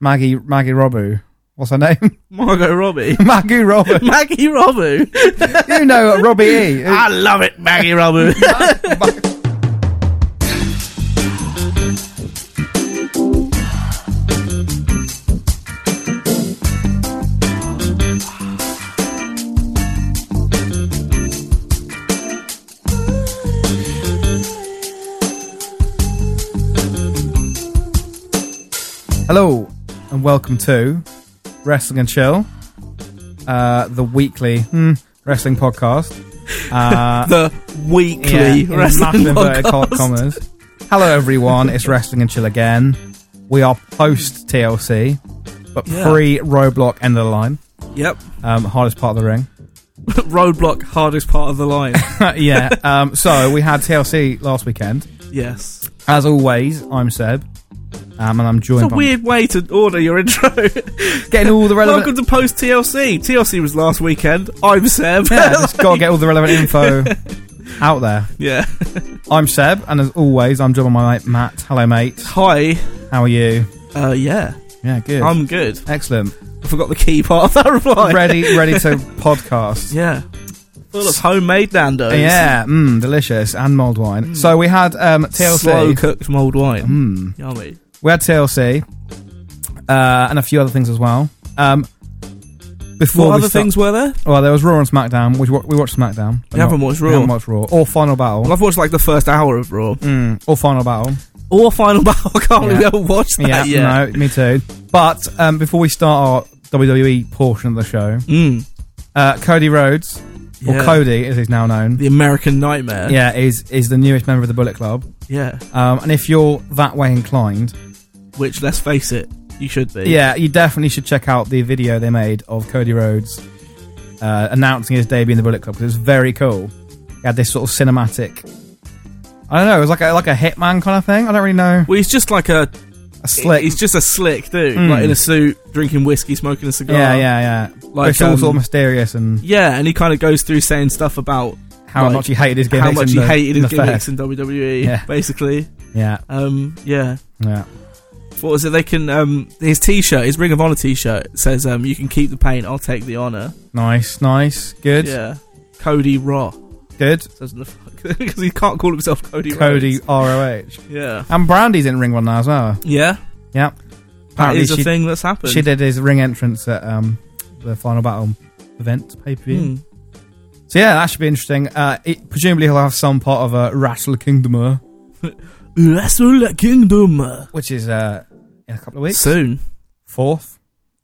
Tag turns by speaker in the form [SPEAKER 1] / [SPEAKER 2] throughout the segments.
[SPEAKER 1] Maggie Maggie Robu. What's her name?
[SPEAKER 2] Margot Robbie.
[SPEAKER 1] Maggie Robu.
[SPEAKER 2] Maggie Robu.
[SPEAKER 1] you know uh, Robbie E.
[SPEAKER 2] I love it, Maggie Robu.
[SPEAKER 1] Hello and welcome to Wrestling and Chill, uh, the weekly hmm, wrestling podcast. Uh,
[SPEAKER 2] the weekly
[SPEAKER 1] in
[SPEAKER 2] wrestling
[SPEAKER 1] massive inverted co-
[SPEAKER 2] podcast.
[SPEAKER 1] commas. Hello everyone, it's Wrestling and Chill again. We are post TLC, but
[SPEAKER 2] Yeah.
[SPEAKER 1] pre Roblox end of the line,
[SPEAKER 2] Yep.
[SPEAKER 1] um, hardest part of the ring.
[SPEAKER 2] Roadblock, hardest part of the line.
[SPEAKER 1] yeah. Um, so we had TLC last weekend.
[SPEAKER 2] yes.
[SPEAKER 1] As always, I'm Seb, um, and I'm joined
[SPEAKER 2] It's a
[SPEAKER 1] by
[SPEAKER 2] weird way to order your intro.
[SPEAKER 1] getting all the relevant.
[SPEAKER 2] Welcome to post TLC. TLC was last weekend. I'm Seb.
[SPEAKER 1] yeah, just gotta get all the relevant info out there.
[SPEAKER 2] yeah.
[SPEAKER 1] I'm Seb, and as always, I'm joined by my mate Matt. Hello, mate.
[SPEAKER 2] Hi.
[SPEAKER 1] How are you?
[SPEAKER 2] Uh, yeah.
[SPEAKER 1] Yeah, good.
[SPEAKER 2] I'm good.
[SPEAKER 1] Excellent.
[SPEAKER 2] I forgot the key part of that reply.
[SPEAKER 1] Ready, ready to podcast.
[SPEAKER 2] Yeah. Full of homemade Nando's.
[SPEAKER 1] Yeah, mm, delicious and mulled wine. So we had um,
[SPEAKER 2] Mm. Slow
[SPEAKER 1] TLC.
[SPEAKER 2] cooked mulled wine.
[SPEAKER 1] Mm.
[SPEAKER 2] Yummy.
[SPEAKER 1] We had TLC uh, and a few other things as well. Um, before we
[SPEAKER 2] What other
[SPEAKER 1] start-
[SPEAKER 2] things were there?
[SPEAKER 1] Well, there was Raw and SmackDown. We, wa- we watched SmackDown. but
[SPEAKER 2] You haven't watched
[SPEAKER 1] we
[SPEAKER 2] Raw.
[SPEAKER 1] haven't watched Raw or Final Battle.
[SPEAKER 2] Well, I've watched like the first hour of Raw.
[SPEAKER 1] Mm, or Final Battle.
[SPEAKER 2] Or Final Battle. I can't believe we
[SPEAKER 1] Yeah.
[SPEAKER 2] haven't watched
[SPEAKER 1] Yeah,
[SPEAKER 2] that yet.
[SPEAKER 1] no, me too. But um, before we start our WWE portion of the show,
[SPEAKER 2] Mm.
[SPEAKER 1] uh, Cody Rhodes,
[SPEAKER 2] Yeah.
[SPEAKER 1] or Cody as he's now known,
[SPEAKER 2] The American Nightmare.
[SPEAKER 1] yeah, is is the newest member of the Bullet Club.
[SPEAKER 2] Yeah.
[SPEAKER 1] Um, and if you're that way inclined,
[SPEAKER 2] Which, let's face it, you should be.
[SPEAKER 1] yeah, you definitely should check out the video they made of Cody Rhodes uh, announcing his debut in the Bullet Club because it was very cool. He had this sort of cinematic. I don't know. It was like a like a hitman kind of thing. I don't really know.
[SPEAKER 2] Well, he's just like a
[SPEAKER 1] A slick.
[SPEAKER 2] He's just a slick dude,
[SPEAKER 1] Mm.
[SPEAKER 2] like in a suit, drinking whiskey, smoking a cigar.
[SPEAKER 1] yeah, yeah, yeah. But
[SPEAKER 2] Like,
[SPEAKER 1] it's all
[SPEAKER 2] um,
[SPEAKER 1] sort of mysterious and
[SPEAKER 2] yeah, and he kind of goes through saying stuff about
[SPEAKER 1] how
[SPEAKER 2] like,
[SPEAKER 1] much he hated his gimmicks.
[SPEAKER 2] how much
[SPEAKER 1] and
[SPEAKER 2] he
[SPEAKER 1] the-
[SPEAKER 2] hated
[SPEAKER 1] and
[SPEAKER 2] his
[SPEAKER 1] the fair.
[SPEAKER 2] gimmicks in WWE.
[SPEAKER 1] Yeah.
[SPEAKER 2] Basically,
[SPEAKER 1] Yeah,
[SPEAKER 2] um, yeah.
[SPEAKER 1] yeah.
[SPEAKER 2] What was it? They can um, his T-shirt, his Ring of Honor T-shirt says, um, "You can keep the pain, I'll take the honor."
[SPEAKER 1] Nice, nice, good,
[SPEAKER 2] Yeah, Cody Raw
[SPEAKER 1] good.
[SPEAKER 2] says in the because he can't call himself Cody.
[SPEAKER 1] Cody
[SPEAKER 2] Rhodes.
[SPEAKER 1] R O H.
[SPEAKER 2] Yeah,
[SPEAKER 1] And Brandy's in ring one now as well.
[SPEAKER 2] yeah.
[SPEAKER 1] Yeah.
[SPEAKER 2] That
[SPEAKER 1] Apparently
[SPEAKER 2] is a
[SPEAKER 1] she,
[SPEAKER 2] thing that's happened.
[SPEAKER 1] she did his ring entrance at um, the final battle event pay per view.
[SPEAKER 2] Hmm.
[SPEAKER 1] So yeah, that should be interesting. Uh, it, presumably he'll have some part of a Rattle Kingdom, uh,
[SPEAKER 2] Hmm. Wrestle Kingdom
[SPEAKER 1] which is uh, in a couple of weeks.
[SPEAKER 2] soon
[SPEAKER 1] Fourth.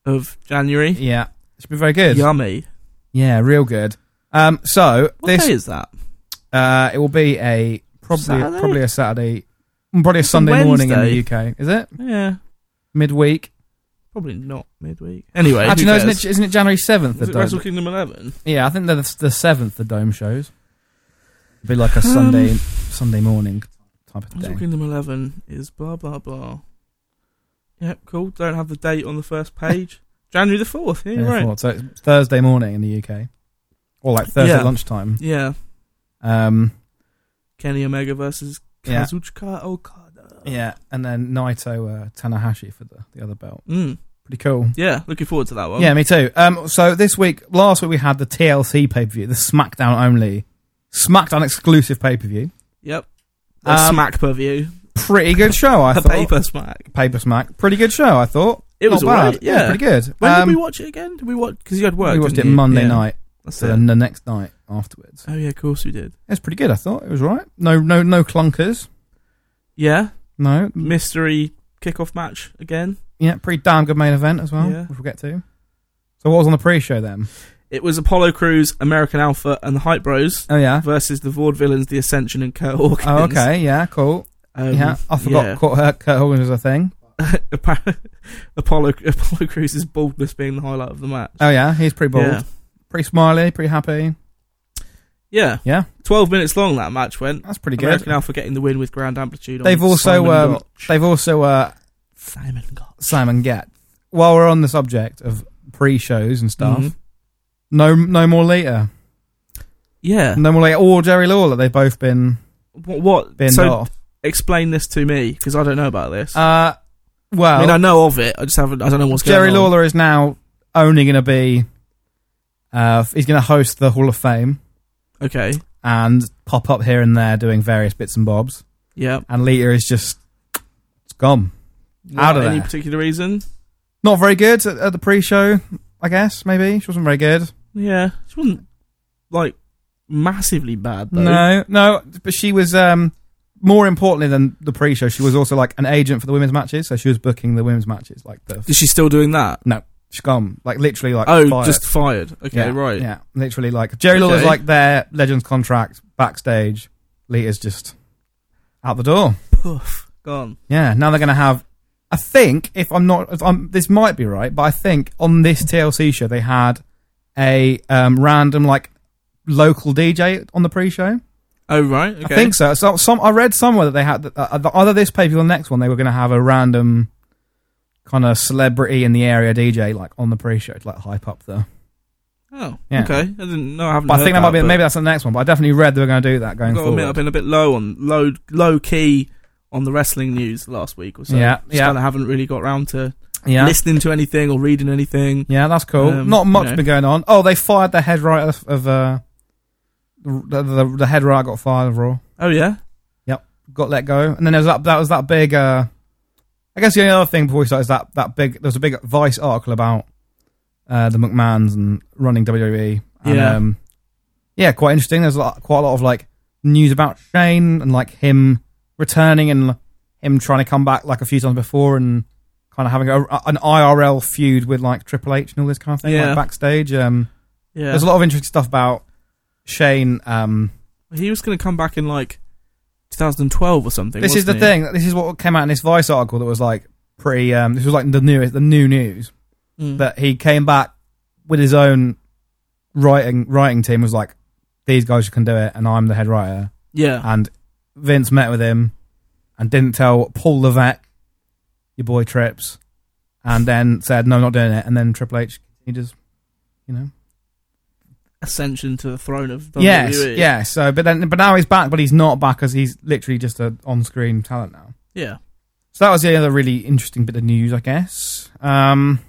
[SPEAKER 2] of January.
[SPEAKER 1] Yeah, should be very good. Yeah,
[SPEAKER 2] Yummy.
[SPEAKER 1] real good. Um, so
[SPEAKER 2] What
[SPEAKER 1] this
[SPEAKER 2] day is that?
[SPEAKER 1] uh, it will be a probably
[SPEAKER 2] Saturday?
[SPEAKER 1] probably a Saturday, mm, probably a Sunday morning in the UK. Is it
[SPEAKER 2] Yeah,
[SPEAKER 1] midweek?
[SPEAKER 2] probably not midweek. Anyway,
[SPEAKER 1] Actually,
[SPEAKER 2] who
[SPEAKER 1] no,
[SPEAKER 2] cares?
[SPEAKER 1] isn't it, isn't it January 7th? The
[SPEAKER 2] Is it
[SPEAKER 1] dome?
[SPEAKER 2] Wrestle Kingdom 11?
[SPEAKER 1] yeah, I think they're the, the 7th, the Dome shows. It'd be like a Sunday
[SPEAKER 2] Um,
[SPEAKER 1] Sunday morning type of
[SPEAKER 2] Wrestle
[SPEAKER 1] thing.
[SPEAKER 2] Kingdom 11 is blah blah blah. Yep, cool. Don't have the date on the first page. January the 4th. Yeah,
[SPEAKER 1] Yeah,
[SPEAKER 2] you're right.
[SPEAKER 1] thought- So it's Thursday morning in the UK. Or like Thursday
[SPEAKER 2] Yeah.
[SPEAKER 1] lunchtime.
[SPEAKER 2] Yeah,
[SPEAKER 1] Um,
[SPEAKER 2] Kenny Omega versus
[SPEAKER 1] Yeah.
[SPEAKER 2] Kazuchika Okada.
[SPEAKER 1] yeah, and then Naito uh, Tanahashi for the, the other belt.
[SPEAKER 2] Mm,
[SPEAKER 1] Pretty cool.
[SPEAKER 2] yeah, looking forward to that one.
[SPEAKER 1] Yeah, me too. Um, so this week, last week we had the TLC pay per view, the SmackDown only, SmackDown exclusive pay per view.
[SPEAKER 2] Yep. A
[SPEAKER 1] Um,
[SPEAKER 2] smack per view.
[SPEAKER 1] Pretty good show, I
[SPEAKER 2] A
[SPEAKER 1] thought.
[SPEAKER 2] paper smack.
[SPEAKER 1] Paper smack. Pretty good show, I thought.
[SPEAKER 2] It was
[SPEAKER 1] Not bad.
[SPEAKER 2] alright.
[SPEAKER 1] It was
[SPEAKER 2] Yeah.
[SPEAKER 1] pretty good.
[SPEAKER 2] When
[SPEAKER 1] Um,
[SPEAKER 2] did we watch it again? Did we watch? Because you had work.
[SPEAKER 1] we watched it
[SPEAKER 2] didn't you?
[SPEAKER 1] Monday
[SPEAKER 2] Yeah,
[SPEAKER 1] night,
[SPEAKER 2] That's
[SPEAKER 1] so
[SPEAKER 2] it.
[SPEAKER 1] then the next night afterwards.
[SPEAKER 2] Oh yeah, of course we did.
[SPEAKER 1] It was pretty good. I thought it was all right. No, no, no clunkers.
[SPEAKER 2] Yeah.
[SPEAKER 1] No,
[SPEAKER 2] mystery kickoff match again.
[SPEAKER 1] yeah, pretty damn good main event as well,
[SPEAKER 2] Yeah.
[SPEAKER 1] which we'll get to. So what was on the pre-show then?
[SPEAKER 2] It was Apollo Crews, American Alpha, and the Hype Bros
[SPEAKER 1] Oh yeah.
[SPEAKER 2] versus the Vaude Villains, The Ascension, and Kurt Hawkins.
[SPEAKER 1] Oh okay, yeah, cool.
[SPEAKER 2] Um,
[SPEAKER 1] yeah, I forgot
[SPEAKER 2] yeah.
[SPEAKER 1] Kurt, Kurt Hogan was a thing.
[SPEAKER 2] Appa- Apollo Apollo Crews' baldness being the highlight of the match.
[SPEAKER 1] Oh yeah, he's pretty bald,
[SPEAKER 2] Yeah.
[SPEAKER 1] pretty smiley, pretty happy.
[SPEAKER 2] yeah,
[SPEAKER 1] Yeah.
[SPEAKER 2] Twelve minutes long that match went.
[SPEAKER 1] That's pretty good.
[SPEAKER 2] American Alpha getting the win with Grand Amplitude.
[SPEAKER 1] They've
[SPEAKER 2] on
[SPEAKER 1] also,
[SPEAKER 2] Simon
[SPEAKER 1] um,
[SPEAKER 2] Gotch.
[SPEAKER 1] They've also uh,
[SPEAKER 2] Simon Gotch.
[SPEAKER 1] Simon Get. While we're on the subject of pre-shows and stuff,
[SPEAKER 2] Mhm.
[SPEAKER 1] no, no more later.
[SPEAKER 2] Yeah.
[SPEAKER 1] No more later. Or Jerry Lawler. They've both been
[SPEAKER 2] What? what?
[SPEAKER 1] been
[SPEAKER 2] so
[SPEAKER 1] off.
[SPEAKER 2] explain this to me because I don't know about this.
[SPEAKER 1] Uh, Well,
[SPEAKER 2] I mean, I know of it. I just haven't. I don't know what's
[SPEAKER 1] Jerry
[SPEAKER 2] going on.
[SPEAKER 1] Lawler is now only going to be. Uh, he's going to host the Hall of Fame
[SPEAKER 2] Okay.
[SPEAKER 1] and pop up here and there doing various bits and bobs.
[SPEAKER 2] Yeah.
[SPEAKER 1] And Lita is just it's gone. Out of
[SPEAKER 2] any
[SPEAKER 1] there.
[SPEAKER 2] particular reason?
[SPEAKER 1] Not very good at, at the pre-show, I guess. Maybe she wasn't very good.
[SPEAKER 2] Yeah. She wasn't like massively bad though.
[SPEAKER 1] No, no. But she was um, more importantly than the pre-show. She was also like an agent for the women's matches, so she was booking the women's matches. Like the
[SPEAKER 2] Is she still doing that?
[SPEAKER 1] she's gone. Like literally, like
[SPEAKER 2] oh,
[SPEAKER 1] fired.
[SPEAKER 2] just fired. Okay,
[SPEAKER 1] yeah,
[SPEAKER 2] right.
[SPEAKER 1] Yeah, literally like Jerry Lawler's
[SPEAKER 2] Okay.
[SPEAKER 1] like their Legends contract backstage. Lita's just out the door.
[SPEAKER 2] Poof. Gone.
[SPEAKER 1] Yeah, now they're going to have. I think if I'm not, if I'm, this might be right, but I think on this TLC show they had a um, random like local DJ on the pre-show.
[SPEAKER 2] Oh, right. Okay.
[SPEAKER 1] I think so. So some I read somewhere that they had that, uh, either this pay per view or the next one they were going to have a random kind of celebrity in the area DJ like on the pre-show to like hype up the.
[SPEAKER 2] Oh,
[SPEAKER 1] Yeah.
[SPEAKER 2] okay. I didn't know. I haven't.
[SPEAKER 1] But I
[SPEAKER 2] heard
[SPEAKER 1] think that might be
[SPEAKER 2] but
[SPEAKER 1] maybe that's the next one. But I definitely read they were going to do that
[SPEAKER 2] I've
[SPEAKER 1] going
[SPEAKER 2] got to admit, I've
[SPEAKER 1] forward.
[SPEAKER 2] been a bit low on low low key on the wrestling news last week or so.
[SPEAKER 1] Yeah,
[SPEAKER 2] Just
[SPEAKER 1] yeah.
[SPEAKER 2] kinda haven't really got round to
[SPEAKER 1] Yeah,
[SPEAKER 2] listening to anything or reading anything.
[SPEAKER 1] yeah, that's cool.
[SPEAKER 2] Um,
[SPEAKER 1] Not much
[SPEAKER 2] you know.
[SPEAKER 1] been going on. Oh, they fired the head writer of, of uh, the, the the head writer got fired of Raw.
[SPEAKER 2] Oh yeah.
[SPEAKER 1] got let go. And then there was that that was that big uh I guess the only other thing before we start is that that big there was a big Vice article about uh the McMahons and running WWE. And,
[SPEAKER 2] Yeah.
[SPEAKER 1] Um, yeah, quite interesting. There's a lot, quite a lot of like news about Shane and like him returning and him trying to come back like a few times before and kind of having a, an IRL feud with like Triple H and all this kind of thing
[SPEAKER 2] Yeah.
[SPEAKER 1] like backstage. Um,
[SPEAKER 2] Yeah.
[SPEAKER 1] There's a lot of interesting stuff about Shane um,
[SPEAKER 2] he was going to come back in like 2012 or something.
[SPEAKER 1] This is the
[SPEAKER 2] wasn't he?
[SPEAKER 1] thing. This is what came out in this Vice article that was like pretty. Um, this was like the newest, the new news
[SPEAKER 2] Mm.
[SPEAKER 1] that he came back with his own writing writing team. Was like these guys can do it, and I'm the head writer.
[SPEAKER 2] yeah.
[SPEAKER 1] And Vince met with him and didn't tell Paul Levesque, your boy Trips, and then said no, not doing it. And then Triple H, he just, you know,
[SPEAKER 2] Ascension to the throne of E. WWE.
[SPEAKER 1] yes, yeah. So, but then, but now he's back, but he's not back because he's literally just a on screen talent now.
[SPEAKER 2] Yeah.
[SPEAKER 1] So that was the other really interesting bit of news, I guess. Um,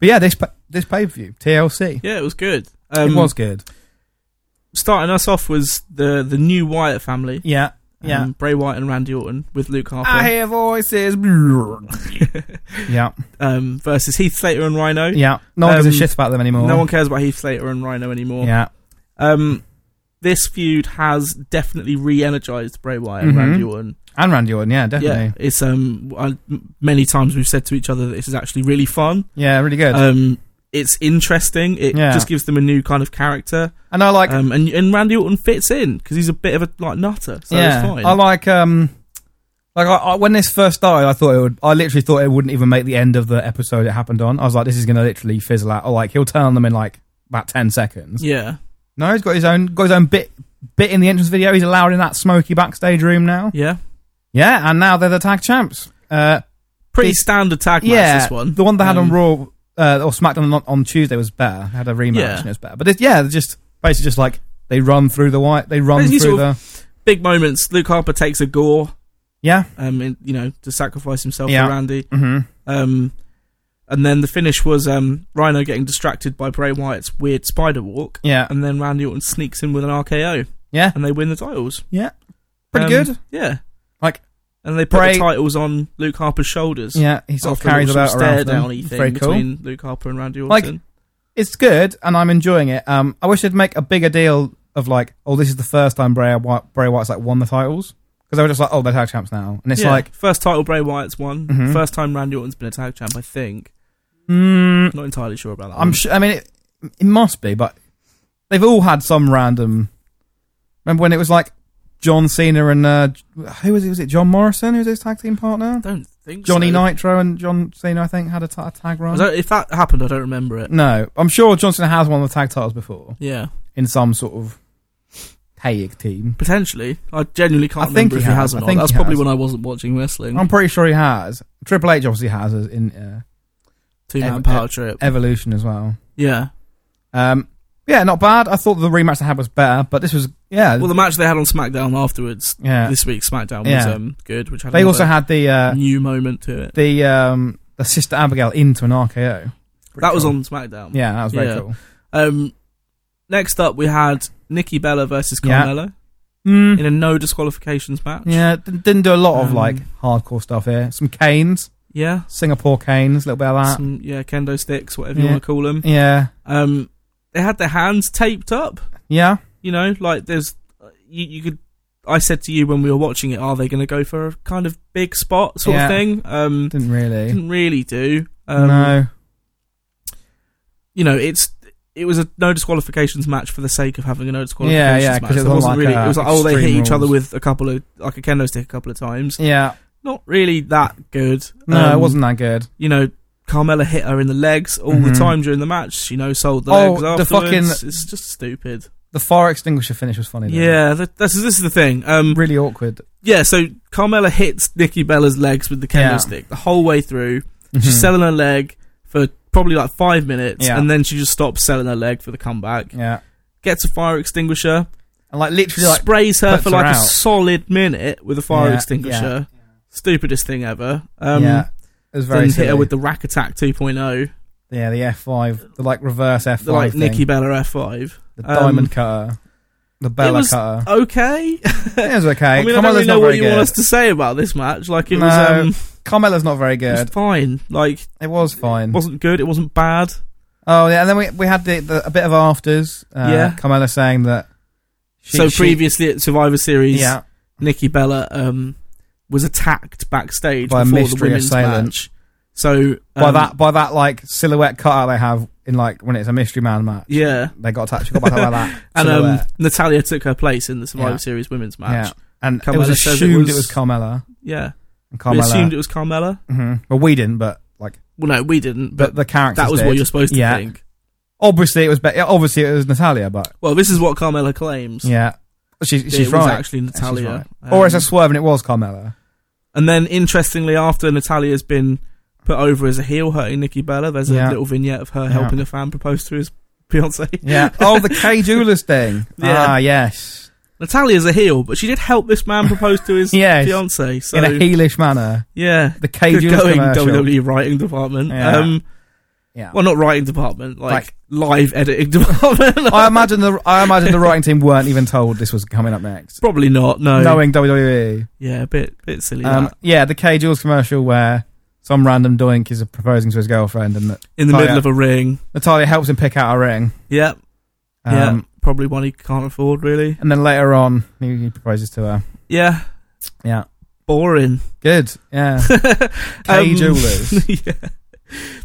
[SPEAKER 1] but yeah, this pa- this pay per view TLC,
[SPEAKER 2] Yeah. It was good. Um,
[SPEAKER 1] it was good.
[SPEAKER 2] Starting us off was the the new Wyatt family.
[SPEAKER 1] Yeah, yeah.
[SPEAKER 2] Um, Bray Wyatt and Randy Orton with Luke Harper.
[SPEAKER 1] I hear voices. yeah,
[SPEAKER 2] um, versus Heath Slater and Rhino.
[SPEAKER 1] yeah. No one gives
[SPEAKER 2] Um,
[SPEAKER 1] a shit about them anymore.
[SPEAKER 2] No one cares about Heath Slater and Rhino anymore.
[SPEAKER 1] Yeah,
[SPEAKER 2] Um, this feud has definitely re-energized Bray Wyatt
[SPEAKER 1] Mhm.
[SPEAKER 2] and Randy Orton.
[SPEAKER 1] and Randy Orton. Yeah, definitely.
[SPEAKER 2] Yeah, it's um I, many times we've said to each other that this is actually really fun.
[SPEAKER 1] Yeah, really good.
[SPEAKER 2] Um, it's interesting. It
[SPEAKER 1] Yeah.
[SPEAKER 2] just gives them a new kind of character.
[SPEAKER 1] and I like.
[SPEAKER 2] Um, and and Randy Orton fits in because he's a bit of a like nutter, so
[SPEAKER 1] yeah,
[SPEAKER 2] it's fine.
[SPEAKER 1] I like. Um, like I, I, when this first started, I thought it would. I literally thought it wouldn't even make the end of the episode it happened on. I was like, this is gonna literally fizzle out. Or like he'll turn on them in like about ten seconds.
[SPEAKER 2] yeah,
[SPEAKER 1] No, he's got his own got his own bit bit in the entrance video. He's allowed in that smoky backstage room now.
[SPEAKER 2] yeah,
[SPEAKER 1] Yeah, and now they're the tag champs. Uh,
[SPEAKER 2] pretty
[SPEAKER 1] The-
[SPEAKER 2] standard tag match.
[SPEAKER 1] yeah,
[SPEAKER 2] this one,
[SPEAKER 1] the one they had
[SPEAKER 2] Um,
[SPEAKER 1] on Raw uh, or SmackDown on, on Tuesday was better. Had a rematch
[SPEAKER 2] Yeah.
[SPEAKER 1] and it was better. But it's, yeah, they're just basically just like they run through the white, they run
[SPEAKER 2] Basically
[SPEAKER 1] through
[SPEAKER 2] sort
[SPEAKER 1] the
[SPEAKER 2] Big moments. Luke Harper takes a gore,
[SPEAKER 1] yeah.
[SPEAKER 2] um, in, you know, to sacrifice himself
[SPEAKER 1] Yeah.
[SPEAKER 2] for Randy.
[SPEAKER 1] Mm-hmm.
[SPEAKER 2] Um, and then the finish was um, Rhino getting distracted by Bray Wyatt's weird spider walk,
[SPEAKER 1] Yeah,
[SPEAKER 2] and then Randy Orton sneaks in with an RKO.
[SPEAKER 1] Yeah.
[SPEAKER 2] and they win the titles.
[SPEAKER 1] pretty
[SPEAKER 2] Um,
[SPEAKER 1] good.
[SPEAKER 2] Yeah,
[SPEAKER 1] Like,
[SPEAKER 2] and they put
[SPEAKER 1] Bray-
[SPEAKER 2] the titles on Luke Harper's shoulders.
[SPEAKER 1] Yeah, he sort of
[SPEAKER 2] After
[SPEAKER 1] carries
[SPEAKER 2] a
[SPEAKER 1] it
[SPEAKER 2] little
[SPEAKER 1] out
[SPEAKER 2] sort
[SPEAKER 1] around
[SPEAKER 2] of
[SPEAKER 1] for
[SPEAKER 2] stare
[SPEAKER 1] them.
[SPEAKER 2] downy thing
[SPEAKER 1] Very cool.
[SPEAKER 2] between Luke Harper and Randy
[SPEAKER 1] Like-
[SPEAKER 2] Orton.
[SPEAKER 1] it's good and I'm enjoying it. Um, I wish they'd make a bigger deal of like, oh, this is the first time Bray Wyatt, Bray Wyatt's like won the titles because they were just like, oh, they're tag champs now, and it's
[SPEAKER 2] Yeah,
[SPEAKER 1] like,
[SPEAKER 2] first title Bray Wyatt's won.
[SPEAKER 1] Mhm.
[SPEAKER 2] First time Randy Orton's been a tag champ, I think.
[SPEAKER 1] mm,
[SPEAKER 2] Not entirely sure about that.
[SPEAKER 1] I'm
[SPEAKER 2] one.
[SPEAKER 1] sure. I mean, it, it must be, but they've all had some random. Remember when it was like John Cena and uh, who was it? Was it John Morrison who was his tag team partner?
[SPEAKER 2] don't think
[SPEAKER 1] Johnny
[SPEAKER 2] so.
[SPEAKER 1] Nitro and John Cena, I think, had a ta- tag
[SPEAKER 2] I
[SPEAKER 1] run.
[SPEAKER 2] don't- if that happened, I don't remember it.
[SPEAKER 1] No, I'm sure John Cena has won the tag titles before
[SPEAKER 2] Yeah,
[SPEAKER 1] in some sort of tag team.
[SPEAKER 2] potentially. I genuinely can't
[SPEAKER 1] I think
[SPEAKER 2] remember
[SPEAKER 1] he
[SPEAKER 2] if he
[SPEAKER 1] has.
[SPEAKER 2] has or
[SPEAKER 1] I
[SPEAKER 2] not.
[SPEAKER 1] think
[SPEAKER 2] That's
[SPEAKER 1] he
[SPEAKER 2] probably
[SPEAKER 1] has.
[SPEAKER 2] when I wasn't watching wrestling.
[SPEAKER 1] I'm pretty sure he has. Triple H obviously has as in uh,
[SPEAKER 2] Two man
[SPEAKER 1] Ev-
[SPEAKER 2] power trip.
[SPEAKER 1] Evolution as well.
[SPEAKER 2] yeah,
[SPEAKER 1] Um, Yeah, not bad. I thought the rematch they had was better, but this was yeah.
[SPEAKER 2] Well, the match they had on SmackDown afterwards,
[SPEAKER 1] yeah.
[SPEAKER 2] this week's SmackDown was
[SPEAKER 1] Yeah.
[SPEAKER 2] um, good, which had
[SPEAKER 1] They also
[SPEAKER 2] another
[SPEAKER 1] had the uh,
[SPEAKER 2] new moment to it.
[SPEAKER 1] the um, the sister Abigail into an RKO. Pretty
[SPEAKER 2] that was
[SPEAKER 1] cool.
[SPEAKER 2] on SmackDown.
[SPEAKER 1] Yeah, that was very
[SPEAKER 2] Yeah.
[SPEAKER 1] cool.
[SPEAKER 2] Um, next up, we had Nikki Bella versus
[SPEAKER 1] Yeah.
[SPEAKER 2] Carmella
[SPEAKER 1] Mm,
[SPEAKER 2] in a no disqualifications match.
[SPEAKER 1] yeah, d- didn't do a lot of
[SPEAKER 2] Um,
[SPEAKER 1] like hardcore stuff here. Some canes,
[SPEAKER 2] yeah,
[SPEAKER 1] Singapore canes, a little bit of that.
[SPEAKER 2] some yeah kendo sticks, whatever
[SPEAKER 1] Uh,
[SPEAKER 2] you
[SPEAKER 1] Yeah.
[SPEAKER 2] want to call them.
[SPEAKER 1] yeah,
[SPEAKER 2] Um, they had their hands taped up.
[SPEAKER 1] yeah,
[SPEAKER 2] You know, like there's you, you could. I said to you when we were watching it, are they going to go for a kind of big spot sort
[SPEAKER 1] Yeah.
[SPEAKER 2] of thing? Um,
[SPEAKER 1] didn't really.
[SPEAKER 2] didn't really do. Um,
[SPEAKER 1] no,
[SPEAKER 2] you know, it's it was a no disqualifications match for the sake of having a no
[SPEAKER 1] Yeah,
[SPEAKER 2] disqualifications
[SPEAKER 1] yeah, 'cause
[SPEAKER 2] match.
[SPEAKER 1] it was
[SPEAKER 2] There wasn't
[SPEAKER 1] like,
[SPEAKER 2] really.
[SPEAKER 1] uh,
[SPEAKER 2] it was like, oh, they hit
[SPEAKER 1] Extreme
[SPEAKER 2] each other
[SPEAKER 1] Rules.
[SPEAKER 2] with a couple of like a kendo stick a couple of times.
[SPEAKER 1] yeah,
[SPEAKER 2] Not really that good.
[SPEAKER 1] no, it
[SPEAKER 2] Um,
[SPEAKER 1] wasn't that good.
[SPEAKER 2] You know, Carmella hit her in the legs all the
[SPEAKER 1] Mhm.
[SPEAKER 2] time during the match. You know, sold the
[SPEAKER 1] Oh,
[SPEAKER 2] legs
[SPEAKER 1] the
[SPEAKER 2] afterwards.
[SPEAKER 1] fucking-
[SPEAKER 2] it's just stupid.
[SPEAKER 1] The fire extinguisher finish was funny. Though.
[SPEAKER 2] Yeah, that, that's this is the thing. Um,
[SPEAKER 1] really awkward.
[SPEAKER 2] yeah, so Carmella hits Nikki Bella's legs with the kendo
[SPEAKER 1] Yeah.
[SPEAKER 2] stick the whole way through.
[SPEAKER 1] Mhm.
[SPEAKER 2] She's selling her leg for probably like five minutes,
[SPEAKER 1] Yeah.
[SPEAKER 2] and then she just stops selling her leg for the comeback.
[SPEAKER 1] Yeah,
[SPEAKER 2] Gets a fire extinguisher,
[SPEAKER 1] and like literally like
[SPEAKER 2] sprays her
[SPEAKER 1] puts
[SPEAKER 2] for
[SPEAKER 1] her
[SPEAKER 2] like a
[SPEAKER 1] out.
[SPEAKER 2] solid minute with a fire
[SPEAKER 1] Yeah,
[SPEAKER 2] extinguisher. Stupidest thing ever. Um,
[SPEAKER 1] yeah, it was very
[SPEAKER 2] then hit
[SPEAKER 1] silly.
[SPEAKER 2] her with the Rack Attack oh. 2.0
[SPEAKER 1] yeah the F five the like reverse F
[SPEAKER 2] the
[SPEAKER 1] five
[SPEAKER 2] like
[SPEAKER 1] thing.
[SPEAKER 2] Nikki Bella F5.
[SPEAKER 1] the
[SPEAKER 2] um,
[SPEAKER 1] diamond cutter, the Bella
[SPEAKER 2] was-
[SPEAKER 1] cutter.
[SPEAKER 2] Okay.
[SPEAKER 1] It was okay.
[SPEAKER 2] I mean, I don't
[SPEAKER 1] Carmella's
[SPEAKER 2] really know
[SPEAKER 1] not
[SPEAKER 2] what
[SPEAKER 1] very
[SPEAKER 2] you want
[SPEAKER 1] good.
[SPEAKER 2] us to say about this match. Like, it
[SPEAKER 1] No,
[SPEAKER 2] was um,
[SPEAKER 1] Carmella's not very
[SPEAKER 2] it was
[SPEAKER 1] good. Mm.
[SPEAKER 2] fine. Like,
[SPEAKER 1] It was fine.
[SPEAKER 2] it wasn't good. It wasn't bad.
[SPEAKER 1] Oh yeah, and then we we had the, the a bit of afters. Uh,
[SPEAKER 2] Yeah.
[SPEAKER 1] Carmella saying that. she-
[SPEAKER 2] so
[SPEAKER 1] she-
[SPEAKER 2] previously at Survivor Series,
[SPEAKER 1] yeah,
[SPEAKER 2] Nikki Bella um, was attacked backstage
[SPEAKER 1] By a
[SPEAKER 2] before the
[SPEAKER 1] mystery
[SPEAKER 2] women's
[SPEAKER 1] assailant.
[SPEAKER 2] match. So
[SPEAKER 1] by
[SPEAKER 2] um,
[SPEAKER 1] that by that like silhouette cutout they have in like when it's a mystery man match.
[SPEAKER 2] yeah,
[SPEAKER 1] They got attached. She got back like that.
[SPEAKER 2] and um,
[SPEAKER 1] silhouette.
[SPEAKER 2] Natalia took her place in the Survivor
[SPEAKER 1] Yeah.
[SPEAKER 2] Series women's
[SPEAKER 1] yeah,
[SPEAKER 2] match.
[SPEAKER 1] and it
[SPEAKER 2] Carmella
[SPEAKER 1] was
[SPEAKER 2] says it
[SPEAKER 1] assumed it was,
[SPEAKER 2] was-
[SPEAKER 1] Carmella.
[SPEAKER 2] Yeah,
[SPEAKER 1] And
[SPEAKER 2] we
[SPEAKER 1] Carmella.
[SPEAKER 2] assumed it was Carmella.
[SPEAKER 1] Mhm. Well, we didn't, but like,
[SPEAKER 2] Well, no, we didn't,
[SPEAKER 1] but
[SPEAKER 2] but
[SPEAKER 1] the characters.
[SPEAKER 2] that was
[SPEAKER 1] did.
[SPEAKER 2] what you're supposed to
[SPEAKER 1] Yeah.
[SPEAKER 2] think.
[SPEAKER 1] Obviously, it was. Be- obviously, it was Natalia, but
[SPEAKER 2] Well, this is what Carmella claims.
[SPEAKER 1] yeah, she,
[SPEAKER 2] that
[SPEAKER 1] she's
[SPEAKER 2] it was
[SPEAKER 1] right.
[SPEAKER 2] actually
[SPEAKER 1] she's
[SPEAKER 2] Natalia.
[SPEAKER 1] right.
[SPEAKER 2] Um,
[SPEAKER 1] or it's a swerve, and it was Carmella.
[SPEAKER 2] and then interestingly, after Natalia's been put over as a heel, hurting Nikki Bella, there's
[SPEAKER 1] Yeah.
[SPEAKER 2] a little vignette of her
[SPEAKER 1] Yeah.
[SPEAKER 2] helping a fan propose to his fiance.
[SPEAKER 1] Yeah. oh, the K Jewelers thing.
[SPEAKER 2] Yeah.
[SPEAKER 1] Ah, yes.
[SPEAKER 2] Natalia's a heel, but she did help this man propose to his
[SPEAKER 1] Yes.
[SPEAKER 2] fiance. So
[SPEAKER 1] In a heelish manner.
[SPEAKER 2] yeah,
[SPEAKER 1] The K
[SPEAKER 2] good
[SPEAKER 1] Jewelers
[SPEAKER 2] going E.
[SPEAKER 1] commercial.
[SPEAKER 2] WWE writing department.
[SPEAKER 1] Yeah.
[SPEAKER 2] Um,
[SPEAKER 1] Yeah.
[SPEAKER 2] well, not writing department, like,
[SPEAKER 1] Like-
[SPEAKER 2] live editing department.
[SPEAKER 1] I imagine the I imagine the writing team weren't even told this was coming up next.
[SPEAKER 2] Probably not. No.
[SPEAKER 1] Knowing WWE.
[SPEAKER 2] Yeah, a bit, bit silly.
[SPEAKER 1] Um,
[SPEAKER 2] that.
[SPEAKER 1] yeah, the K Jewels commercial where some random doink is proposing to his girlfriend and that
[SPEAKER 2] In the
[SPEAKER 1] oh,
[SPEAKER 2] middle
[SPEAKER 1] yeah.
[SPEAKER 2] of a ring.
[SPEAKER 1] Natalia helps him pick out a ring.
[SPEAKER 2] Yeah,
[SPEAKER 1] Um,
[SPEAKER 2] yeah. Probably one he can't afford, really.
[SPEAKER 1] And then later on, he, he proposes to her.
[SPEAKER 2] Yeah.
[SPEAKER 1] Yeah.
[SPEAKER 2] Boring.
[SPEAKER 1] Good. Yeah. K
[SPEAKER 2] Um,
[SPEAKER 1] Jewelers.
[SPEAKER 2] yeah.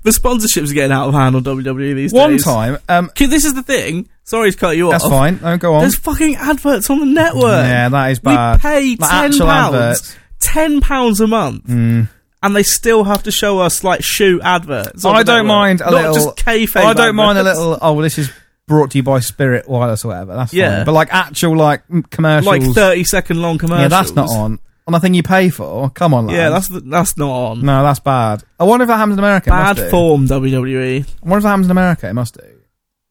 [SPEAKER 2] The sponsorships are getting out of hand on WWE these
[SPEAKER 1] One
[SPEAKER 2] days.
[SPEAKER 1] time, um,
[SPEAKER 2] 'Cause This is the thing. Sorry to cut you
[SPEAKER 1] that's
[SPEAKER 2] off.
[SPEAKER 1] fine. No, go on.
[SPEAKER 2] There's fucking adverts on the network.
[SPEAKER 1] Yeah, that is
[SPEAKER 2] We
[SPEAKER 1] bad.
[SPEAKER 2] pay
[SPEAKER 1] Like
[SPEAKER 2] ten
[SPEAKER 1] actual
[SPEAKER 2] pounds,
[SPEAKER 1] adverts.
[SPEAKER 2] ten pounds a month,
[SPEAKER 1] Mm.
[SPEAKER 2] and they still have to show us like shoe adverts. on
[SPEAKER 1] I
[SPEAKER 2] the
[SPEAKER 1] don't
[SPEAKER 2] network.
[SPEAKER 1] mind a
[SPEAKER 2] Not
[SPEAKER 1] little-
[SPEAKER 2] Just kayfabe
[SPEAKER 1] I don't mind a
[SPEAKER 2] adverts.
[SPEAKER 1] little. Oh, this is brought to you by Spirit Wireless or whatever. That's yeah.
[SPEAKER 2] Yeah.
[SPEAKER 1] fine. But like actual like m- commercials.
[SPEAKER 2] like thirty second long commercials.
[SPEAKER 1] yeah, that's not on. On a thing you pay for. Come on, lads.
[SPEAKER 2] Yeah, that's that's not on.
[SPEAKER 1] no, that's bad. I wonder if that happens in America. It must
[SPEAKER 2] Bad
[SPEAKER 1] do.
[SPEAKER 2] form
[SPEAKER 1] I
[SPEAKER 2] WWE.
[SPEAKER 1] wonder if that happens in America. It must do.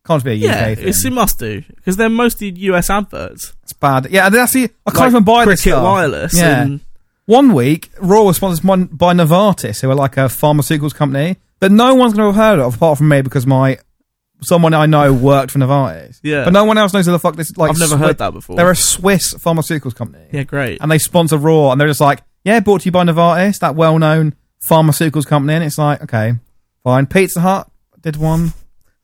[SPEAKER 1] Can't just be a UK
[SPEAKER 2] Yeah,
[SPEAKER 1] thing.
[SPEAKER 2] it's, it must do because they're mostly US adverts.
[SPEAKER 1] It's bad. Yeah, and that's the. I can't
[SPEAKER 2] Like
[SPEAKER 1] even buy this
[SPEAKER 2] Cricket
[SPEAKER 1] stuff.
[SPEAKER 2] Wireless.
[SPEAKER 1] Yeah.
[SPEAKER 2] and-
[SPEAKER 1] One week, Raw was sponsored mon- by Novartis, who are like a pharmaceuticals company that no one's going to have heard of apart from me because my someone I know worked for Novartis.
[SPEAKER 2] yeah.
[SPEAKER 1] But no one else knows who the fuck this. Like,
[SPEAKER 2] I've never
[SPEAKER 1] Swi-
[SPEAKER 2] heard that before.
[SPEAKER 1] They're a Swiss pharmaceuticals company,
[SPEAKER 2] yeah, great.
[SPEAKER 1] and they sponsor Raw, and they're just like, yeah, brought to you by Novartis, that well-known pharmaceuticals company. And it's like, okay, fine. Pizza Hut did one.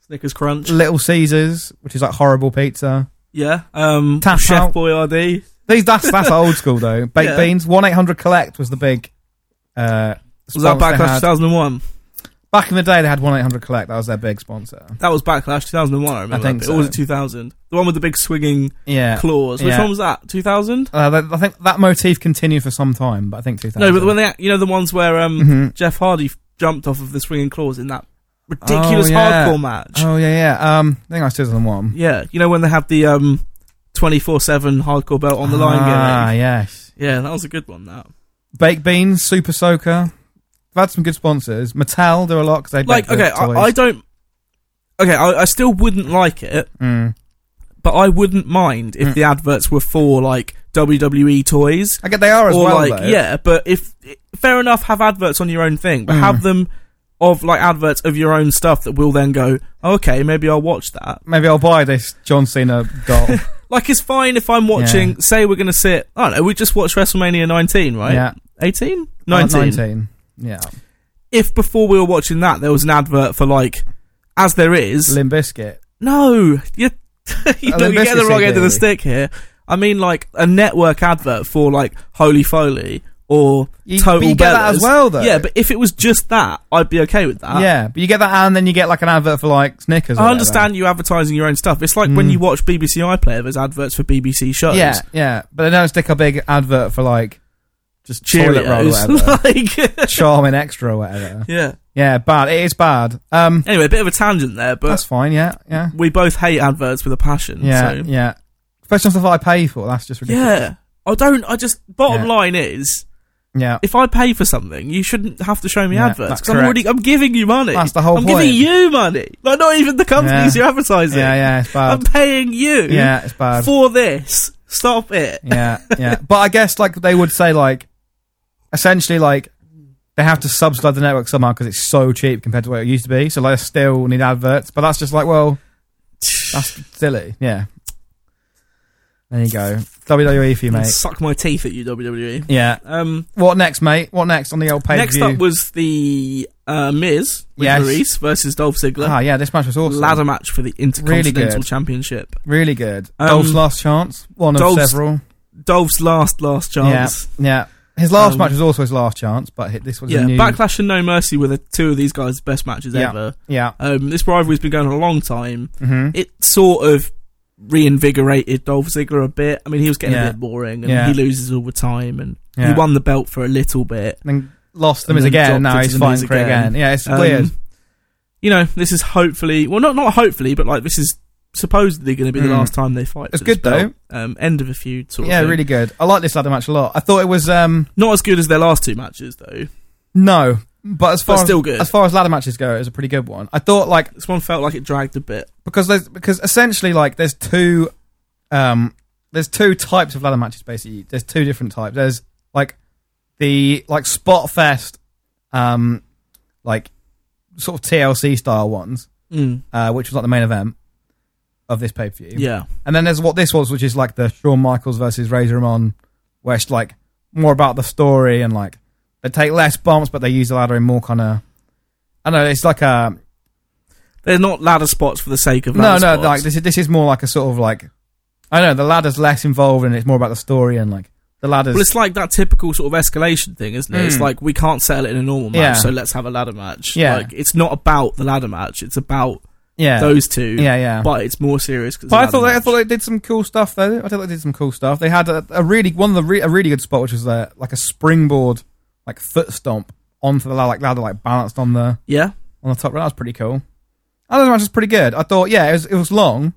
[SPEAKER 2] Snickers Crunch.
[SPEAKER 1] Little Caesars, which is like horrible pizza.
[SPEAKER 2] Yeah. Um,
[SPEAKER 1] Tap
[SPEAKER 2] Chef
[SPEAKER 1] out.
[SPEAKER 2] Boyardee.
[SPEAKER 1] These that's that's old school though. Baked
[SPEAKER 2] Yeah.
[SPEAKER 1] beans. One eight hundred collect was the big. Uh,
[SPEAKER 2] Was that
[SPEAKER 1] sponsor they
[SPEAKER 2] Backlash
[SPEAKER 1] had.
[SPEAKER 2] 2001?
[SPEAKER 1] Back in the day, they had 1 800 Collect. That was their big sponsor.
[SPEAKER 2] That was Backlash 2001, I remember.
[SPEAKER 1] I think
[SPEAKER 2] Or was it
[SPEAKER 1] so.
[SPEAKER 2] 2000? The one with the big swinging
[SPEAKER 1] Yeah.
[SPEAKER 2] claws. Which
[SPEAKER 1] Yeah.
[SPEAKER 2] one was that? 2000?
[SPEAKER 1] Uh, they- I think that motif continued for some time, but I think 2000.
[SPEAKER 2] No, but when they, you know, the ones where um,
[SPEAKER 1] Mhm.
[SPEAKER 2] Jeff Hardy f- jumped off of the swinging claws in that ridiculous
[SPEAKER 1] Oh, yeah.
[SPEAKER 2] hardcore match.
[SPEAKER 1] Oh, yeah, yeah. Um, I think that's 2001.
[SPEAKER 2] Yeah, you know when they have the um, 24/7 hardcore belt on the
[SPEAKER 1] Ah,
[SPEAKER 2] line
[SPEAKER 1] yes.
[SPEAKER 2] gimmick. Yeah, that was a good one. That
[SPEAKER 1] Baked Beans, Super Soaker. They've had some good sponsors. Mattel do a lot because they
[SPEAKER 2] like
[SPEAKER 1] make the
[SPEAKER 2] okay, I,
[SPEAKER 1] toys.
[SPEAKER 2] I don't. okay, I, I still wouldn't like it,
[SPEAKER 1] Mm.
[SPEAKER 2] but I wouldn't mind if
[SPEAKER 1] Mm.
[SPEAKER 2] the adverts were for like WWE toys
[SPEAKER 1] I get they are as
[SPEAKER 2] or
[SPEAKER 1] well.
[SPEAKER 2] like
[SPEAKER 1] though.
[SPEAKER 2] yeah. But if fair enough, have adverts on your own thing, but
[SPEAKER 1] Mm.
[SPEAKER 2] have them of like adverts of your own stuff that will then go okay, maybe I'll watch that.
[SPEAKER 1] Maybe I'll buy this John Cena doll.
[SPEAKER 2] Like it's fine if I'm watching. Say we're gonna sit. I don't know. We just watched WrestleMania 19, right?
[SPEAKER 1] Yeah.
[SPEAKER 2] 18,
[SPEAKER 1] Uh,
[SPEAKER 2] 19.
[SPEAKER 1] 19. Yeah.
[SPEAKER 2] If before we were watching that, there was an advert for like, as there is,
[SPEAKER 1] Limb Biscuit.
[SPEAKER 2] No, you, you
[SPEAKER 1] Oh,
[SPEAKER 2] know,
[SPEAKER 1] they
[SPEAKER 2] you get
[SPEAKER 1] basically
[SPEAKER 2] the wrong
[SPEAKER 1] said
[SPEAKER 2] end of the
[SPEAKER 1] they-
[SPEAKER 2] stick here. I mean, like a network advert for like Holy Foley or
[SPEAKER 1] You,
[SPEAKER 2] Total
[SPEAKER 1] but you get that
[SPEAKER 2] Bellas.
[SPEAKER 1] as well, though.
[SPEAKER 2] yeah, but if it was just that, I'd be okay with that.
[SPEAKER 1] yeah, but you get that, and then you get like an advert for like Snickers. or
[SPEAKER 2] I
[SPEAKER 1] whatever.
[SPEAKER 2] understand you advertising your own stuff. It's like when
[SPEAKER 1] Mm.
[SPEAKER 2] you watch BBC iPlayer, there's adverts for BBC shows.
[SPEAKER 1] Yeah, yeah, but they don't stick a big advert for like
[SPEAKER 2] just
[SPEAKER 1] Toilet roll or whatever.
[SPEAKER 2] Cheerios. like,
[SPEAKER 1] Charmin Extra or whatever.
[SPEAKER 2] yeah.
[SPEAKER 1] Yeah, bad. It is bad. Um,
[SPEAKER 2] Anyway, a bit of a tangent there,
[SPEAKER 1] that's
[SPEAKER 2] but
[SPEAKER 1] fine. Yeah, yeah,
[SPEAKER 2] we both hate adverts with a passion.
[SPEAKER 1] yeah,
[SPEAKER 2] so.
[SPEAKER 1] yeah. Especially on stuff I pay for. That's just ridiculous.
[SPEAKER 2] yeah. I don't. I just. Bottom
[SPEAKER 1] Yeah.
[SPEAKER 2] line is,
[SPEAKER 1] Yeah,
[SPEAKER 2] if I pay for something, you shouldn't have to show me
[SPEAKER 1] Yeah,
[SPEAKER 2] adverts
[SPEAKER 1] that's
[SPEAKER 2] because I'm already I'm giving you money.
[SPEAKER 1] That's the whole
[SPEAKER 2] I'm
[SPEAKER 1] point.
[SPEAKER 2] giving you money, like not even the companies
[SPEAKER 1] Yeah.
[SPEAKER 2] you're advertising.
[SPEAKER 1] yeah, yeah. It's
[SPEAKER 2] I'm
[SPEAKER 1] bad.
[SPEAKER 2] paying you
[SPEAKER 1] Yeah, it's bad.
[SPEAKER 2] for this. Stop it.
[SPEAKER 1] yeah, yeah. But I guess like they would say like, essentially like they have to subsidize the network somehow because it's so cheap compared to what it used to be. So like, they still need adverts. But that's just like, well, that's silly. Yeah. There you go. WWE for you, mate.
[SPEAKER 2] Suck my teeth at you, WWE.
[SPEAKER 1] Yeah.
[SPEAKER 2] Um,
[SPEAKER 1] What next, mate? What next on the old page?
[SPEAKER 2] next up was the uh, Miz with
[SPEAKER 1] Yes.
[SPEAKER 2] Maurice versus Dolph Ziggler
[SPEAKER 1] ah, yeah, this match was awesome.
[SPEAKER 2] ladder match for the Intercontinental
[SPEAKER 1] good.
[SPEAKER 2] Championship.
[SPEAKER 1] Really good.
[SPEAKER 2] Um,
[SPEAKER 1] Dolph's last chance. One of
[SPEAKER 2] Dolph's-
[SPEAKER 1] several.
[SPEAKER 2] Dolph's last last chance.
[SPEAKER 1] Yeah. His last
[SPEAKER 2] Um,
[SPEAKER 1] match was also his last chance, but hi- this was
[SPEAKER 2] Yeah,
[SPEAKER 1] a new.
[SPEAKER 2] Backlash and No Mercy were the two of these guys' best matches
[SPEAKER 1] Yeah.
[SPEAKER 2] ever.
[SPEAKER 1] yeah.
[SPEAKER 2] Um, this rivalry's been going on a long time.
[SPEAKER 1] hmm
[SPEAKER 2] it sort of reinvigorated Dolph Ziggler a bit. I mean, he was getting
[SPEAKER 1] Yeah.
[SPEAKER 2] a bit boring, and
[SPEAKER 1] Yeah.
[SPEAKER 2] he loses all the time, and
[SPEAKER 1] yeah.
[SPEAKER 2] he won the belt for a little bit.
[SPEAKER 1] Then lost them
[SPEAKER 2] And
[SPEAKER 1] as
[SPEAKER 2] then
[SPEAKER 1] again.
[SPEAKER 2] dropped
[SPEAKER 1] Now
[SPEAKER 2] into
[SPEAKER 1] he's
[SPEAKER 2] the
[SPEAKER 1] fighting
[SPEAKER 2] Miz
[SPEAKER 1] for it
[SPEAKER 2] again.
[SPEAKER 1] again. Yeah, it's
[SPEAKER 2] Um,
[SPEAKER 1] weird.
[SPEAKER 2] You know, this is hopefully well, not not hopefully, but like this is supposedly going to be the
[SPEAKER 1] Mm.
[SPEAKER 2] last time they fight.
[SPEAKER 1] It's
[SPEAKER 2] for this
[SPEAKER 1] good,
[SPEAKER 2] belt. Um, end of a feud, sort
[SPEAKER 1] Yeah,
[SPEAKER 2] of. thing.
[SPEAKER 1] really good. I like this ladder match a lot. I thought it was um
[SPEAKER 2] Not as good as their last two matches, though.
[SPEAKER 1] no, but as far
[SPEAKER 2] But
[SPEAKER 1] as-
[SPEAKER 2] still good.
[SPEAKER 1] as far as ladder matches go, it was a pretty good one. I thought like
[SPEAKER 2] This one felt like it dragged a bit.
[SPEAKER 1] because there's because essentially like there's two um there's two types of ladder matches basically there's two different types there's like the like spot fest um like sort of tlc style ones
[SPEAKER 2] Mm.
[SPEAKER 1] uh which was like the main event of this pay-per-view
[SPEAKER 2] Yeah,
[SPEAKER 1] and then there's what this was which is like the Shawn michaels versus razor ramon where it's like more about the story and like they take less bumps but they use the ladder in more kind of i don't know it's like a
[SPEAKER 2] they're not ladder spots for the sake of
[SPEAKER 1] no,
[SPEAKER 2] ladder
[SPEAKER 1] no.
[SPEAKER 2] spots.
[SPEAKER 1] Like this, is, this is more like a sort of like I don't know. The ladder's less involved, and it's more about the story and like the ladder's.
[SPEAKER 2] Well, it's like that typical sort of escalation thing, isn't it? It's
[SPEAKER 1] Mm.
[SPEAKER 2] like we can't settle it in a normal match,
[SPEAKER 1] Yeah.
[SPEAKER 2] so let's have a ladder match.
[SPEAKER 1] Yeah.
[SPEAKER 2] Like it's not about the ladder match; it's about
[SPEAKER 1] yeah,
[SPEAKER 2] those two.
[SPEAKER 1] yeah, yeah. But,
[SPEAKER 2] But it's more serious. 'cause it's a
[SPEAKER 1] I
[SPEAKER 2] ladder
[SPEAKER 1] thought they, I
[SPEAKER 2] match.
[SPEAKER 1] thought they did some cool stuff though. I thought they did some cool stuff. They had a, a really one of the re, a really good spot, which was uh, like a springboard, like foot stomp onto the ladder, like ladder, like balanced on the
[SPEAKER 2] yeah,
[SPEAKER 1] on the top. That was pretty cool. I don't know, it was pretty good. I thought, yeah, it was it was long,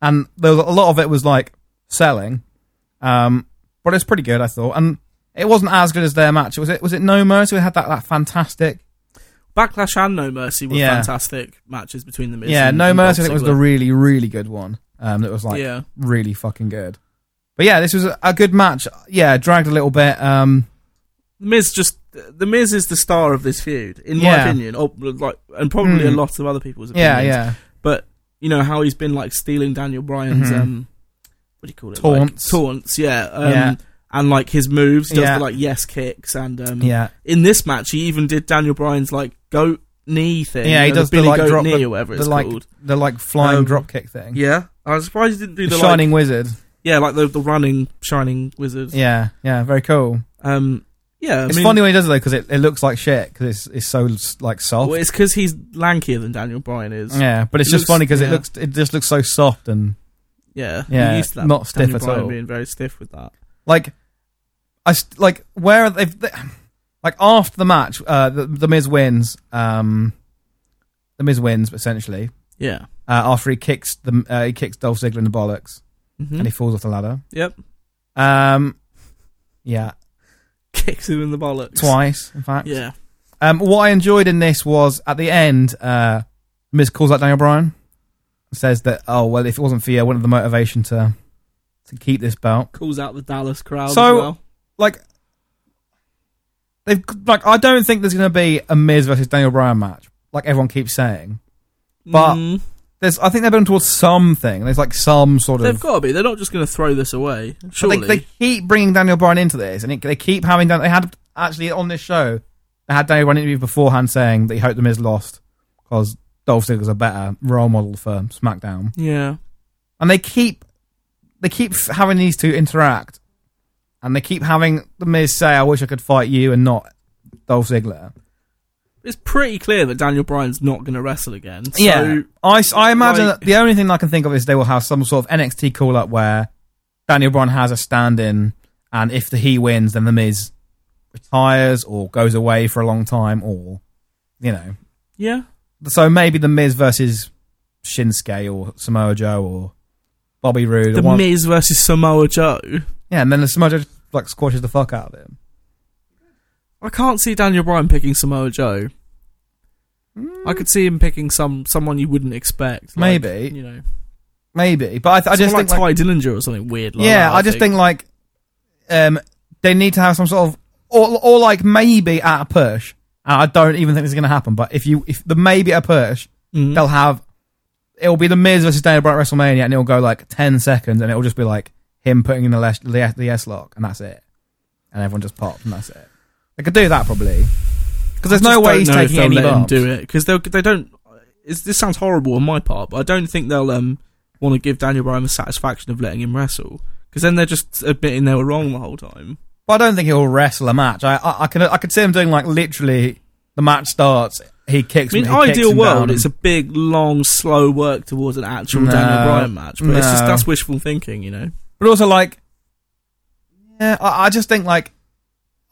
[SPEAKER 1] and there was a lot of it was like selling, um, but it was pretty good. I thought, and it wasn't as good as their match. Was it? Was it No Mercy? We had that that fantastic.
[SPEAKER 2] Backlash and No Mercy were
[SPEAKER 1] Yeah.
[SPEAKER 2] fantastic matches between the Miz.
[SPEAKER 1] yeah,
[SPEAKER 2] and-
[SPEAKER 1] No
[SPEAKER 2] and
[SPEAKER 1] Mercy. I
[SPEAKER 2] Dolph
[SPEAKER 1] think was
[SPEAKER 2] Ziggler.
[SPEAKER 1] the really really good one. Um, that was like
[SPEAKER 2] yeah.
[SPEAKER 1] really fucking good. But yeah, this was a, a good match. Yeah, dragged a little bit. Um,
[SPEAKER 2] Miz just the Miz is the star of this feud, in my
[SPEAKER 1] Yeah.
[SPEAKER 2] opinion, or, like, and probably
[SPEAKER 1] Mm.
[SPEAKER 2] a lot of other people's opinions.
[SPEAKER 1] yeah, yeah.
[SPEAKER 2] But you know how he's been like stealing Daniel Bryan's
[SPEAKER 1] Mhm.
[SPEAKER 2] um, what do you call it?
[SPEAKER 1] Taunts.
[SPEAKER 2] like, taunts. Yeah, um,
[SPEAKER 1] Yeah.
[SPEAKER 2] and like his moves, does
[SPEAKER 1] Yeah.
[SPEAKER 2] the, like yes kicks, and um,
[SPEAKER 1] Yeah,
[SPEAKER 2] in this match he even did Daniel Bryan's like goat knee thing.
[SPEAKER 1] Yeah,
[SPEAKER 2] you
[SPEAKER 1] he
[SPEAKER 2] know,
[SPEAKER 1] does the,
[SPEAKER 2] the Billy
[SPEAKER 1] like,
[SPEAKER 2] goat
[SPEAKER 1] drop-
[SPEAKER 2] knee
[SPEAKER 1] the-
[SPEAKER 2] or whatever
[SPEAKER 1] the
[SPEAKER 2] it's
[SPEAKER 1] like
[SPEAKER 2] called.
[SPEAKER 1] the like flying
[SPEAKER 2] Um,
[SPEAKER 1] dropkick thing.
[SPEAKER 2] Yeah, I was surprised he didn't do
[SPEAKER 1] The
[SPEAKER 2] the
[SPEAKER 1] Shining
[SPEAKER 2] Like,
[SPEAKER 1] Wizard.
[SPEAKER 2] yeah, like the the running shining wizard.
[SPEAKER 1] Yeah, yeah, very cool.
[SPEAKER 2] Um, yeah, I
[SPEAKER 1] It's
[SPEAKER 2] mean,
[SPEAKER 1] funny when he does it though, because it, it looks like shit because it's it's so like soft.
[SPEAKER 2] Well, it's because he's lankier than Daniel Bryan is. Yeah,
[SPEAKER 1] yeah, but it's
[SPEAKER 2] it
[SPEAKER 1] just
[SPEAKER 2] looks-
[SPEAKER 1] funny 'cause
[SPEAKER 2] yeah.
[SPEAKER 1] funny because it looks it just looks so soft and
[SPEAKER 2] yeah,
[SPEAKER 1] Yeah,
[SPEAKER 2] you're used to that.
[SPEAKER 1] not stiff
[SPEAKER 2] Daniel
[SPEAKER 1] at
[SPEAKER 2] Bryan
[SPEAKER 1] all.
[SPEAKER 2] Being very stiff with that.
[SPEAKER 1] like I st- like where are they they- like after the match uh, the the Miz wins um the Miz wins essentially
[SPEAKER 2] Yeah.
[SPEAKER 1] uh, after he kicks the uh, he kicks Dolph Ziggler in the bollocks
[SPEAKER 2] Mhm.
[SPEAKER 1] and he falls off the ladder.
[SPEAKER 2] Yep.
[SPEAKER 1] Um, yeah,
[SPEAKER 2] Kicks him in the bollocks.
[SPEAKER 1] twice in fact.
[SPEAKER 2] Yeah.
[SPEAKER 1] Um, what I enjoyed in this was at the end uh, Miz calls out Daniel Bryan. says that oh well, if it wasn't for you, I wouldn't have the motivation to to keep this belt.
[SPEAKER 2] Calls out the Dallas crowd
[SPEAKER 1] So-
[SPEAKER 2] as well.
[SPEAKER 1] Like they've like I don't think there's going to be a Miz versus Daniel Bryan match, like everyone keeps saying. but-
[SPEAKER 2] Mm,
[SPEAKER 1] There's I think they're building towards something. There's like some sort
[SPEAKER 2] they've
[SPEAKER 1] of.
[SPEAKER 2] got to be. They're not just going to throw this away.
[SPEAKER 1] But
[SPEAKER 2] Surely.
[SPEAKER 1] they, they keep bringing Daniel Bryan into this, and it, they keep having Dan. They had actually on this show, they had Daniel Bryan interview beforehand saying that he hoped the Miz lost because Dolph Ziggler's a better role model for SmackDown.
[SPEAKER 2] yeah.
[SPEAKER 1] and they keep they keep f- having these two interact, and they keep having the Miz say, "I wish I could fight you," and not Dolph Ziggler.
[SPEAKER 2] It's pretty clear that Daniel Bryan's not going to wrestle again. So
[SPEAKER 1] I, s- I imagine
[SPEAKER 2] like-
[SPEAKER 1] that the only thing I can think of is they will have some sort of NXT call up where Daniel Bryan has a stand in, and if the, he wins, then the Miz retires or goes away for a long time, or you know,
[SPEAKER 2] Yeah.
[SPEAKER 1] so maybe the Miz versus Shinsuke or Samoa Joe or Bobby Roode.
[SPEAKER 2] The
[SPEAKER 1] or one,
[SPEAKER 2] Miz versus Samoa Joe.
[SPEAKER 1] yeah, and then the Samoa Joe just, like squashes the fuck out of him.
[SPEAKER 2] I can't see Daniel Bryan picking Samoa Joe. I could see him picking some someone you wouldn't expect. like,
[SPEAKER 1] Maybe.
[SPEAKER 2] you know,
[SPEAKER 1] Maybe, but I, th- I just
[SPEAKER 2] someone
[SPEAKER 1] think
[SPEAKER 2] like,
[SPEAKER 1] like,
[SPEAKER 2] Ty Dillinger or something weird. Like
[SPEAKER 1] yeah,
[SPEAKER 2] that,
[SPEAKER 1] I just think. like um they need to have some sort of or or like maybe at a push. And I don't even think this is going to happen. But if you if the maybe at a push,
[SPEAKER 2] Mm.
[SPEAKER 1] they'll have it'll be the Miz versus Daniel Bryan at WrestleMania, and it'll go like ten seconds, and it'll just be like him putting in the les- the, S- the S lock, and that's it, and everyone just pops, and that's it. They could do that probably because there's
[SPEAKER 2] I
[SPEAKER 1] no
[SPEAKER 2] just
[SPEAKER 1] way
[SPEAKER 2] don't
[SPEAKER 1] he's
[SPEAKER 2] know if
[SPEAKER 1] taking
[SPEAKER 2] they'll
[SPEAKER 1] any
[SPEAKER 2] let him
[SPEAKER 1] bumps.
[SPEAKER 2] do it because they they don't. It's, this sounds horrible on my part, but I don't think they'll um want to give Daniel Bryan the satisfaction of letting him wrestle because then they're just admitting they were wrong the whole time.
[SPEAKER 1] But I don't think he'll wrestle a match. I, I, I can I could see him doing like literally the match starts, he kicks.
[SPEAKER 2] I mean,
[SPEAKER 1] him, he kicks
[SPEAKER 2] ideal
[SPEAKER 1] him
[SPEAKER 2] world,
[SPEAKER 1] down,
[SPEAKER 2] it's a big, long, slow work towards an actual
[SPEAKER 1] No,
[SPEAKER 2] Daniel Bryan match, but it's just
[SPEAKER 1] no.
[SPEAKER 2] that's wishful thinking, you know.
[SPEAKER 1] but also like, yeah, I, I just think like,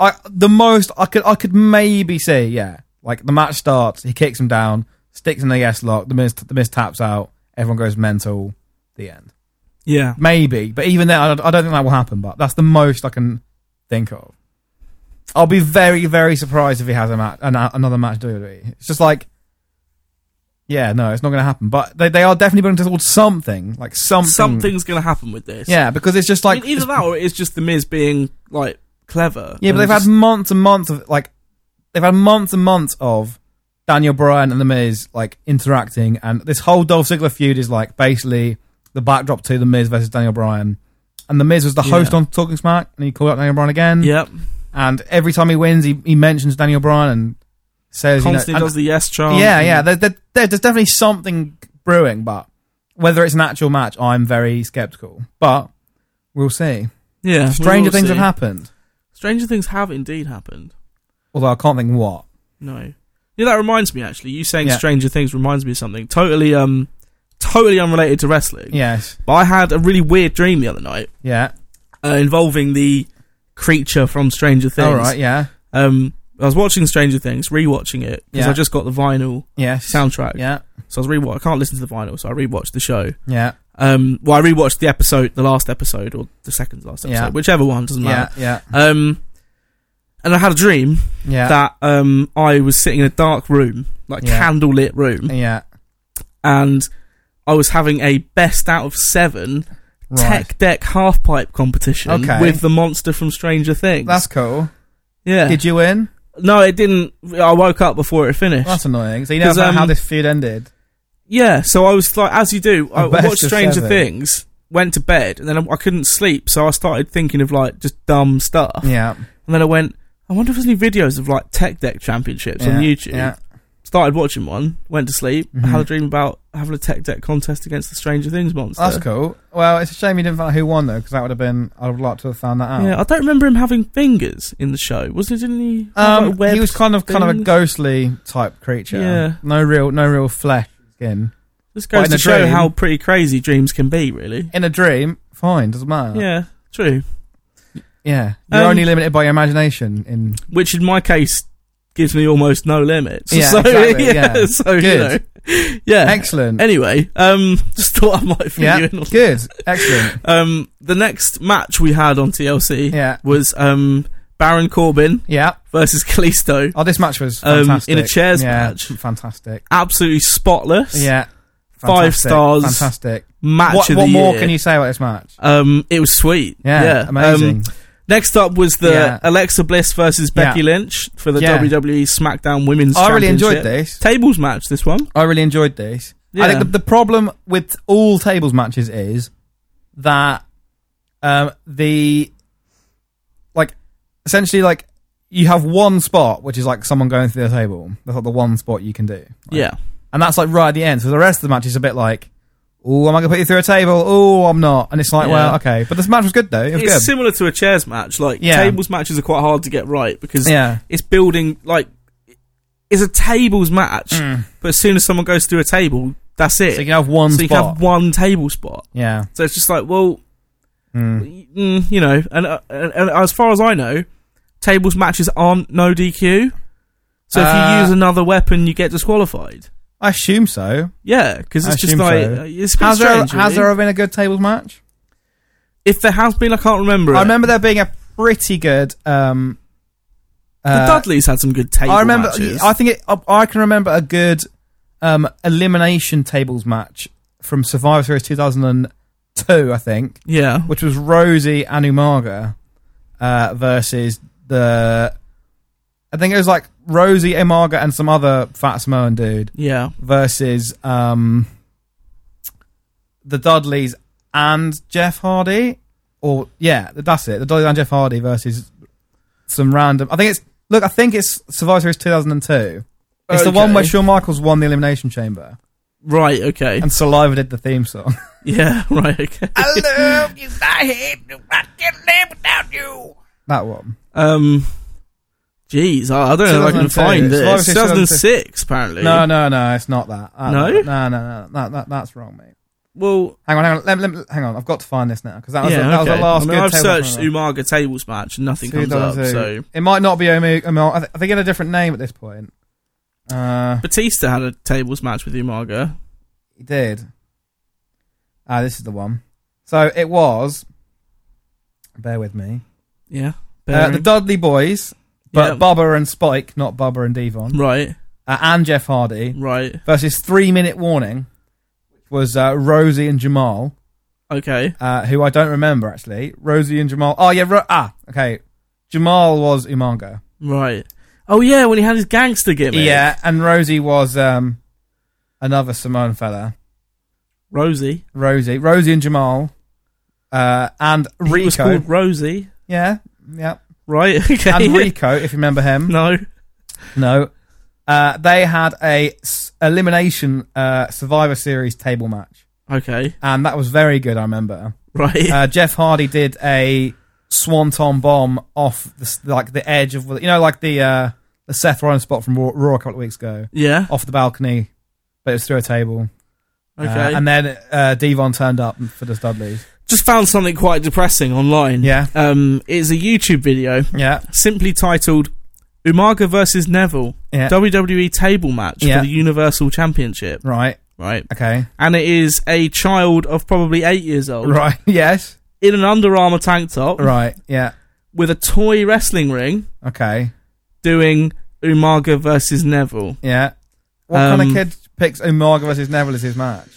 [SPEAKER 1] I the most I could I could maybe see yeah, like the match starts, he kicks him down, sticks in the S lock, the miss the miss taps out, everyone goes mental, the end.
[SPEAKER 2] Yeah,
[SPEAKER 1] Maybe, but even then, I, don't- I don't think that will happen. But that's the most I can think of. I'll be very, very surprised if he has a match, an, another match. with WWE. It's just like, yeah, no, it's not going to happen. But they, they are definitely building towards something, like something,
[SPEAKER 2] something's gonna happen with this.
[SPEAKER 1] Yeah, because it's just like,
[SPEAKER 2] I mean, either that or it's just the Miz being like clever.
[SPEAKER 1] yeah, but
[SPEAKER 2] and
[SPEAKER 1] they've
[SPEAKER 2] just-
[SPEAKER 1] had months and months of like, they've had months and months of Daniel Bryan and The Miz like interacting, and this whole Dolph Ziggler feud is like basically the backdrop to The Miz versus Daniel Bryan. And The Miz was the host
[SPEAKER 2] Yeah.
[SPEAKER 1] on Talking Smack, and he called out Daniel Bryan again.
[SPEAKER 2] yep,
[SPEAKER 1] and every time he wins, he, he mentions Daniel Bryan and says, you know,
[SPEAKER 2] constantly
[SPEAKER 1] and-
[SPEAKER 2] does the yes charm.
[SPEAKER 1] yeah,
[SPEAKER 2] and-
[SPEAKER 1] yeah. There, there, there- there's definitely something brewing, but whether it's an actual match, I'm very skeptical. But we'll see.
[SPEAKER 2] yeah. we
[SPEAKER 1] Stranger
[SPEAKER 2] will
[SPEAKER 1] things have
[SPEAKER 2] see.
[SPEAKER 1] happened,
[SPEAKER 2] Stranger things have indeed happened.
[SPEAKER 1] although I can't think what.
[SPEAKER 2] No. Yeah, that reminds me actually. You saying
[SPEAKER 1] Yeah.
[SPEAKER 2] Stranger Things reminds me of something totally um totally unrelated to wrestling.
[SPEAKER 1] Yes,
[SPEAKER 2] But I had a really weird dream the other night
[SPEAKER 1] yeah.
[SPEAKER 2] uh, involving the creature from Stranger Things.
[SPEAKER 1] All right, yeah,
[SPEAKER 2] Um I was watching Stranger Things, rewatching it because
[SPEAKER 1] Yeah.
[SPEAKER 2] I just got the vinyl
[SPEAKER 1] yes,
[SPEAKER 2] soundtrack.
[SPEAKER 1] yeah,
[SPEAKER 2] So I was rewatch I can't listen to the vinyl, so I rewatched the show.
[SPEAKER 1] yeah,
[SPEAKER 2] Um well I rewatched the episode, the last episode or the second to last episode,
[SPEAKER 1] Yeah.
[SPEAKER 2] whichever one doesn't
[SPEAKER 1] yeah,
[SPEAKER 2] matter.
[SPEAKER 1] yeah,
[SPEAKER 2] Um and I had a dream
[SPEAKER 1] yeah,
[SPEAKER 2] that um I was sitting in a dark room, like
[SPEAKER 1] Yeah.
[SPEAKER 2] candlelit room.
[SPEAKER 1] yeah.
[SPEAKER 2] and I was having a best out of seven
[SPEAKER 1] Right,
[SPEAKER 2] tech deck halfpipe competition
[SPEAKER 1] Okay.
[SPEAKER 2] with the monster from Stranger Things.
[SPEAKER 1] that's cool.
[SPEAKER 2] yeah.
[SPEAKER 1] Did you win?
[SPEAKER 2] no, it didn't. I woke up before it finished.
[SPEAKER 1] That's annoying. So you know
[SPEAKER 2] 'Cause,
[SPEAKER 1] about how
[SPEAKER 2] um,
[SPEAKER 1] this feud ended.
[SPEAKER 2] yeah, so I was like, as you do, I
[SPEAKER 1] A best
[SPEAKER 2] watched
[SPEAKER 1] of
[SPEAKER 2] Stranger
[SPEAKER 1] seven.
[SPEAKER 2] Things, went to bed, and then I, I couldn't sleep, so I started thinking of like just dumb stuff,
[SPEAKER 1] Yeah,
[SPEAKER 2] and then I went. I wonder if there's any videos of like tech deck championships
[SPEAKER 1] yeah,
[SPEAKER 2] on YouTube.
[SPEAKER 1] Yeah,
[SPEAKER 2] Started watching one, went to sleep,
[SPEAKER 1] Mhm.
[SPEAKER 2] had a dream about having a tech deck contest against the Stranger Things monster.
[SPEAKER 1] That's cool. Well, it's a shame you didn't find out who won though, because that would have been. I would like to have found that out. Um,
[SPEAKER 2] Yeah, I don't remember him having fingers in the show. Was it? Didn't he? have,
[SPEAKER 1] Um,
[SPEAKER 2] like, web-
[SPEAKER 1] he was kind of kind of a
[SPEAKER 2] things?
[SPEAKER 1] ghostly type creature.
[SPEAKER 2] Yeah.
[SPEAKER 1] No real, no real flesh skin.
[SPEAKER 2] This
[SPEAKER 1] quite
[SPEAKER 2] goes
[SPEAKER 1] in
[SPEAKER 2] to
[SPEAKER 1] a
[SPEAKER 2] show
[SPEAKER 1] dream.
[SPEAKER 2] how pretty crazy dreams can be, really.
[SPEAKER 1] In a dream, fine, doesn't matter.
[SPEAKER 2] yeah, true.
[SPEAKER 1] Yeah. You're
[SPEAKER 2] Um,
[SPEAKER 1] only limited by your imagination. In
[SPEAKER 2] Which in my case gives me almost no limits.
[SPEAKER 1] Yeah,
[SPEAKER 2] so,
[SPEAKER 1] exactly,
[SPEAKER 2] yeah,
[SPEAKER 1] yeah.
[SPEAKER 2] So
[SPEAKER 1] Good.
[SPEAKER 2] you know, yeah.
[SPEAKER 1] excellent.
[SPEAKER 2] Anyway, um, just thought I might fill you
[SPEAKER 1] yeah.
[SPEAKER 2] in. on-
[SPEAKER 1] Good. Excellent.
[SPEAKER 2] Um, the next match we had on TLC
[SPEAKER 1] Yeah.
[SPEAKER 2] was um Baron Corbin
[SPEAKER 1] Yeah.
[SPEAKER 2] versus Kalisto.
[SPEAKER 1] Oh, this match was
[SPEAKER 2] Um,
[SPEAKER 1] fantastic.
[SPEAKER 2] in a chairs
[SPEAKER 1] yeah,
[SPEAKER 2] match.
[SPEAKER 1] Fantastic.
[SPEAKER 2] Absolutely spotless.
[SPEAKER 1] Yeah.
[SPEAKER 2] Five
[SPEAKER 1] Fantastic.
[SPEAKER 2] stars.
[SPEAKER 1] Fantastic.
[SPEAKER 2] Match
[SPEAKER 1] What,
[SPEAKER 2] of the
[SPEAKER 1] what more
[SPEAKER 2] year.
[SPEAKER 1] can you say about this match?
[SPEAKER 2] Um, it was sweet.
[SPEAKER 1] Yeah,
[SPEAKER 2] yeah.
[SPEAKER 1] amazing.
[SPEAKER 2] Um, next up was the
[SPEAKER 1] Yeah.
[SPEAKER 2] Alexa Bliss versus Becky
[SPEAKER 1] Yeah.
[SPEAKER 2] Lynch for the
[SPEAKER 1] Yeah.
[SPEAKER 2] WWE SmackDown Women's.
[SPEAKER 1] I really enjoyed
[SPEAKER 2] Championship.
[SPEAKER 1] this.
[SPEAKER 2] Tables match. This one.
[SPEAKER 1] I really enjoyed this. I think
[SPEAKER 2] Yeah.
[SPEAKER 1] the, the problem with all tables matches is that um, the like essentially like you have one spot which is like someone going through the table. That's like the one spot you can do. right?
[SPEAKER 2] Yeah.
[SPEAKER 1] and that's like right at the end. So the rest of the match is a bit like, oh, am I gonna put you through a table? Oh, I'm not. And it's like,
[SPEAKER 2] Yeah.
[SPEAKER 1] well, okay, but this match was good though. It was
[SPEAKER 2] It's
[SPEAKER 1] good.
[SPEAKER 2] similar to a chairs match. Like
[SPEAKER 1] Yeah.
[SPEAKER 2] tables matches are quite hard to get right because
[SPEAKER 1] yeah,
[SPEAKER 2] it's building like it's a tables match,
[SPEAKER 1] Mm.
[SPEAKER 2] but as soon as someone goes through a table, that's it.
[SPEAKER 1] so you can have one
[SPEAKER 2] So you can
[SPEAKER 1] spot.
[SPEAKER 2] have one table spot.
[SPEAKER 1] yeah.
[SPEAKER 2] So it's just like, well,
[SPEAKER 1] Mm.
[SPEAKER 2] mm, you know, and, uh, and and as far as I know, tables matches aren't no DQ. So if
[SPEAKER 1] Uh,
[SPEAKER 2] you use another weapon, you get disqualified.
[SPEAKER 1] I assume so.
[SPEAKER 2] Yeah, because
[SPEAKER 1] I
[SPEAKER 2] it's just
[SPEAKER 1] assume
[SPEAKER 2] like uh,
[SPEAKER 1] so.
[SPEAKER 2] it's a bit
[SPEAKER 1] Has there,
[SPEAKER 2] strange.
[SPEAKER 1] has
[SPEAKER 2] really.
[SPEAKER 1] there ever been a good tables match?
[SPEAKER 2] if there has been, I can't remember.
[SPEAKER 1] I
[SPEAKER 2] it.
[SPEAKER 1] remember there being a pretty good. Um,
[SPEAKER 2] the
[SPEAKER 1] uh,
[SPEAKER 2] Dudleys had some good table
[SPEAKER 1] I remember.
[SPEAKER 2] matches.
[SPEAKER 1] I think it, I, I can remember a good um, elimination tables match from Survivor Series 2002. I think,
[SPEAKER 2] yeah,
[SPEAKER 1] which was Rosie Anumaga uh, versus the. I think it was like Rosie Amaga and some other fat Samoan dude
[SPEAKER 2] yeah,
[SPEAKER 1] versus um, the Dudleys and Jeff Hardy, or yeah, that's it. The Dudleys and Jeff Hardy versus some random. I think it's look. I think it's Survivor Series 2002. It's the one
[SPEAKER 2] Okay.
[SPEAKER 1] where Shawn Michaels won the Elimination Chamber
[SPEAKER 2] right, okay,
[SPEAKER 1] and Uh, Saliva did the theme song.
[SPEAKER 2] yeah, right, okay.
[SPEAKER 1] I love you, I hate you, I can't live without you. That one.
[SPEAKER 2] Um, jeez, I, I don't know if I can
[SPEAKER 1] 2002. Survivor
[SPEAKER 2] find this.
[SPEAKER 1] Series
[SPEAKER 2] 2006, apparently.
[SPEAKER 1] No, no, no, it's not that. Uh,
[SPEAKER 2] No?
[SPEAKER 1] no, no, no, that, that, that's wrong, mate.
[SPEAKER 2] Well,
[SPEAKER 1] Hang on, hang on, let, let, hang on. I've got to find this now because that was,
[SPEAKER 2] yeah,
[SPEAKER 1] the, that was
[SPEAKER 2] okay.
[SPEAKER 1] the last.
[SPEAKER 2] I mean,
[SPEAKER 1] good
[SPEAKER 2] I've
[SPEAKER 1] table
[SPEAKER 2] searched
[SPEAKER 1] tournament.
[SPEAKER 2] Umaga tables match and nothing comes up.
[SPEAKER 1] 2002.
[SPEAKER 2] So
[SPEAKER 1] it might not be Omi. Omi I think they get a different name at this point. Uh,
[SPEAKER 2] Batista had a tables match with Umaga.
[SPEAKER 1] he did. Ah, this is the one. So it was. Bear with me.
[SPEAKER 2] Yeah,
[SPEAKER 1] Uh, the
[SPEAKER 2] Bearing.
[SPEAKER 1] Dudley Boys, but
[SPEAKER 2] Yeah.
[SPEAKER 1] Bubba and Spike, not Bubba and Devon,
[SPEAKER 2] right,
[SPEAKER 1] uh, and Jeff Hardy
[SPEAKER 2] right,
[SPEAKER 1] versus Three Minute Warning, which was uh, Rosie and Jamal,
[SPEAKER 2] okay,
[SPEAKER 1] uh, who I don't remember actually. Rosie and Jamal. Oh yeah. Ro- ah, okay. Jamal was Umaga.
[SPEAKER 2] right. Oh yeah, when he had his gangster gimmick.
[SPEAKER 1] Yeah, and Rosie was um, another Samoan fella.
[SPEAKER 2] Rosie.
[SPEAKER 1] Rosie, Rosie and Jamal, uh, and
[SPEAKER 2] He was
[SPEAKER 1] Rico.
[SPEAKER 2] called Rosie.
[SPEAKER 1] Yeah, yeah,
[SPEAKER 2] Right, okay.
[SPEAKER 1] and Rico, if you remember him.
[SPEAKER 2] no,
[SPEAKER 1] No, uh, they had a s- elimination uh, Survivor Series table match,
[SPEAKER 2] okay,
[SPEAKER 1] and that was very good. I remember.
[SPEAKER 2] right,
[SPEAKER 1] Uh, Jeff Hardy did a swanton bomb off the, s- like the edge of you know like the uh, the Seth Rollins spot from Raw, Raw a couple of weeks ago
[SPEAKER 2] yeah,
[SPEAKER 1] off the balcony, but it was through a table. Uh,
[SPEAKER 2] okay.
[SPEAKER 1] and then uh, Devon turned up for the Studleys.
[SPEAKER 2] Just found something quite depressing online.
[SPEAKER 1] Yeah,
[SPEAKER 2] Um, it's a YouTube video
[SPEAKER 1] yeah,
[SPEAKER 2] simply titled Umaga versus Neville
[SPEAKER 1] yeah.
[SPEAKER 2] WWE table match
[SPEAKER 1] Yeah.
[SPEAKER 2] for the Universal Championship,
[SPEAKER 1] Right.
[SPEAKER 2] right?
[SPEAKER 1] Okay.
[SPEAKER 2] And it is a child of probably 8 years old
[SPEAKER 1] Right. Yes.
[SPEAKER 2] in an Under Armour tank top
[SPEAKER 1] Right. Yeah.
[SPEAKER 2] with a toy wrestling ring
[SPEAKER 1] Okay.
[SPEAKER 2] doing Umaga versus Neville.
[SPEAKER 1] Yeah. What kind
[SPEAKER 2] Um,
[SPEAKER 1] of kid picks Umaga versus Neville as his match?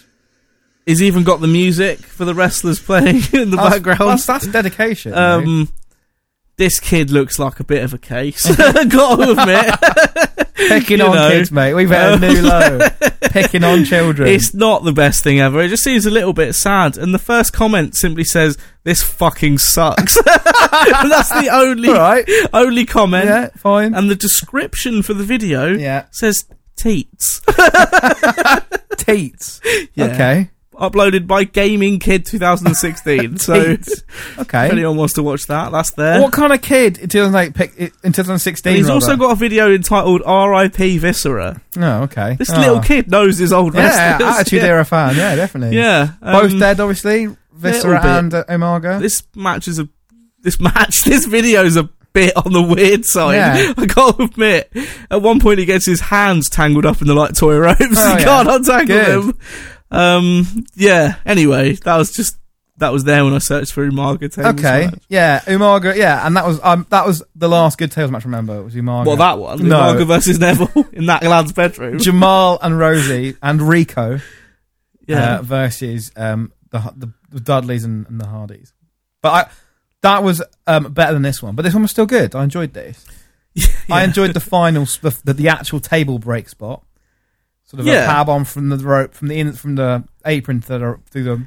[SPEAKER 2] He's even got the music for the wrestlers playing in the
[SPEAKER 1] That's-
[SPEAKER 2] background.
[SPEAKER 1] That's, that's dedication. mate.
[SPEAKER 2] um this kid looks like a bit of a case. got to admit.
[SPEAKER 1] picking
[SPEAKER 2] you
[SPEAKER 1] on
[SPEAKER 2] know. Um,
[SPEAKER 1] kids, mate. We've hit a new low. picking on children.
[SPEAKER 2] It's not the best thing ever. It just seems a little bit sad. And the first comment simply says, "This fucking sucks." and that's the only
[SPEAKER 1] all right.
[SPEAKER 2] only comment.
[SPEAKER 1] Yeah. Fine.
[SPEAKER 2] And the description for the video
[SPEAKER 1] yeah.
[SPEAKER 2] says "teats."
[SPEAKER 1] Teats.
[SPEAKER 2] Yeah.
[SPEAKER 1] Okay.
[SPEAKER 2] Uploaded by Gaming Kid 2016. so
[SPEAKER 1] Teats.
[SPEAKER 2] if
[SPEAKER 1] Okay.
[SPEAKER 2] anyone wants to watch that, that's there.
[SPEAKER 1] What kind of kid in 2008 pick in 2016?
[SPEAKER 2] And he's also
[SPEAKER 1] rather?
[SPEAKER 2] got a video entitled "R.I.P. Viscera."
[SPEAKER 1] Oh, okay.
[SPEAKER 2] This
[SPEAKER 1] Oh.
[SPEAKER 2] little kid knows his old
[SPEAKER 1] Yeah,
[SPEAKER 2] wrestlers.
[SPEAKER 1] attitude
[SPEAKER 2] yeah.
[SPEAKER 1] era fan. Yeah, definitely.
[SPEAKER 2] Yeah, um,
[SPEAKER 1] Both dead, obviously. Viscera
[SPEAKER 2] little bit.
[SPEAKER 1] and uh, Umaga.
[SPEAKER 2] this match is a this match this video's a bit on the weird side
[SPEAKER 1] Yeah.
[SPEAKER 2] i gotta admit at one point he gets his hands tangled up in the like toy ropes
[SPEAKER 1] Oh,
[SPEAKER 2] he
[SPEAKER 1] yeah.
[SPEAKER 2] can't untangle
[SPEAKER 1] Good.
[SPEAKER 2] them um yeah anyway that was just that was there when i searched for market
[SPEAKER 1] Okay. Yeah, Umaga. Yeah, and that was um, that was the last good tables match. I Remember, was Umaga.
[SPEAKER 2] well that one
[SPEAKER 1] No.
[SPEAKER 2] Umaga versus neville in that lad's bedroom
[SPEAKER 1] Jamal and Rosie and Rico.
[SPEAKER 2] Yeah.
[SPEAKER 1] uh, versus um, the, the the Dudleys and, and the Hardys. But I, that was um, better than this one. But this one was still good. I enjoyed this. I
[SPEAKER 2] Yeah.
[SPEAKER 1] enjoyed the final, s- the, the, the actual table break spot. Sort of
[SPEAKER 2] Yeah.
[SPEAKER 1] a power bomb from the rope, from the in, from the apron to the, through the,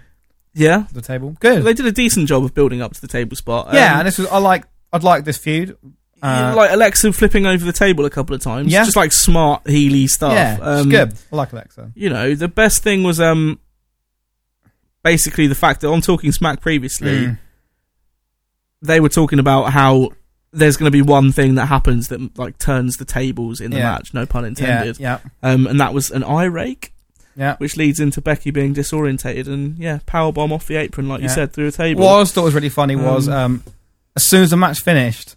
[SPEAKER 2] Yeah.
[SPEAKER 1] the table. Good.
[SPEAKER 2] They did a decent job of building up to the table spot. Um,
[SPEAKER 1] yeah, and this was I like. I'd like this feud. Uh,
[SPEAKER 2] like Alexa flipping over the table a couple of times.
[SPEAKER 1] Yeah.
[SPEAKER 2] Just like smart Healy stuff. Um,
[SPEAKER 1] yeah, it's good. I like Alexa.
[SPEAKER 2] You know, the best thing was um basically the fact that on Talking Smack previously,
[SPEAKER 1] Mm.
[SPEAKER 2] they were talking about how there's going to be one thing that happens that like turns the tables in the
[SPEAKER 1] Yeah.
[SPEAKER 2] match, no pun
[SPEAKER 1] Yeah,
[SPEAKER 2] intended.
[SPEAKER 1] yeah,
[SPEAKER 2] Um, and that was an eye rake,
[SPEAKER 1] yeah.
[SPEAKER 2] which leads into Becky being disorientated and yeah, power bomb off the apron like you
[SPEAKER 1] Yeah.
[SPEAKER 2] said through a table.
[SPEAKER 1] What I always thought was really funny was
[SPEAKER 2] Um,
[SPEAKER 1] um, as soon as the match finished,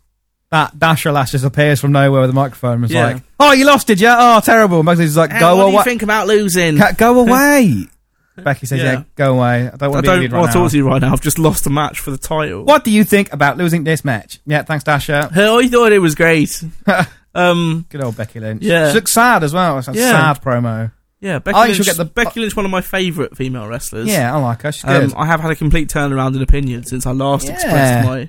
[SPEAKER 1] that Dasher Lash just appears from nowhere with a microphone and was
[SPEAKER 2] Yeah.
[SPEAKER 1] like, "Oh, you lost, did you? Oh, terrible." And Becky's like,
[SPEAKER 2] Eh,
[SPEAKER 1] "Go
[SPEAKER 2] what do you
[SPEAKER 1] away,
[SPEAKER 2] think about losing?
[SPEAKER 1] Ca- go away." Becky says, yeah.
[SPEAKER 2] Yeah.
[SPEAKER 1] go away. I don't
[SPEAKER 2] I
[SPEAKER 1] want to be
[SPEAKER 2] don't
[SPEAKER 1] interviewed right
[SPEAKER 2] want to talk
[SPEAKER 1] now."
[SPEAKER 2] to you right now. I've just lost a match for the title.
[SPEAKER 1] What do you think about losing this match? Yeah, thanks, Dasher.
[SPEAKER 2] Oh, I thought it was great. um,
[SPEAKER 1] Good old Becky Lynch.
[SPEAKER 2] Yeah.
[SPEAKER 1] she looks sad as well. It's a
[SPEAKER 2] Yeah.
[SPEAKER 1] sad promo.
[SPEAKER 2] yeah, Becky
[SPEAKER 1] I think
[SPEAKER 2] Lynch.
[SPEAKER 1] she'll get the-
[SPEAKER 2] Becky Lynch, one of my favourite female wrestlers.
[SPEAKER 1] Yeah, I like her. She's good.
[SPEAKER 2] Um, I have had a complete turnaround in opinion since I last
[SPEAKER 1] Yeah.
[SPEAKER 2] expressed my.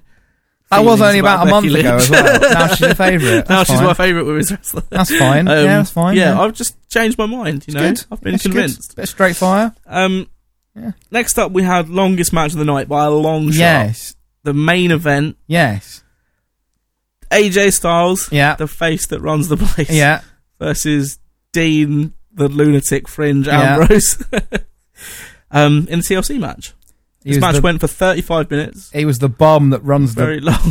[SPEAKER 1] that was
[SPEAKER 2] feelings
[SPEAKER 1] only about, a month
[SPEAKER 2] Becky
[SPEAKER 1] ago
[SPEAKER 2] Lynch.
[SPEAKER 1] as well. Now she's a favourite.
[SPEAKER 2] now
[SPEAKER 1] That's
[SPEAKER 2] she's
[SPEAKER 1] fine.
[SPEAKER 2] my favourite women's wrestler.
[SPEAKER 1] That's fine.
[SPEAKER 2] Um,
[SPEAKER 1] yeah, that's fine.
[SPEAKER 2] Yeah, I've just changed my mind. You
[SPEAKER 1] It's
[SPEAKER 2] know,
[SPEAKER 1] good.
[SPEAKER 2] I've been
[SPEAKER 1] It's good.
[SPEAKER 2] convinced.
[SPEAKER 1] Bit of straight fire.
[SPEAKER 2] Um,
[SPEAKER 1] Yeah.
[SPEAKER 2] next up we had longest match of the night by a long shot.
[SPEAKER 1] Yes.
[SPEAKER 2] The main event:
[SPEAKER 1] Yes.
[SPEAKER 2] AJ Styles,
[SPEAKER 1] Yeah.
[SPEAKER 2] the face that runs the place,
[SPEAKER 1] yeah.
[SPEAKER 2] versus Dean, the lunatic fringe
[SPEAKER 1] Yeah.
[SPEAKER 2] Ambrose. um, in the TLC match,
[SPEAKER 1] He
[SPEAKER 2] this
[SPEAKER 1] was
[SPEAKER 2] match
[SPEAKER 1] the,
[SPEAKER 2] went for 35 minutes.
[SPEAKER 1] He was the bomb that runs the.
[SPEAKER 2] Very long.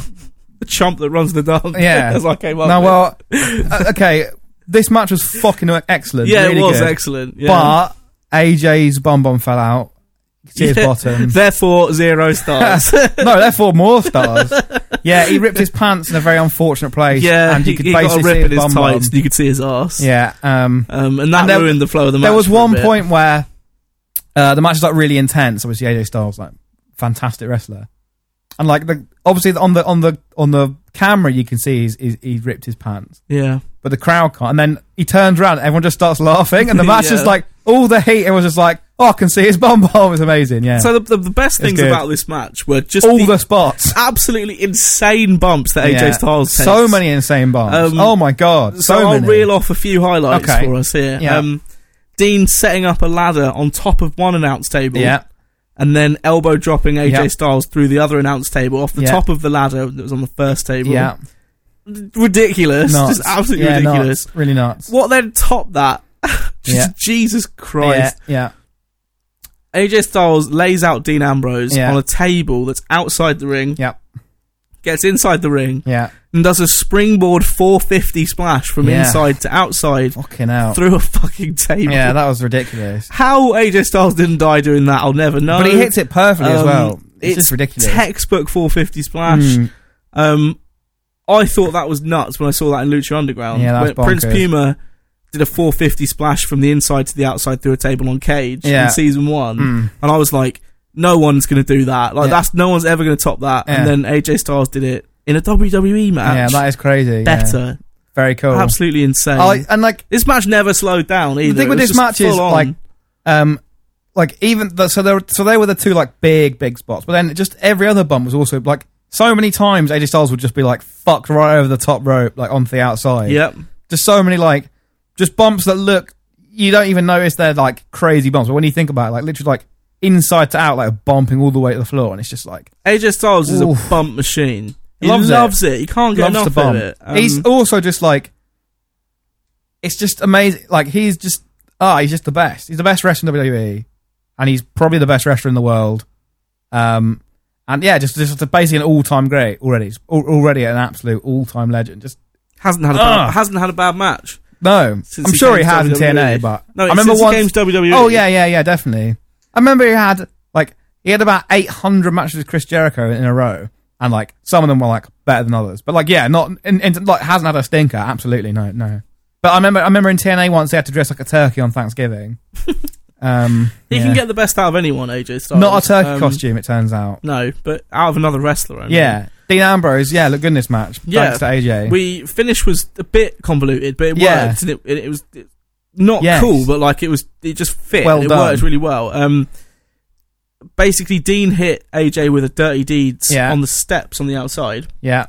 [SPEAKER 2] The chump that runs the dance.
[SPEAKER 1] Yeah.
[SPEAKER 2] as I came up.
[SPEAKER 1] no,
[SPEAKER 2] with.
[SPEAKER 1] well, uh, okay. This match was fucking excellent.
[SPEAKER 2] yeah,
[SPEAKER 1] really
[SPEAKER 2] it was
[SPEAKER 1] good.
[SPEAKER 2] excellent. Yeah.
[SPEAKER 1] But AJ's bomb bomb fell out. You can See his
[SPEAKER 2] Yeah.
[SPEAKER 1] bottom.
[SPEAKER 2] Therefore, zero stars.
[SPEAKER 1] no, therefore more stars. Yeah, he ripped his pants in a very unfortunate place.
[SPEAKER 2] yeah,
[SPEAKER 1] and you
[SPEAKER 2] he,
[SPEAKER 1] could
[SPEAKER 2] he got
[SPEAKER 1] basically
[SPEAKER 2] a
[SPEAKER 1] see
[SPEAKER 2] rip
[SPEAKER 1] his
[SPEAKER 2] in his
[SPEAKER 1] bomb
[SPEAKER 2] tights.
[SPEAKER 1] bomb.
[SPEAKER 2] You could see his ass.
[SPEAKER 1] Yeah. Um.
[SPEAKER 2] Um, and that
[SPEAKER 1] And there-
[SPEAKER 2] ruined the flow of the match.
[SPEAKER 1] there was
[SPEAKER 2] for a
[SPEAKER 1] one
[SPEAKER 2] bit.
[SPEAKER 1] point where uh, the match is like really intense. Obviously, AJ Styles like fantastic wrestler, and like the obviously on the on the on the camera you can see he's, he's he's ripped his pants,
[SPEAKER 2] Yeah.
[SPEAKER 1] but the crowd can't. And then he turns around, everyone just starts laughing, and the match is
[SPEAKER 2] Yeah.
[SPEAKER 1] like all the heat. It was just like, oh, I can see his bomb bomb. It's amazing. Yeah,
[SPEAKER 2] So the, the, the best
[SPEAKER 1] It's
[SPEAKER 2] things
[SPEAKER 1] good.
[SPEAKER 2] about this match were just
[SPEAKER 1] all
[SPEAKER 2] the,
[SPEAKER 1] the, spots.
[SPEAKER 2] absolutely insane bumps that AJ
[SPEAKER 1] Yeah.
[SPEAKER 2] Styles takes.
[SPEAKER 1] So many insane bombs.
[SPEAKER 2] Um,
[SPEAKER 1] oh my god, so,
[SPEAKER 2] So, I'll
[SPEAKER 1] many.
[SPEAKER 2] reel off a few highlights
[SPEAKER 1] Okay.
[SPEAKER 2] for us here.
[SPEAKER 1] Yeah.
[SPEAKER 2] Um, Dean setting up a ladder on top of one announce table,
[SPEAKER 1] yeah,
[SPEAKER 2] and then elbow dropping AJ
[SPEAKER 1] Yeah.
[SPEAKER 2] Styles through the other announce table off the
[SPEAKER 1] Yeah.
[SPEAKER 2] top of the ladder that was on the first table.
[SPEAKER 1] yeah,
[SPEAKER 2] ridiculous,
[SPEAKER 1] nuts.
[SPEAKER 2] just absolutely
[SPEAKER 1] Yeah, nuts.
[SPEAKER 2] ridiculous.
[SPEAKER 1] really nuts.
[SPEAKER 2] What then top that? Just
[SPEAKER 1] Yeah.
[SPEAKER 2] Jesus
[SPEAKER 1] Yeah,
[SPEAKER 2] Christ!
[SPEAKER 1] yeah,
[SPEAKER 2] AJ Styles lays out Dean Ambrose
[SPEAKER 1] Yeah.
[SPEAKER 2] on a table that's outside the ring.
[SPEAKER 1] Yeah.
[SPEAKER 2] Gets inside the ring
[SPEAKER 1] yeah.
[SPEAKER 2] and does a springboard 450 splash from
[SPEAKER 1] Yeah.
[SPEAKER 2] inside to outside
[SPEAKER 1] Fucking hell.
[SPEAKER 2] through a fucking table.
[SPEAKER 1] Yeah, that was ridiculous.
[SPEAKER 2] How AJ Styles didn't die doing that, I'll never know.
[SPEAKER 1] But he hits it perfectly as
[SPEAKER 2] Um,
[SPEAKER 1] well. It's,
[SPEAKER 2] it's
[SPEAKER 1] just ridiculous.
[SPEAKER 2] textbook 450 splash.
[SPEAKER 1] Mm,
[SPEAKER 2] Um, I thought that was nuts when I saw that in Lucha Underground.
[SPEAKER 1] Yeah, that's
[SPEAKER 2] When Prince
[SPEAKER 1] bonkers.
[SPEAKER 2] Puma did a 450 splash from the inside to the outside through a table on Cage
[SPEAKER 1] Yeah.
[SPEAKER 2] in season one,
[SPEAKER 1] mm.
[SPEAKER 2] and I was like, no one's going to do that. Like
[SPEAKER 1] Yeah.
[SPEAKER 2] that's no one's ever going to top that.
[SPEAKER 1] Yeah.
[SPEAKER 2] And then AJ Styles did it in a WWE
[SPEAKER 1] Yeah,
[SPEAKER 2] match.
[SPEAKER 1] that is crazy. yeah.
[SPEAKER 2] better,
[SPEAKER 1] Very cool.
[SPEAKER 2] absolutely insane.
[SPEAKER 1] I, and like,
[SPEAKER 2] this match never slowed down either.
[SPEAKER 1] thing with
[SPEAKER 2] It
[SPEAKER 1] this
[SPEAKER 2] was just
[SPEAKER 1] match is,
[SPEAKER 2] full on.
[SPEAKER 1] like, um, like even the, so there, were- so they were the two like big, big spots. But then just every other bump was also like so many times AJ Styles would just be like fucked right over the top rope, like onto the outside.
[SPEAKER 2] yep.
[SPEAKER 1] Just so many like just bumps that look you don't even notice they're like crazy bumps. But when you think about it, like literally like inside to out, like bumping all the way to the floor, and it's just like.
[SPEAKER 2] AJ Styles is
[SPEAKER 1] Oof.
[SPEAKER 2] a bump machine. He
[SPEAKER 1] Loves
[SPEAKER 2] loves,
[SPEAKER 1] it.
[SPEAKER 2] it. He can't get
[SPEAKER 1] loves to
[SPEAKER 2] enough
[SPEAKER 1] bomb.
[SPEAKER 2] of it. Um,
[SPEAKER 1] he's also just like, it's just amazing. Like he's just ah, he's just the best. He's the best wrestler in WWE, and he's probably the best wrestler in the world. Um, and yeah, just just basically an all time great already. He's al- already an absolute all time legend. Just
[SPEAKER 2] hasn't had a bad,
[SPEAKER 1] Ugh.
[SPEAKER 2] hasn't had a bad match.
[SPEAKER 1] no,
[SPEAKER 2] Since
[SPEAKER 1] I'm
[SPEAKER 2] he
[SPEAKER 1] sure he
[SPEAKER 2] came
[SPEAKER 1] has
[SPEAKER 2] to
[SPEAKER 1] in
[SPEAKER 2] WWE.
[SPEAKER 1] TNA, but
[SPEAKER 2] No,
[SPEAKER 1] I remember
[SPEAKER 2] since
[SPEAKER 1] once.
[SPEAKER 2] he came to E. WWE.
[SPEAKER 1] oh yeah, yeah, yeah, definitely. I remember he had like he had about 800 matches with Chris Jericho in a row. And like some of them were like better than others, but like yeah, not and, and like hasn't had a stinker. Absolutely no, no. But I remember, I remember in TNA once they had to dress like a turkey on Thanksgiving. um,
[SPEAKER 2] He
[SPEAKER 1] yeah.
[SPEAKER 2] can get the best out of anyone, AJ Styles.
[SPEAKER 1] not a turkey
[SPEAKER 2] Um,
[SPEAKER 1] costume, it turns out.
[SPEAKER 2] No, but out of another wrestler. I mean.
[SPEAKER 1] Yeah, Dean Ambrose, yeah, look good in this match.
[SPEAKER 2] Yeah.
[SPEAKER 1] thanks to AJ.
[SPEAKER 2] We finish was a bit convoluted, but it
[SPEAKER 1] Yeah.
[SPEAKER 2] worked, and it, it was it not
[SPEAKER 1] Yes.
[SPEAKER 2] cool, but like it was, it just fit.
[SPEAKER 1] Well
[SPEAKER 2] it
[SPEAKER 1] done.
[SPEAKER 2] worked really well. Um, basically, Dean hit AJ with a dirty deeds
[SPEAKER 1] Yeah.
[SPEAKER 2] on the steps on the outside.
[SPEAKER 1] Yeah,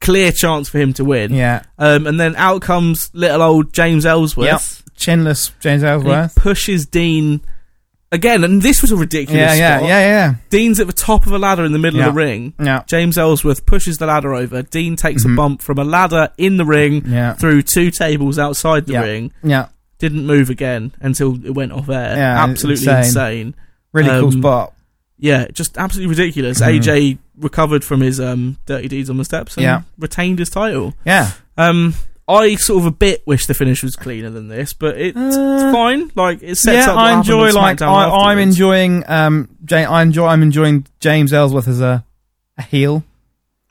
[SPEAKER 2] Clear chance for him to win.
[SPEAKER 1] yeah.
[SPEAKER 2] Um, and then out comes little old James Ellsworth.
[SPEAKER 1] Chinless James
[SPEAKER 2] And he
[SPEAKER 1] Ellsworth.
[SPEAKER 2] pushes Dean again, and this was a ridiculous.
[SPEAKER 1] Yeah, yeah,
[SPEAKER 2] spot.
[SPEAKER 1] yeah, yeah,
[SPEAKER 2] Dean's at the top of a ladder in the middle
[SPEAKER 1] Yeah.
[SPEAKER 2] of the ring.
[SPEAKER 1] yeah,
[SPEAKER 2] James Ellsworth pushes the ladder over. Dean takes
[SPEAKER 1] Mhm.
[SPEAKER 2] a bump from a ladder in the ring
[SPEAKER 1] yeah,
[SPEAKER 2] through two tables outside the
[SPEAKER 1] Yeah.
[SPEAKER 2] ring.
[SPEAKER 1] yeah.
[SPEAKER 2] Didn't move again until it went off air.
[SPEAKER 1] Yeah,
[SPEAKER 2] absolutely
[SPEAKER 1] insane.
[SPEAKER 2] insane.
[SPEAKER 1] Really cool
[SPEAKER 2] Um,
[SPEAKER 1] spot.
[SPEAKER 2] Yeah, just absolutely ridiculous.
[SPEAKER 1] Mhm.
[SPEAKER 2] AJ recovered from his um, dirty deeds on the steps and
[SPEAKER 1] Yeah.
[SPEAKER 2] retained his title.
[SPEAKER 1] Yeah,
[SPEAKER 2] Um, I sort of a bit wish the finish was cleaner than this, but it's
[SPEAKER 1] Uh,
[SPEAKER 2] fine. Like it sets
[SPEAKER 1] yeah.
[SPEAKER 2] up. what
[SPEAKER 1] I
[SPEAKER 2] happened on
[SPEAKER 1] enjoy like I,
[SPEAKER 2] SmackDown
[SPEAKER 1] I'm
[SPEAKER 2] afterwards.
[SPEAKER 1] enjoying um. Ja- I enjoy I'm enjoying James Ellsworth as a, a heel.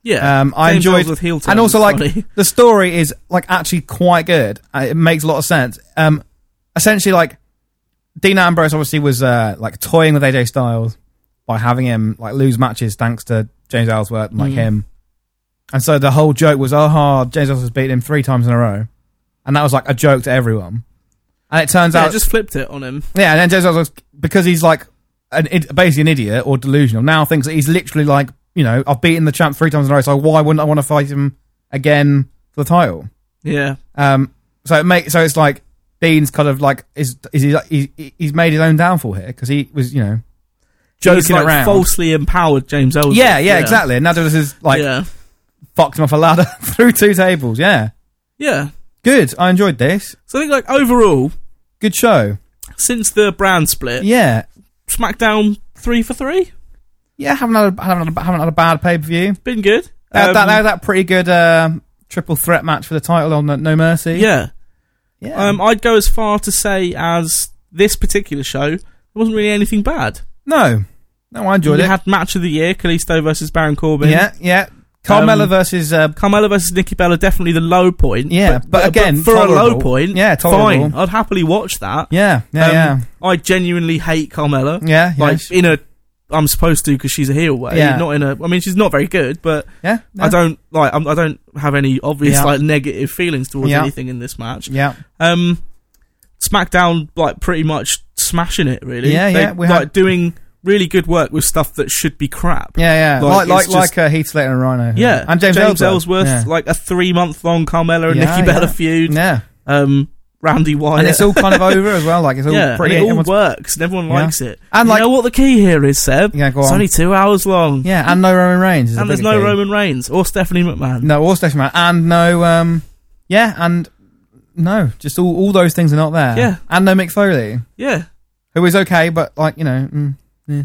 [SPEAKER 2] Yeah,
[SPEAKER 1] Um, I
[SPEAKER 2] James
[SPEAKER 1] enjoyed
[SPEAKER 2] Ellsworth heel turn
[SPEAKER 1] and also
[SPEAKER 2] was
[SPEAKER 1] like
[SPEAKER 2] funny.
[SPEAKER 1] the story is like actually quite good. Uh, It makes a lot of sense. Um, essentially, like Dean Ambrose obviously was uh, like toying with AJ Styles by having him like lose matches thanks to James Ellsworth and like
[SPEAKER 2] Mm.
[SPEAKER 1] him, and so the whole joke was, oh, ha, James Ellsworth's beaten him three times in a row, and that was like a joke to everyone. And it turns
[SPEAKER 2] Yeah,
[SPEAKER 1] out,
[SPEAKER 2] just flipped it on him.
[SPEAKER 1] yeah, and then James Ellsworth because he's like an, id- basically an idiot or delusional now thinks that he's literally like you know I've beaten the champ three times in a row, so why wouldn't I want to fight him again for the title?
[SPEAKER 2] Yeah,
[SPEAKER 1] Um, so it make so it's like Dean's kind of like is is he, like- he he's made his own downfall here because he was you know joking
[SPEAKER 2] He's, like,
[SPEAKER 1] around.
[SPEAKER 2] falsely empowered James Ellsworth.
[SPEAKER 1] yeah, yeah, exactly. And now this is like
[SPEAKER 2] yeah,
[SPEAKER 1] fucked him off a ladder through two tables. Yeah,
[SPEAKER 2] yeah.
[SPEAKER 1] good. I enjoyed this.
[SPEAKER 2] So I think like overall,
[SPEAKER 1] Good show.
[SPEAKER 2] since the brand split,
[SPEAKER 1] Yeah,
[SPEAKER 2] SmackDown three for three,
[SPEAKER 1] yeah. Haven't had a, haven't had a, haven't had a bad pay per view.
[SPEAKER 2] been good.
[SPEAKER 1] That,
[SPEAKER 2] Um,
[SPEAKER 1] that, that that pretty good uh, triple threat match for the title on uh, No Mercy.
[SPEAKER 2] yeah.
[SPEAKER 1] yeah.
[SPEAKER 2] Um, I'd go as far to say as this particular show, there wasn't really anything bad.
[SPEAKER 1] no, no, I enjoyed
[SPEAKER 2] we
[SPEAKER 1] it.
[SPEAKER 2] had match of the year, Kalisto versus Baron Corbin.
[SPEAKER 1] Yeah, yeah. Carmella
[SPEAKER 2] Um,
[SPEAKER 1] versus uh,
[SPEAKER 2] Carmella versus Nikki Bella definitely the low point.
[SPEAKER 1] Yeah, but again,
[SPEAKER 2] for a low
[SPEAKER 1] tolerable.
[SPEAKER 2] point,
[SPEAKER 1] Yeah, tolerable.
[SPEAKER 2] fine. I'd happily watch that.
[SPEAKER 1] yeah, yeah,
[SPEAKER 2] Um,
[SPEAKER 1] yeah,
[SPEAKER 2] I genuinely hate Carmella.
[SPEAKER 1] yeah, yeah.
[SPEAKER 2] like in a, I'm supposed to because she's a heel way.
[SPEAKER 1] Yeah.
[SPEAKER 2] Not in a. I mean, she's not very good, but
[SPEAKER 1] yeah, yeah.
[SPEAKER 2] I don't like. I'm, I don't have any obvious
[SPEAKER 1] Yeah.
[SPEAKER 2] like negative feelings towards
[SPEAKER 1] Yeah.
[SPEAKER 2] anything in this match.
[SPEAKER 1] Yeah,
[SPEAKER 2] Um, SmackDown like pretty much smashing it. Really.
[SPEAKER 1] Yeah,
[SPEAKER 2] They,
[SPEAKER 1] yeah, we
[SPEAKER 2] like
[SPEAKER 1] had-
[SPEAKER 2] doing really good work with stuff that should be crap.
[SPEAKER 1] yeah, yeah. Like
[SPEAKER 2] Like,
[SPEAKER 1] like
[SPEAKER 2] it's
[SPEAKER 1] like uh, Heath Slater and Rhino.
[SPEAKER 2] Yeah,
[SPEAKER 1] and James,
[SPEAKER 2] Ellsworth,
[SPEAKER 1] Yeah.
[SPEAKER 2] like a three month long Carmella and
[SPEAKER 1] Yeah,
[SPEAKER 2] Nikki Bella
[SPEAKER 1] yeah.
[SPEAKER 2] feud.
[SPEAKER 1] yeah,
[SPEAKER 2] Um, Randy Wyatt.
[SPEAKER 1] and it's all kind of over as well. Like it's all
[SPEAKER 2] yeah,
[SPEAKER 1] pretty.
[SPEAKER 2] and it all
[SPEAKER 1] everyone's-
[SPEAKER 2] works, and everyone
[SPEAKER 1] Yeah.
[SPEAKER 2] likes it.
[SPEAKER 1] And,
[SPEAKER 2] And
[SPEAKER 1] like-
[SPEAKER 2] you know what the key here is, Seb?
[SPEAKER 1] Yeah, go
[SPEAKER 2] it's
[SPEAKER 1] on.
[SPEAKER 2] only two hours long,
[SPEAKER 1] yeah, and no Roman Reigns. is a
[SPEAKER 2] and there's
[SPEAKER 1] bigger
[SPEAKER 2] no
[SPEAKER 1] key.
[SPEAKER 2] Roman Reigns or Stephanie McMahon.
[SPEAKER 1] No, or Stephanie Man, and no um, yeah, and no, just all all those things are not there.
[SPEAKER 2] Yeah.
[SPEAKER 1] and no Mick Foley,
[SPEAKER 2] Yeah,
[SPEAKER 1] who is okay, but like you know, mm, yeah.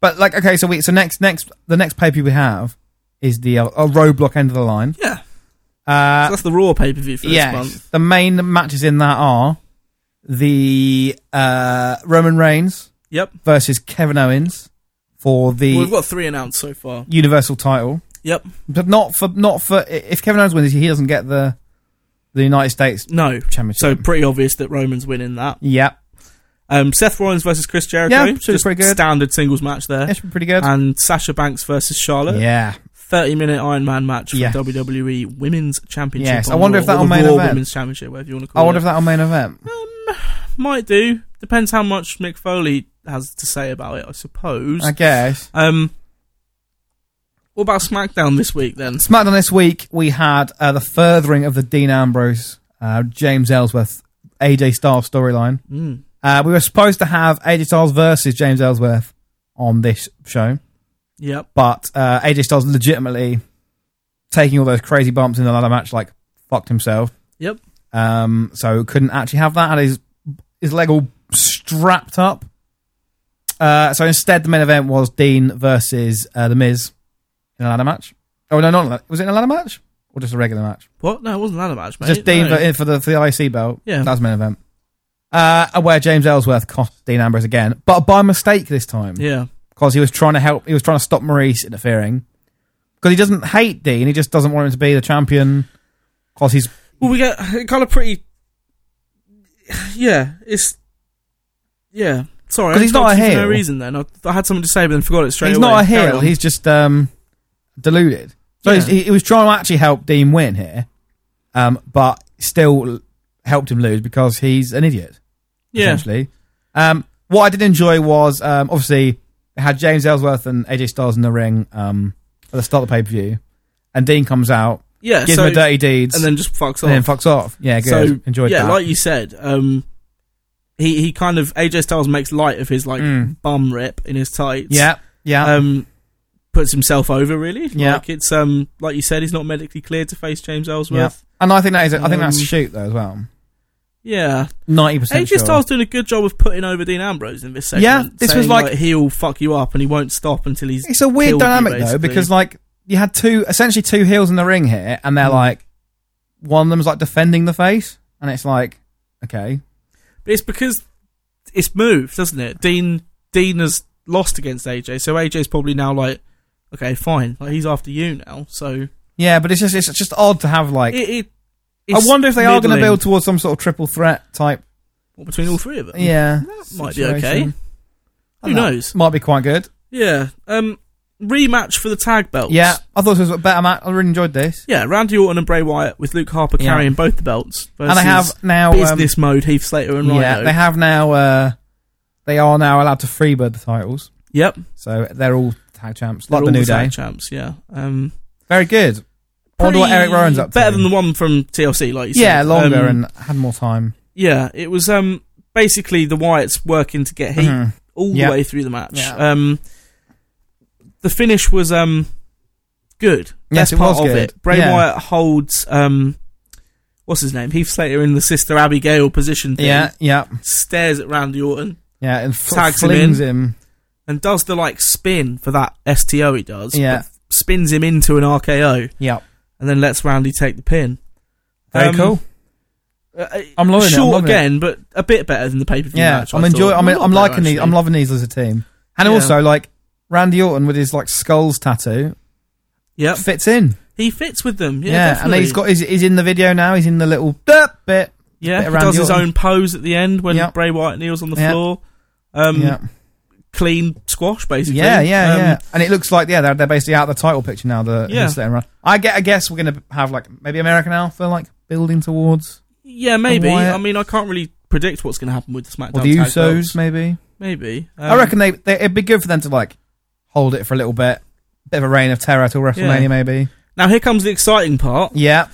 [SPEAKER 1] but like okay, so we so next next the next paper we have is the uh, uh, roadblock end of the line.
[SPEAKER 2] yeah.
[SPEAKER 1] Uh,
[SPEAKER 2] So that's the Raw pay per view for
[SPEAKER 1] Yes.
[SPEAKER 2] this month.
[SPEAKER 1] The main matches in that are the uh, Roman Reigns
[SPEAKER 2] Yep.
[SPEAKER 1] versus Kevin Owens for the
[SPEAKER 2] Well, we've got three announced so far.
[SPEAKER 1] Universal title,
[SPEAKER 2] Yep.
[SPEAKER 1] but not for not for i- if Kevin Owens wins, he doesn't get the the United States
[SPEAKER 2] No. So
[SPEAKER 1] Championship.
[SPEAKER 2] pretty obvious that Roman's winning that.
[SPEAKER 1] yep,
[SPEAKER 2] Um, Seth Rollins versus Chris Jericho.
[SPEAKER 1] Yeah, should be
[SPEAKER 2] just
[SPEAKER 1] pretty good.
[SPEAKER 2] standard singles match there.
[SPEAKER 1] that should be pretty good.
[SPEAKER 2] And Sasha Banks versus Charlotte.
[SPEAKER 1] Yeah,
[SPEAKER 2] 30 minute Iron Man match for
[SPEAKER 1] Yes.
[SPEAKER 2] WWE Women's Championship.
[SPEAKER 1] Yes,
[SPEAKER 2] on
[SPEAKER 1] I wonder
[SPEAKER 2] Raw,
[SPEAKER 1] if that'll
[SPEAKER 2] or the
[SPEAKER 1] main
[SPEAKER 2] Raw
[SPEAKER 1] event.
[SPEAKER 2] Women's Championship, whatever you want to call
[SPEAKER 1] I wonder
[SPEAKER 2] it.
[SPEAKER 1] if that'll main event.
[SPEAKER 2] Might do. Depends how much Mick Foley has to say about it, I suppose.
[SPEAKER 1] I guess.
[SPEAKER 2] Um, what about SmackDown this week then?
[SPEAKER 1] SmackDown this week we had uh, the furthering of the Dean Ambrose, uh, James Ellsworth, AJ Styles storyline.
[SPEAKER 2] Mm.
[SPEAKER 1] Uh, we were supposed to have AJ Styles versus James Ellsworth on this show,
[SPEAKER 2] Yep.
[SPEAKER 1] but uh, AJ Styles legitimately taking all those crazy bumps in the ladder match, like fucked himself.
[SPEAKER 2] Yep.
[SPEAKER 1] Um, so couldn't actually have that. Had his his leg all strapped up. Uh, so instead, the main event was Dean versus uh, the Miz in a ladder match. Oh no, not was it in a ladder match or just a regular match?
[SPEAKER 2] What? No, it wasn't that a match, mate.
[SPEAKER 1] Just Dean
[SPEAKER 2] No.
[SPEAKER 1] for, for the for the IC belt.
[SPEAKER 2] Yeah.
[SPEAKER 1] that's main event. Uh, where James Ellsworth cost Dean Ambrose again, but by mistake this time
[SPEAKER 2] Yeah.
[SPEAKER 1] because he was trying to help. He was trying to stop Maurice interfering because he doesn't hate Dean. He just doesn't want him to be the champion because he's
[SPEAKER 2] Well, we get kind of pretty. Yeah, it's. Yeah. Sorry,
[SPEAKER 1] 'Cause
[SPEAKER 2] I
[SPEAKER 1] he's not a
[SPEAKER 2] interrupted you for
[SPEAKER 1] heel.
[SPEAKER 2] No reason. Then I, I had something to say, but then forgot it straight
[SPEAKER 1] he's
[SPEAKER 2] away.
[SPEAKER 1] not a
[SPEAKER 2] Carry
[SPEAKER 1] heel.
[SPEAKER 2] on.
[SPEAKER 1] He's just um, deluded. So
[SPEAKER 2] Yeah.
[SPEAKER 1] he's, he, he was trying to actually help Dean win here, um, but still helped him lose because he's an idiot.
[SPEAKER 2] Yeah.
[SPEAKER 1] Essentially. Um, what I did enjoy was um, obviously they had James Ellsworth and AJ Styles in the ring um, at the start of the pay per view, and Dean comes out,
[SPEAKER 2] Yeah.
[SPEAKER 1] gives
[SPEAKER 2] so,
[SPEAKER 1] him a dirty deeds,
[SPEAKER 2] and then just fucks
[SPEAKER 1] and
[SPEAKER 2] off.
[SPEAKER 1] then fucks off. Yeah, good.
[SPEAKER 2] So
[SPEAKER 1] Enjoyed
[SPEAKER 2] yeah,
[SPEAKER 1] that.
[SPEAKER 2] like you said, um, he he kind of AJ Styles makes light of his like
[SPEAKER 1] Mm.
[SPEAKER 2] bum rip in his tights.
[SPEAKER 1] yeah, yeah,
[SPEAKER 2] Um, puts himself over really.
[SPEAKER 1] Yeah.
[SPEAKER 2] Like it's um like you said, he's not medically cleared to face James Ellsworth.
[SPEAKER 1] and I think that is. I think that's
[SPEAKER 2] um,
[SPEAKER 1] shoot though as well.
[SPEAKER 2] Yeah.
[SPEAKER 1] Ninety percent.
[SPEAKER 2] AJ Styles doing a good job of putting over Dean Ambrose in this segment.
[SPEAKER 1] Yeah, this was
[SPEAKER 2] saying,
[SPEAKER 1] like-
[SPEAKER 2] he'll fuck you up and he won't stop until he's
[SPEAKER 1] It's a weird
[SPEAKER 2] killed you,
[SPEAKER 1] dynamic though,
[SPEAKER 2] basically.
[SPEAKER 1] because like you had two essentially two heels in the ring here, and they're
[SPEAKER 2] Mm.
[SPEAKER 1] like one of them's like defending the face, and it's like okay,
[SPEAKER 2] It's because it's moved, doesn't it? Dean Dean has lost against AJ, so AJ's probably now like, okay, fine, like he's after you now. So
[SPEAKER 1] yeah, but it's just it's just odd to have like.
[SPEAKER 2] it. it
[SPEAKER 1] I
[SPEAKER 2] it's
[SPEAKER 1] wonder if they are going to
[SPEAKER 2] middling
[SPEAKER 1] build towards some sort of triple threat type.
[SPEAKER 2] between all three of them.
[SPEAKER 1] Yeah,
[SPEAKER 2] that might be
[SPEAKER 1] situation.
[SPEAKER 2] okay. Who
[SPEAKER 1] And that
[SPEAKER 2] knows?
[SPEAKER 1] Might be quite good.
[SPEAKER 2] Yeah. Um, rematch for the tag belts.
[SPEAKER 1] Yeah, I thought it was a better match. I really enjoyed this,
[SPEAKER 2] Yeah, Randy Orton and Bray Wyatt with Luke Harper
[SPEAKER 1] Yeah.
[SPEAKER 2] carrying both the belts.
[SPEAKER 1] and they
[SPEAKER 2] versus
[SPEAKER 1] have now um,
[SPEAKER 2] business mode Heath Slater and Rhino.
[SPEAKER 1] yeah, they have now. Uh, they are now allowed to freebird the titles,
[SPEAKER 2] yep,
[SPEAKER 1] so they're all tag champs,
[SPEAKER 2] they're
[SPEAKER 1] like
[SPEAKER 2] all
[SPEAKER 1] the New Day.
[SPEAKER 2] tag champs. Yeah. Um,
[SPEAKER 1] Very good. I wonder what Eric Rowan's up to.
[SPEAKER 2] Better than the one from TLC, like you said.
[SPEAKER 1] yeah, longer
[SPEAKER 2] Um,
[SPEAKER 1] and had more time.
[SPEAKER 2] Yeah, it was um basically the Wyatts working to get heat
[SPEAKER 1] Mhm.
[SPEAKER 2] all
[SPEAKER 1] Yeah.
[SPEAKER 2] the way through the match.
[SPEAKER 1] Yeah.
[SPEAKER 2] Um, the finish was um good.
[SPEAKER 1] Yes,
[SPEAKER 2] Best
[SPEAKER 1] it
[SPEAKER 2] part
[SPEAKER 1] was
[SPEAKER 2] of
[SPEAKER 1] good.
[SPEAKER 2] it. Bray
[SPEAKER 1] Yeah.
[SPEAKER 2] Wyatt holds um what's his name? Heath Slater in the sister Abigail position thing.
[SPEAKER 1] Yeah, yeah,
[SPEAKER 2] Stares at Randy Orton
[SPEAKER 1] yeah, and f-
[SPEAKER 2] Tags him
[SPEAKER 1] flings him.
[SPEAKER 2] and does the like spin for that STO he does.
[SPEAKER 1] Yeah.
[SPEAKER 2] but Spins him into an RKO
[SPEAKER 1] Yeah,
[SPEAKER 2] and then lets Randy take the pin.
[SPEAKER 1] very
[SPEAKER 2] Um,
[SPEAKER 1] cool.
[SPEAKER 2] Uh,
[SPEAKER 1] I'm loving it, I'm
[SPEAKER 2] short
[SPEAKER 1] loving it.
[SPEAKER 2] again, but a bit better than the pay per view
[SPEAKER 1] Yeah,
[SPEAKER 2] match.
[SPEAKER 1] I'm
[SPEAKER 2] I thought.
[SPEAKER 1] enjoying. I mean,
[SPEAKER 2] A lot
[SPEAKER 1] I'm
[SPEAKER 2] better,
[SPEAKER 1] liking these. I'm
[SPEAKER 2] actually.
[SPEAKER 1] loving these as a team, and
[SPEAKER 2] Yeah.
[SPEAKER 1] also like Randy Orton with his like skulls tattoo
[SPEAKER 2] Yep.
[SPEAKER 1] fits in.
[SPEAKER 2] He fits with them. Yeah,
[SPEAKER 1] Yeah, and
[SPEAKER 2] definitely.
[SPEAKER 1] he's got. He's, he's in the video now. He's in the little derp bit.
[SPEAKER 2] yeah.
[SPEAKER 1] bit
[SPEAKER 2] He
[SPEAKER 1] around
[SPEAKER 2] does his
[SPEAKER 1] Yorton.
[SPEAKER 2] own pose at the end when
[SPEAKER 1] Yeah.
[SPEAKER 2] Bray Wyatt kneels on the
[SPEAKER 1] Yeah.
[SPEAKER 2] floor. Um,
[SPEAKER 1] yeah,
[SPEAKER 2] clean squash basically.
[SPEAKER 1] yeah, yeah,
[SPEAKER 2] Um,
[SPEAKER 1] yeah. And it looks like yeah, they're, they're basically out of the title picture now. The
[SPEAKER 2] Yeah.
[SPEAKER 1] yeah. run. I get. I guess we're gonna have like maybe American Alpha like building towards
[SPEAKER 2] yeah. Maybe.
[SPEAKER 1] Wyatt.
[SPEAKER 2] I mean, I can't really predict what's going to happen with the SmackDown.
[SPEAKER 1] or the
[SPEAKER 2] tag
[SPEAKER 1] Usos
[SPEAKER 2] belts.
[SPEAKER 1] maybe.
[SPEAKER 2] Maybe.
[SPEAKER 1] I
[SPEAKER 2] Um,
[SPEAKER 1] reckon they, they it'd be good for them to like hold it for a little bit, bit of a reign of terror till WrestleMania,
[SPEAKER 2] Yeah.
[SPEAKER 1] maybe.
[SPEAKER 2] Now here comes the exciting part.
[SPEAKER 1] Yeah.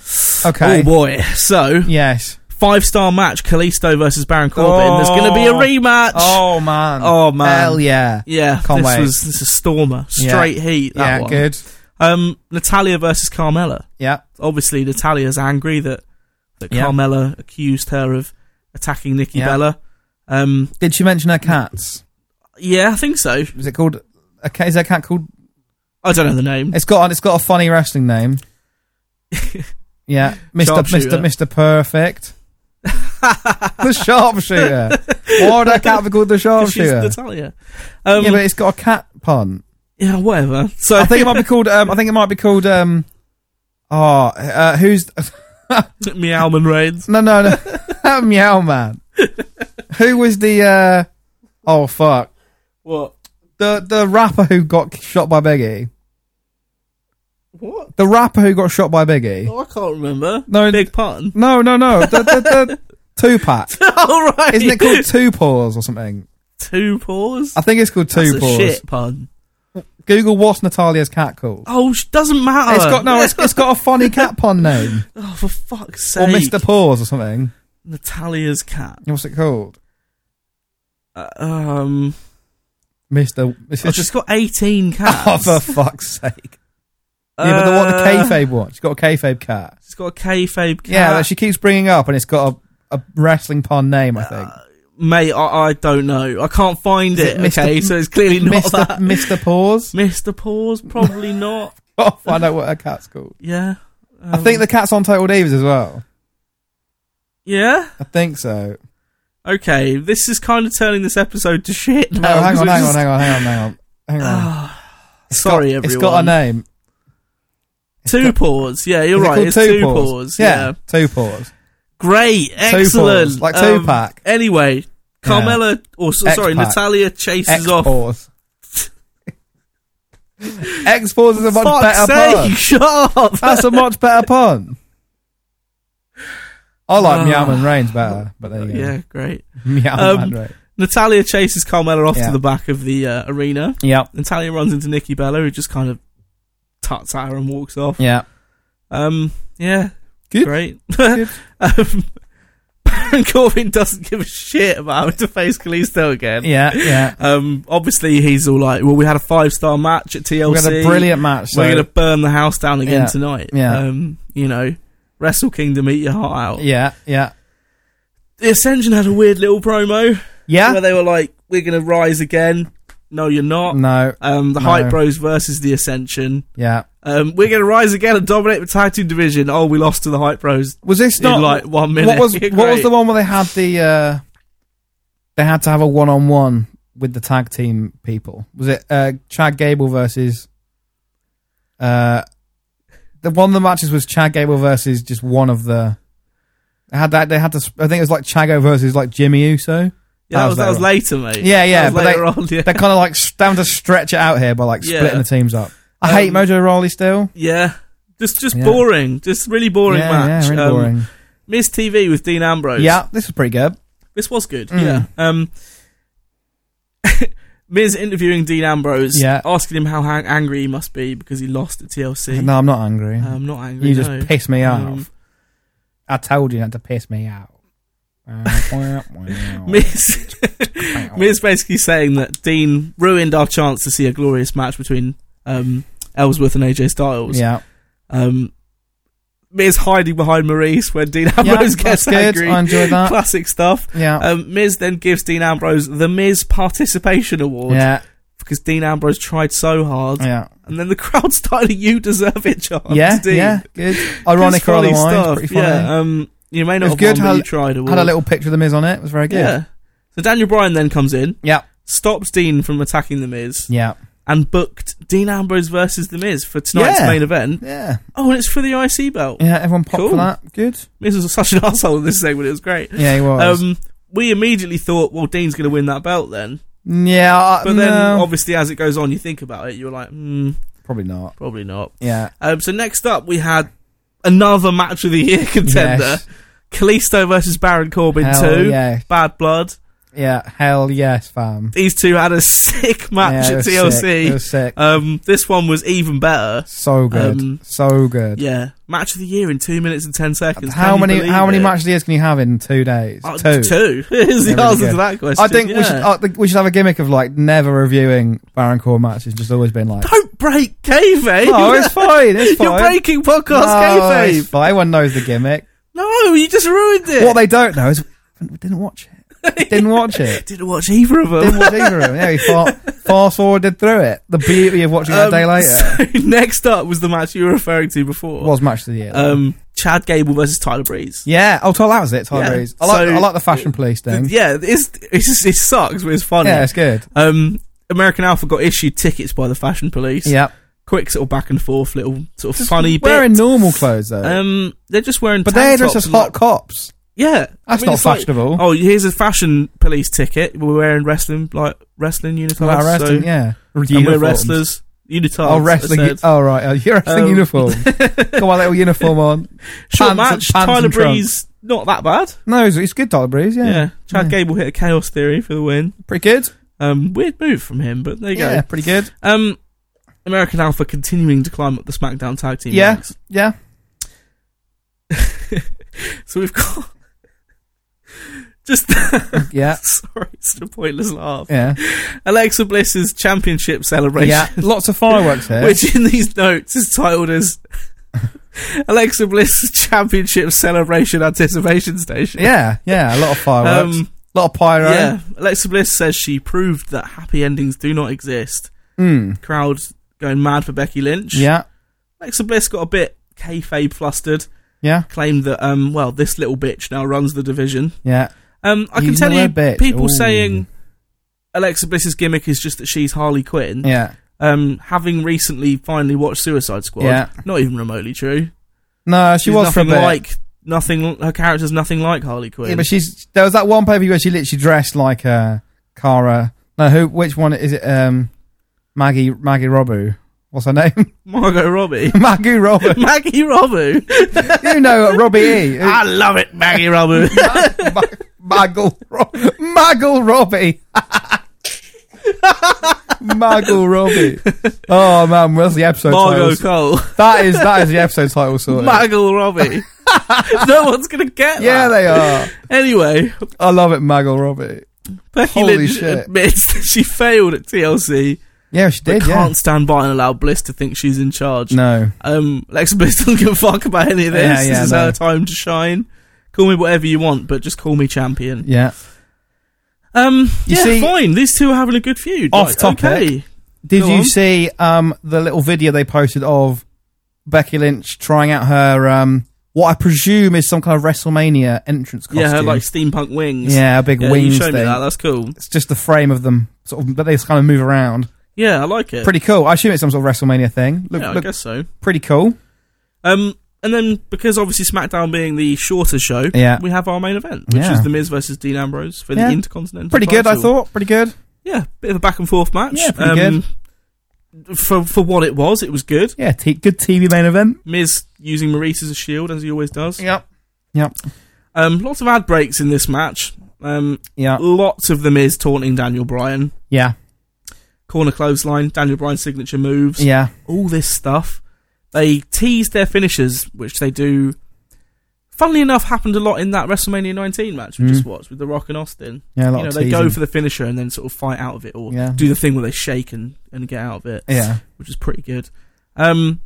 [SPEAKER 1] Okay.
[SPEAKER 2] Oh boy! So
[SPEAKER 1] Yes.
[SPEAKER 2] five star match: Kalisto versus Baron Corbin. There's going to be a
[SPEAKER 1] Oh.
[SPEAKER 2] rematch.
[SPEAKER 1] Oh man.
[SPEAKER 2] Oh, man.
[SPEAKER 1] Hell yeah.
[SPEAKER 2] Yeah,
[SPEAKER 1] Can't
[SPEAKER 2] this
[SPEAKER 1] wait.
[SPEAKER 2] was this is a stormer,
[SPEAKER 1] Yeah.
[SPEAKER 2] straight heat. That
[SPEAKER 1] yeah.
[SPEAKER 2] one.
[SPEAKER 1] Good.
[SPEAKER 2] Um, Natalia versus Carmella.
[SPEAKER 1] Yeah.
[SPEAKER 2] obviously Natalia's angry that that
[SPEAKER 1] Yeah.
[SPEAKER 2] Carmella accused her of attacking Nikki
[SPEAKER 1] Yeah.
[SPEAKER 2] Bella. Um,
[SPEAKER 1] Did she mention her cats?
[SPEAKER 2] yeah, I think so.
[SPEAKER 1] Is it called? A cat, is there a cat called?
[SPEAKER 2] I don't know the name.
[SPEAKER 1] It's got. It's got a funny wrestling name. Yeah, Mister Mister
[SPEAKER 2] Sharpshooter.
[SPEAKER 1] Mister Perfect. the sharpshooter. Why would that cat be called the
[SPEAKER 2] 'Cause she's
[SPEAKER 1] sharpshooter?
[SPEAKER 2] Natalia. Um,
[SPEAKER 1] yeah,
[SPEAKER 2] yeah,
[SPEAKER 1] but it's got a cat pun.
[SPEAKER 2] whatever. So
[SPEAKER 1] I think it might be called. Um, I think it might be called. Um, oh, uh, who's
[SPEAKER 2] meow and Reigns.
[SPEAKER 1] no no no? Meow man. Who was the? Uh, oh fuck.
[SPEAKER 2] What?
[SPEAKER 1] The the rapper who got shot by Biggie.
[SPEAKER 2] What?
[SPEAKER 1] The rapper who got shot by Biggie.
[SPEAKER 2] Oh, I can't remember.
[SPEAKER 1] No,
[SPEAKER 2] Big pun.
[SPEAKER 1] No no no. The, the, the Tupac.
[SPEAKER 2] All right.
[SPEAKER 1] Isn't it called Two Paws or something?
[SPEAKER 2] two paws?
[SPEAKER 1] I think it's called Two
[SPEAKER 2] That's
[SPEAKER 1] Paws.
[SPEAKER 2] a shit pun.
[SPEAKER 1] Google what's Natalia's cat called.
[SPEAKER 2] Oh, sh- doesn't matter.
[SPEAKER 1] It's got no. It's, it's got a funny cat pun name
[SPEAKER 2] Oh, for fuck's
[SPEAKER 1] or
[SPEAKER 2] sake.
[SPEAKER 1] Mister Paws or something.
[SPEAKER 2] Natalia's cat.
[SPEAKER 1] What's it called?
[SPEAKER 2] Uh, um,
[SPEAKER 1] Mister.
[SPEAKER 2] I've just got eighteen cats.
[SPEAKER 1] Oh, for fuck's sake. Yeah, but the, what the
[SPEAKER 2] Uh,
[SPEAKER 1] kayfabe one? She's got a kayfabe cat.
[SPEAKER 2] It's got a kayfabe cat.
[SPEAKER 1] Yeah, that she keeps bringing up, and it's got a, a wrestling pun name, I think.
[SPEAKER 2] Uh, Mate, I, I don't know. I can't
[SPEAKER 1] Is
[SPEAKER 2] find
[SPEAKER 1] it
[SPEAKER 2] it.
[SPEAKER 1] Mr.
[SPEAKER 2] Okay, so it's clearly not
[SPEAKER 1] Mr.
[SPEAKER 2] that.
[SPEAKER 1] Mr. Paws.
[SPEAKER 2] Mr. Paws, probably not.
[SPEAKER 1] Gotta find out what her cat's called.
[SPEAKER 2] Yeah.
[SPEAKER 1] I think
[SPEAKER 2] Um.
[SPEAKER 1] the cat's on Total Divas as well.
[SPEAKER 2] Yeah.
[SPEAKER 1] I think so.
[SPEAKER 2] Okay, this is kind of turning this episode to shit
[SPEAKER 1] No,
[SPEAKER 2] now.
[SPEAKER 1] hang
[SPEAKER 2] 'cause
[SPEAKER 1] on,
[SPEAKER 2] we're
[SPEAKER 1] hang on,
[SPEAKER 2] Oh, just-
[SPEAKER 1] hang on, hang on, hang on. Hang on. It's got-
[SPEAKER 2] Sorry, everyone.
[SPEAKER 1] It's got a name.
[SPEAKER 2] Two paws. Yeah, you're
[SPEAKER 1] Is it
[SPEAKER 2] right.
[SPEAKER 1] called
[SPEAKER 2] It's two paws. Yeah.
[SPEAKER 1] Two Paws.
[SPEAKER 2] Great. Excellent.
[SPEAKER 1] paws, like
[SPEAKER 2] Um,
[SPEAKER 1] Tupac.
[SPEAKER 2] anyway, Carmella, or so- sorry,
[SPEAKER 1] X-Pac.
[SPEAKER 2] Natalia chases
[SPEAKER 1] X
[SPEAKER 2] off.
[SPEAKER 1] Paws. X Paws is a much
[SPEAKER 2] Fuck's
[SPEAKER 1] better
[SPEAKER 2] sake,
[SPEAKER 1] pun.
[SPEAKER 2] shut up.
[SPEAKER 1] That's a much better pun. I like
[SPEAKER 2] Ah.
[SPEAKER 1] Meowman Reigns better, but there you go.
[SPEAKER 2] yeah, great.
[SPEAKER 1] Meowman
[SPEAKER 2] Um,
[SPEAKER 1] Reigns.
[SPEAKER 2] Natalia chases Carmella off
[SPEAKER 1] Yeah.
[SPEAKER 2] to the back of the uh, arena.
[SPEAKER 1] Yep.
[SPEAKER 2] Natalia runs into Nikki Bella, who just kind of tuts at her and walks off.
[SPEAKER 1] Yeah.
[SPEAKER 2] Um, yeah,
[SPEAKER 1] Good.
[SPEAKER 2] great.
[SPEAKER 1] Good.
[SPEAKER 2] um, Baron Corbin doesn't give a shit about having to face Kalisto again.
[SPEAKER 1] Yeah. Yeah.
[SPEAKER 2] Um, obviously he's all like, well, we had a five star match at TLC.
[SPEAKER 1] We had a brilliant match. So,
[SPEAKER 2] We're gonna burn the house down again
[SPEAKER 1] Yeah,
[SPEAKER 2] tonight.
[SPEAKER 1] yeah.
[SPEAKER 2] Um, you know, Wrestle Kingdom, eat your heart out.
[SPEAKER 1] yeah. Yeah.
[SPEAKER 2] The Ascension had a weird little promo where
[SPEAKER 1] Yeah.
[SPEAKER 2] they were like, "We're gonna rise again." No, you're not.
[SPEAKER 1] No.
[SPEAKER 2] Um, the
[SPEAKER 1] Mm. No.
[SPEAKER 2] Hype Bros versus the Ascension.
[SPEAKER 1] Yeah.
[SPEAKER 2] Um, we're gonna rise again and dominate the tag team division. Oh, we lost to the Hype Bros
[SPEAKER 1] Was this
[SPEAKER 2] in
[SPEAKER 1] not
[SPEAKER 2] like one minute.
[SPEAKER 1] What was
[SPEAKER 2] Great.
[SPEAKER 1] what was the one where they had the uh, they had to have a one on one with the tag team people? Was it uh, Chad Gable versus uh, the one of the matches was Chad Gable versus just one of the they had that they had to sp- I think it was like Chago versus like Jimmy Uso.
[SPEAKER 2] Yeah, that was, that was
[SPEAKER 1] later
[SPEAKER 2] later, mate.
[SPEAKER 1] Oh, Yeah, yeah,
[SPEAKER 2] that
[SPEAKER 1] but
[SPEAKER 2] was
[SPEAKER 1] they
[SPEAKER 2] later on. Yeah.
[SPEAKER 1] they're kind of like s- down to stretch it out here by like
[SPEAKER 2] Yeah.
[SPEAKER 1] splitting the teams up. I
[SPEAKER 2] Um,
[SPEAKER 1] hate Mojo Rawley still.
[SPEAKER 2] yeah. Just, just
[SPEAKER 1] Yeah.
[SPEAKER 2] boring. Just really boring
[SPEAKER 1] yeah,
[SPEAKER 2] match.
[SPEAKER 1] yeah, really
[SPEAKER 2] Um,
[SPEAKER 1] boring.
[SPEAKER 2] Miss TV with Dean Ambrose.
[SPEAKER 1] Yeah, this is pretty good.
[SPEAKER 2] This was good.
[SPEAKER 1] Mm.
[SPEAKER 2] Yeah. Um, Miz interviewing Dean Ambrose,
[SPEAKER 1] Yeah.
[SPEAKER 2] asking him how ha- angry he must be because he lost at TLC.
[SPEAKER 1] No, I'm not angry.
[SPEAKER 2] I'm Um, not angry.
[SPEAKER 1] You
[SPEAKER 2] no.
[SPEAKER 1] just piss me off.
[SPEAKER 2] Um,
[SPEAKER 1] I told you not to piss me out. Uh,
[SPEAKER 2] Miz, Miz basically saying that Dean ruined our chance to see a glorious match between um, Ellsworth and AJ Styles.
[SPEAKER 1] yeah,
[SPEAKER 2] Um, Miz hiding behind Maurice when Dean
[SPEAKER 1] yeah
[SPEAKER 2] Ambrose
[SPEAKER 1] that's
[SPEAKER 2] gets
[SPEAKER 1] good.
[SPEAKER 2] angry.
[SPEAKER 1] I enjoyed that.
[SPEAKER 2] Classic stuff.
[SPEAKER 1] Yeah,
[SPEAKER 2] Um, Miz then gives Dean Ambrose the Miz Participation Award.
[SPEAKER 1] yeah,
[SPEAKER 2] because Dean Ambrose tried so hard,
[SPEAKER 1] yeah,
[SPEAKER 2] and then the crowd started a "You deserve it" chant.
[SPEAKER 1] yeah,
[SPEAKER 2] to Dean.
[SPEAKER 1] yeah. Good.
[SPEAKER 2] It's
[SPEAKER 1] Ironic or
[SPEAKER 2] funny
[SPEAKER 1] otherwise,
[SPEAKER 2] stuff.
[SPEAKER 1] pretty funny.
[SPEAKER 2] Yeah, um, you may not
[SPEAKER 1] It's
[SPEAKER 2] have
[SPEAKER 1] good
[SPEAKER 2] won, but
[SPEAKER 1] how-
[SPEAKER 2] you tried.
[SPEAKER 1] Had a
[SPEAKER 2] award.
[SPEAKER 1] little picture of the Miz on it. It was very good.
[SPEAKER 2] yeah. So Daniel Bryan then comes in,
[SPEAKER 1] yeah,
[SPEAKER 2] stops Dean from attacking the Miz,
[SPEAKER 1] yeah,
[SPEAKER 2] and booked Dean Ambrose versus the Miz for tonight's
[SPEAKER 1] Yeah.
[SPEAKER 2] main event.
[SPEAKER 1] yeah.
[SPEAKER 2] Oh, and it's for the IC belt.
[SPEAKER 1] yeah everyone popped
[SPEAKER 2] Cool.
[SPEAKER 1] for that. Good.
[SPEAKER 2] Miz was such an asshole in this segment; it was great.
[SPEAKER 1] Yeah, he was.
[SPEAKER 2] Um, we immediately thought, well, Dean's going to win that belt then.
[SPEAKER 1] yeah, I-
[SPEAKER 2] But then,
[SPEAKER 1] no.
[SPEAKER 2] obviously, as it goes on, you think about it, you're like, hmm,
[SPEAKER 1] probably not.
[SPEAKER 2] probably not.
[SPEAKER 1] Yeah,
[SPEAKER 2] Um, so next up, we had another match of the year contender:
[SPEAKER 1] Yes.
[SPEAKER 2] Kalisto versus Baron Corbin
[SPEAKER 1] Hell
[SPEAKER 2] two.
[SPEAKER 1] Yeah,
[SPEAKER 2] Bad blood.
[SPEAKER 1] yeah. Hell yes, fam.
[SPEAKER 2] These two had a sick match
[SPEAKER 1] yeah, it
[SPEAKER 2] at
[SPEAKER 1] was Sick. It
[SPEAKER 2] TLC.
[SPEAKER 1] was sick.
[SPEAKER 2] Um, this one was even better.
[SPEAKER 1] so good.
[SPEAKER 2] um,
[SPEAKER 1] so good.
[SPEAKER 2] Yeah, match of the year in two minutes and ten seconds.
[SPEAKER 1] How
[SPEAKER 2] Can you
[SPEAKER 1] many
[SPEAKER 2] believe
[SPEAKER 1] how many
[SPEAKER 2] it?
[SPEAKER 1] match years can you have in two days?
[SPEAKER 2] Uh,
[SPEAKER 1] two.
[SPEAKER 2] Two is
[SPEAKER 1] Yeah,
[SPEAKER 2] the
[SPEAKER 1] really
[SPEAKER 2] answer to
[SPEAKER 1] good.
[SPEAKER 2] that question.
[SPEAKER 1] I think we should uh,
[SPEAKER 2] yeah.
[SPEAKER 1] I think we should have a gimmick of like never reviewing Baron Core matches. Just always been like,
[SPEAKER 2] Don't break kayfabe.
[SPEAKER 1] oh, it's fine, it's fine.
[SPEAKER 2] You're breaking
[SPEAKER 1] no,
[SPEAKER 2] podcast
[SPEAKER 1] it's
[SPEAKER 2] kayfabe.
[SPEAKER 1] fine. Everyone knows the gimmick.
[SPEAKER 2] No, you just ruined it.
[SPEAKER 1] What they don't know is we haven't- we didn't watch it. We didn't watch it.
[SPEAKER 2] didn't watch either of them.
[SPEAKER 1] Didn't watch either of them. Yeah, we fast, fast forwarded through it. The beauty of watching it a
[SPEAKER 2] Um,
[SPEAKER 1] day later
[SPEAKER 2] So next up was the match you were referring to before.
[SPEAKER 1] was match of the year.
[SPEAKER 2] um, Chad Gable versus Tyler Breeze.
[SPEAKER 1] yeah. Oh, Tyler, that was it. Tyler
[SPEAKER 2] yeah.
[SPEAKER 1] Breeze. I like
[SPEAKER 2] So- uh,
[SPEAKER 1] I like the fashion police thing.
[SPEAKER 2] Yeah, it's, it's just, it sucks, but it's funny.
[SPEAKER 1] Yeah, it's good.
[SPEAKER 2] Um, American Alpha got issued tickets by the fashion police.
[SPEAKER 1] Yeah,
[SPEAKER 2] Quick sort of back and forth, little sort of funny bit.
[SPEAKER 1] wearing normal clothes though.
[SPEAKER 2] um, they're just wearing.
[SPEAKER 1] but
[SPEAKER 2] tank
[SPEAKER 1] they're dressed
[SPEAKER 2] tops
[SPEAKER 1] as
[SPEAKER 2] and
[SPEAKER 1] hot
[SPEAKER 2] that-
[SPEAKER 1] cops.
[SPEAKER 2] Yeah,
[SPEAKER 1] That's
[SPEAKER 2] I mean,
[SPEAKER 1] not
[SPEAKER 2] it's like,
[SPEAKER 1] fashionable.
[SPEAKER 2] oh, here's a fashion police ticket. We're wearing wrestling like wrestling uniforms.
[SPEAKER 1] Like wrestling,
[SPEAKER 2] so,
[SPEAKER 1] yeah.
[SPEAKER 2] And we're
[SPEAKER 1] Uniforms.
[SPEAKER 2] wrestlers. Unitards.
[SPEAKER 1] Oh,
[SPEAKER 2] I
[SPEAKER 1] wrestling.
[SPEAKER 2] said.
[SPEAKER 1] oh, right. Oh, you're wrestling
[SPEAKER 2] Um,
[SPEAKER 1] uniform. Got my little uniform on.
[SPEAKER 2] Short
[SPEAKER 1] pants and-
[SPEAKER 2] match.
[SPEAKER 1] pants
[SPEAKER 2] Tyler
[SPEAKER 1] and trunks.
[SPEAKER 2] Breeze, not that bad.
[SPEAKER 1] No, it's, it's good, Tyler Breeze. Yeah.
[SPEAKER 2] Yeah. Chad
[SPEAKER 1] Yeah.
[SPEAKER 2] Gable hit a chaos theory for the win.
[SPEAKER 1] Pretty good.
[SPEAKER 2] Um, weird move from him, but there you
[SPEAKER 1] yeah, pretty good.
[SPEAKER 2] go. Um, American Alpha continuing to climb up the SmackDown tag team
[SPEAKER 1] Yeah.
[SPEAKER 2] ranks.
[SPEAKER 1] Yeah.
[SPEAKER 2] So we've got just
[SPEAKER 1] Yeah.
[SPEAKER 2] sorry, it's a pointless laugh.
[SPEAKER 1] Yeah.
[SPEAKER 2] Alexa Bliss's championship celebration,
[SPEAKER 1] Yeah. Lots of fireworks here.
[SPEAKER 2] which in these notes is titled as Alexa Bliss's championship celebration anticipation station.
[SPEAKER 1] yeah. Yeah. A lot of fireworks.
[SPEAKER 2] Um,
[SPEAKER 1] a lot of pyro.
[SPEAKER 2] yeah, Alexa Bliss says she proved that happy endings do not exist.
[SPEAKER 1] Mm.
[SPEAKER 2] Crowd going mad for Becky Lynch.
[SPEAKER 1] Yeah.
[SPEAKER 2] Alexa Bliss got a bit kayfabe flustered,
[SPEAKER 1] Yeah.
[SPEAKER 2] claimed that um, well, this little bitch now runs the division.
[SPEAKER 1] Yeah.
[SPEAKER 2] Um, I
[SPEAKER 1] You
[SPEAKER 2] can tell you,
[SPEAKER 1] little bitch.
[SPEAKER 2] people
[SPEAKER 1] Ooh.
[SPEAKER 2] saying Alexa Bliss's gimmick is just that she's Harley Quinn.
[SPEAKER 1] Yeah.
[SPEAKER 2] Um, having recently finally watched Suicide Squad,
[SPEAKER 1] Yeah.
[SPEAKER 2] not even remotely true.
[SPEAKER 1] No, she
[SPEAKER 2] She's
[SPEAKER 1] was for a
[SPEAKER 2] nothing
[SPEAKER 1] bit.
[SPEAKER 2] like nothing. Her character's nothing like Harley Quinn.
[SPEAKER 1] yeah, but she's there was that one pay where she literally dressed like uh, Cara. No, who? Which one is it? Um, Maggie Maggie Robu. What's her name?
[SPEAKER 2] Margot Robbie.
[SPEAKER 1] Maggie Robert.
[SPEAKER 2] Maggie Robbie.
[SPEAKER 1] you know Robbie E.
[SPEAKER 2] I love it, Maggie Robbie.
[SPEAKER 1] Ma- Maggle, Ro- Maggle Robbie. Maggle Robbie. Oh man, where's the episode
[SPEAKER 2] Margot
[SPEAKER 1] title?
[SPEAKER 2] Cole.
[SPEAKER 1] That is that is the episode title sorted.
[SPEAKER 2] Maggle Robbie. no one's gonna get
[SPEAKER 1] yeah,
[SPEAKER 2] that.
[SPEAKER 1] they are.
[SPEAKER 2] Anyway,
[SPEAKER 1] I love it, Maggle Robbie.
[SPEAKER 2] Becky
[SPEAKER 1] Holy
[SPEAKER 2] Lynch
[SPEAKER 1] shit.
[SPEAKER 2] admits that she failed at TLC,
[SPEAKER 1] Yeah, she
[SPEAKER 2] but
[SPEAKER 1] did. Yeah.
[SPEAKER 2] can't stand by and allow Bliss to think she's in charge.
[SPEAKER 1] No.
[SPEAKER 2] Um, Alexa Bliss doesn't give a fuck about any of this.
[SPEAKER 1] Yeah, yeah,
[SPEAKER 2] this is
[SPEAKER 1] no.
[SPEAKER 2] her time to shine. Call me whatever you want, but just call me champion.
[SPEAKER 1] Yeah.
[SPEAKER 2] Um,
[SPEAKER 1] You
[SPEAKER 2] yeah,
[SPEAKER 1] see-
[SPEAKER 2] fine. These two are having a good feud.
[SPEAKER 1] Off
[SPEAKER 2] Like,
[SPEAKER 1] topic.
[SPEAKER 2] Okay.
[SPEAKER 1] Did
[SPEAKER 2] Go
[SPEAKER 1] you
[SPEAKER 2] on.
[SPEAKER 1] see um, the little video they posted of Becky Lynch trying out her um, what I presume is some kind of WrestleMania entrance costume?
[SPEAKER 2] Yeah, her like steampunk wings.
[SPEAKER 1] yeah, a big
[SPEAKER 2] Yeah, you
[SPEAKER 1] wings
[SPEAKER 2] showed
[SPEAKER 1] thing.
[SPEAKER 2] me that. That's cool.
[SPEAKER 1] It's just the frame of them, sort of, but they just kind of move around.
[SPEAKER 2] Yeah, I like it.
[SPEAKER 1] Pretty cool. I assume it's some sort of WrestleMania thing. Look,
[SPEAKER 2] yeah, I
[SPEAKER 1] look
[SPEAKER 2] guess so.
[SPEAKER 1] pretty cool.
[SPEAKER 2] Um, and then because obviously SmackDown being the shorter show,
[SPEAKER 1] Yeah.
[SPEAKER 2] we have our main event, which
[SPEAKER 1] Yeah.
[SPEAKER 2] is The Miz versus Dean Ambrose for
[SPEAKER 1] Yeah.
[SPEAKER 2] the Intercontinental.
[SPEAKER 1] Pretty good, I
[SPEAKER 2] title.
[SPEAKER 1] thought. Pretty good.
[SPEAKER 2] Yeah, bit of a back and forth match.
[SPEAKER 1] Yeah, pretty
[SPEAKER 2] good. For for what it was, it was good.
[SPEAKER 1] Yeah, t- good TV main event.
[SPEAKER 2] Miz using Maurice as a shield as he always does.
[SPEAKER 1] Yep. Yep.
[SPEAKER 2] Um, lots of ad breaks in this match. Um,
[SPEAKER 1] Yeah.
[SPEAKER 2] lots of the Miz taunting Daniel Bryan,
[SPEAKER 1] Yeah.
[SPEAKER 2] corner clothesline, Daniel Bryan's signature moves.
[SPEAKER 1] Yeah.
[SPEAKER 2] all this stuff. They tease their finishes, which they do. Funnily enough, happened a lot in that WrestleMania 19 match we
[SPEAKER 1] Mm.
[SPEAKER 2] just watched with The Rock and Austin.
[SPEAKER 1] Yeah. A lot
[SPEAKER 2] You know,
[SPEAKER 1] of
[SPEAKER 2] they
[SPEAKER 1] teasing.
[SPEAKER 2] go for the finisher and then sort of fight out of it, or
[SPEAKER 1] Yeah.
[SPEAKER 2] do the thing where they shake and, and get out of it,
[SPEAKER 1] yeah.
[SPEAKER 2] which is pretty good. Um,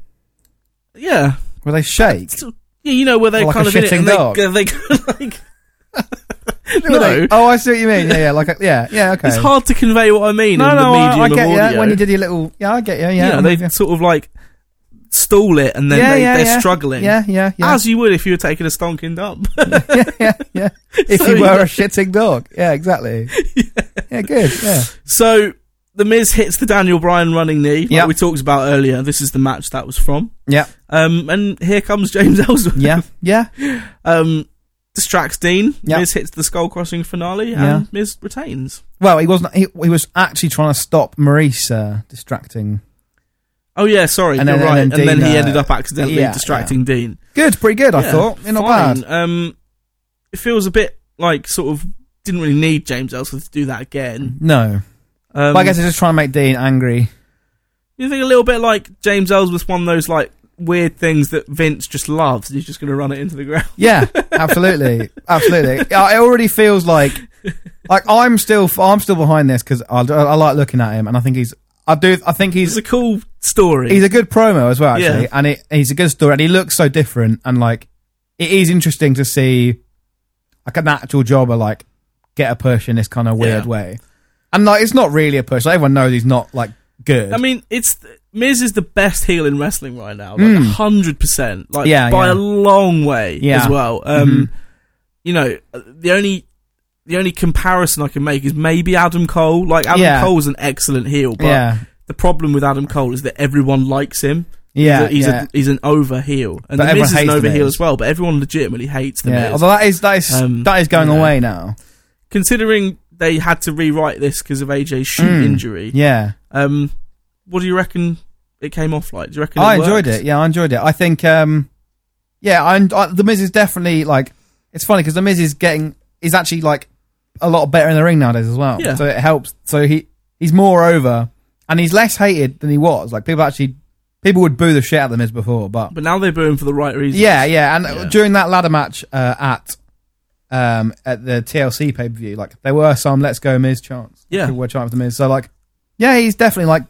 [SPEAKER 2] yeah,
[SPEAKER 1] Where they shake.
[SPEAKER 2] Sort of- yeah, you know where they're
[SPEAKER 1] Like
[SPEAKER 2] kind
[SPEAKER 1] a
[SPEAKER 2] of in it
[SPEAKER 1] shitting
[SPEAKER 2] and they,
[SPEAKER 1] dog.
[SPEAKER 2] go- they go like
[SPEAKER 1] Where they- oh, I see what you mean. Yeah. Yeah. Like. A, yeah. Yeah. Okay.
[SPEAKER 2] it's hard to convey what I mean
[SPEAKER 1] No,
[SPEAKER 2] in
[SPEAKER 1] no,
[SPEAKER 2] the medium
[SPEAKER 1] I, I
[SPEAKER 2] of
[SPEAKER 1] get
[SPEAKER 2] audio.
[SPEAKER 1] you. When you did your little, yeah, I get you. Yeah,
[SPEAKER 2] You know,
[SPEAKER 1] I'm
[SPEAKER 2] they
[SPEAKER 1] with you.
[SPEAKER 2] sort of like stall it and then
[SPEAKER 1] Yeah,
[SPEAKER 2] they,
[SPEAKER 1] yeah,
[SPEAKER 2] they're
[SPEAKER 1] yeah.
[SPEAKER 2] struggling.
[SPEAKER 1] yeah, yeah, yeah.
[SPEAKER 2] As you would if you were taking a stonking dump.
[SPEAKER 1] yeah, yeah, yeah. If
[SPEAKER 2] So
[SPEAKER 1] you
[SPEAKER 2] you-
[SPEAKER 1] were a shitting dog, yeah, exactly. yeah. good. Yeah,
[SPEAKER 2] so the Miz hits the Daniel Bryan running knee, like
[SPEAKER 1] Yep.
[SPEAKER 2] we talked about earlier. This is the match that was from.
[SPEAKER 1] yeah,
[SPEAKER 2] Um, and here comes James Ellsworth.
[SPEAKER 1] yeah, yeah.
[SPEAKER 2] Um, distracts Dean.
[SPEAKER 1] Yep.
[SPEAKER 2] Miz hits the skull crossing finale,
[SPEAKER 1] Yeah.
[SPEAKER 2] and Miz retains.
[SPEAKER 1] Well, he wasn't. He, he was actually trying to stop Maurice uh, distracting.
[SPEAKER 2] Oh yeah, sorry,
[SPEAKER 1] And
[SPEAKER 2] you're
[SPEAKER 1] then- and
[SPEAKER 2] right.
[SPEAKER 1] then
[SPEAKER 2] And then,
[SPEAKER 1] Dean,
[SPEAKER 2] he
[SPEAKER 1] uh,
[SPEAKER 2] ended up accidentally
[SPEAKER 1] yeah,
[SPEAKER 2] distracting Dean.
[SPEAKER 1] Good, pretty good. I
[SPEAKER 2] Yeah,
[SPEAKER 1] thought. Yeah, not
[SPEAKER 2] fine.
[SPEAKER 1] bad.
[SPEAKER 2] Um, it feels a bit like sort of didn't really need James Ellsworth to do that again.
[SPEAKER 1] No,
[SPEAKER 2] Um,
[SPEAKER 1] but I guess they're just trying to make Dean angry.
[SPEAKER 2] You think a little bit like James Ellsworth's one of those like weird things that Vince just loves. and He's just going to run it into the ground.
[SPEAKER 1] Yeah, absolutely, absolutely. Yeah, It already feels like like I'm still I'm still behind this because I, I like looking at him and I think he's I do I think he's
[SPEAKER 2] It's a cool story.
[SPEAKER 1] He's a good promo as well, actually,
[SPEAKER 2] Yeah.
[SPEAKER 1] and it, he's a good story, and he looks so different, and like it is interesting to see like an actual jobber like get a push in this kind of weird
[SPEAKER 2] Yeah.
[SPEAKER 1] way, and like it's not really a push. Like, everyone knows he's not like good.
[SPEAKER 2] I mean, it's Miz is the best heel in wrestling right now, like hundred percent, like
[SPEAKER 1] Hmm. Yeah,
[SPEAKER 2] by
[SPEAKER 1] yeah.
[SPEAKER 2] a long way
[SPEAKER 1] Yeah. Mm-hmm.
[SPEAKER 2] as well. Um, You know, the only the only comparison I can make is maybe Adam Cole. Like Adam
[SPEAKER 1] Yeah.
[SPEAKER 2] Cole's an excellent heel, but
[SPEAKER 1] yeah,
[SPEAKER 2] the problem with Adam Cole is that everyone likes him.
[SPEAKER 1] yeah,
[SPEAKER 2] he's, a, he's,
[SPEAKER 1] yeah.
[SPEAKER 2] a, he's an over heel, and
[SPEAKER 1] But
[SPEAKER 2] the
[SPEAKER 1] everyone
[SPEAKER 2] Miz is an
[SPEAKER 1] hates The
[SPEAKER 2] over heel
[SPEAKER 1] Miz.
[SPEAKER 2] as well. But everyone legitimately hates the
[SPEAKER 1] yeah.
[SPEAKER 2] Miz.
[SPEAKER 1] Although that is that is
[SPEAKER 2] Um,
[SPEAKER 1] that is going
[SPEAKER 2] you know.
[SPEAKER 1] away now.
[SPEAKER 2] Considering they had to rewrite this because of AJ's shoot
[SPEAKER 1] Mm.
[SPEAKER 2] injury,
[SPEAKER 1] Yeah,
[SPEAKER 2] Um, what do you reckon it came off like? Do you reckon
[SPEAKER 1] I
[SPEAKER 2] it
[SPEAKER 1] enjoyed
[SPEAKER 2] worked?
[SPEAKER 1] it. Yeah, I enjoyed it. I think, um, yeah, I, I the Miz is definitely like it's funny because the Miz is getting is actually like a lot better in the ring nowadays as well.
[SPEAKER 2] Yeah.
[SPEAKER 1] So it helps. So he he's more over and he's less hated than he was. Like people actually people would boo the shit out of the Miz before, but
[SPEAKER 2] But now they're booing for the right reasons.
[SPEAKER 1] yeah, yeah. And
[SPEAKER 2] Yeah.
[SPEAKER 1] during that ladder match uh, at um at the TLC pay per view, like there were some "Let's Go Miz" chants.
[SPEAKER 2] Yeah.
[SPEAKER 1] people were chanting for the Miz. So like, yeah, he's definitely like.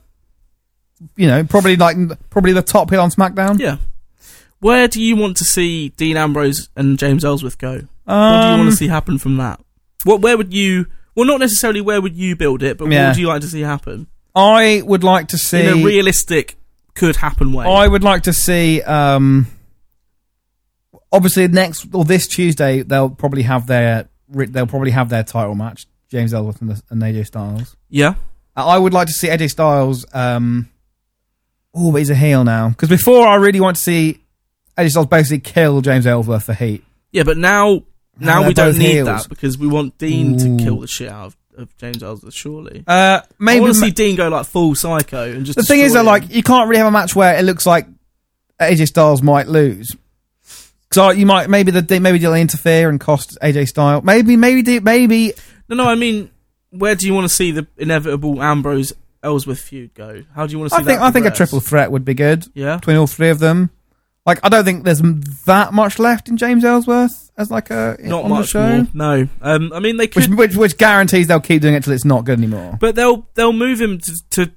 [SPEAKER 1] You know, probably like probably the top heel on SmackDown.
[SPEAKER 2] Yeah. Where do you want to see Dean Ambrose and James Ellsworth go? What do you
[SPEAKER 1] Um,
[SPEAKER 2] want to see happen from that? What? Where would you? Well, not necessarily where would you build it, but what
[SPEAKER 1] Yeah.
[SPEAKER 2] would you like to see happen
[SPEAKER 1] I would like to see.
[SPEAKER 2] in a realistic could happen way?
[SPEAKER 1] I would like to see. Um, obviously, next or this Tuesday, they'll probably have their ri- they'll probably have their title match. James Ellsworth and, the, and AJ Styles.
[SPEAKER 2] yeah.
[SPEAKER 1] Uh, I would like to see AJ Styles. Um, oh, but he's a heel now. Because before, I really want to see AJ Styles basically kill James Ellsworth for heat.
[SPEAKER 2] Yeah, but now now
[SPEAKER 1] they're
[SPEAKER 2] we don't
[SPEAKER 1] both
[SPEAKER 2] need
[SPEAKER 1] heels.
[SPEAKER 2] that because we want Dean
[SPEAKER 1] Ooh.
[SPEAKER 2] to kill the shit out of, of James Ellsworth, surely.
[SPEAKER 1] Uh,
[SPEAKER 2] Maybe I
[SPEAKER 1] maybe
[SPEAKER 2] want to see Dean go like full psycho and just.
[SPEAKER 1] the thing is,
[SPEAKER 2] destroy
[SPEAKER 1] though, like
[SPEAKER 2] him.
[SPEAKER 1] you can't really have a match where it looks like AJ Styles might lose. So you might maybe the maybe they'll interfere and cost AJ Styles. Maybe maybe do- maybe
[SPEAKER 2] no, no. I mean, where do you want to see the inevitable Ambrose Ellsworth feud go? How do you want to see
[SPEAKER 1] I think
[SPEAKER 2] that?
[SPEAKER 1] I think a
[SPEAKER 2] progress?
[SPEAKER 1] triple threat would be good
[SPEAKER 2] Yeah,
[SPEAKER 1] between all three of them. Like I don't think there's m- that much left in James Ellsworth as like a
[SPEAKER 2] not
[SPEAKER 1] on the
[SPEAKER 2] much
[SPEAKER 1] show,
[SPEAKER 2] more. No. Um, I mean, they
[SPEAKER 1] which,
[SPEAKER 2] could,
[SPEAKER 1] which which guarantees they'll keep doing it till it's not good anymore.
[SPEAKER 2] but they'll they'll move him to, to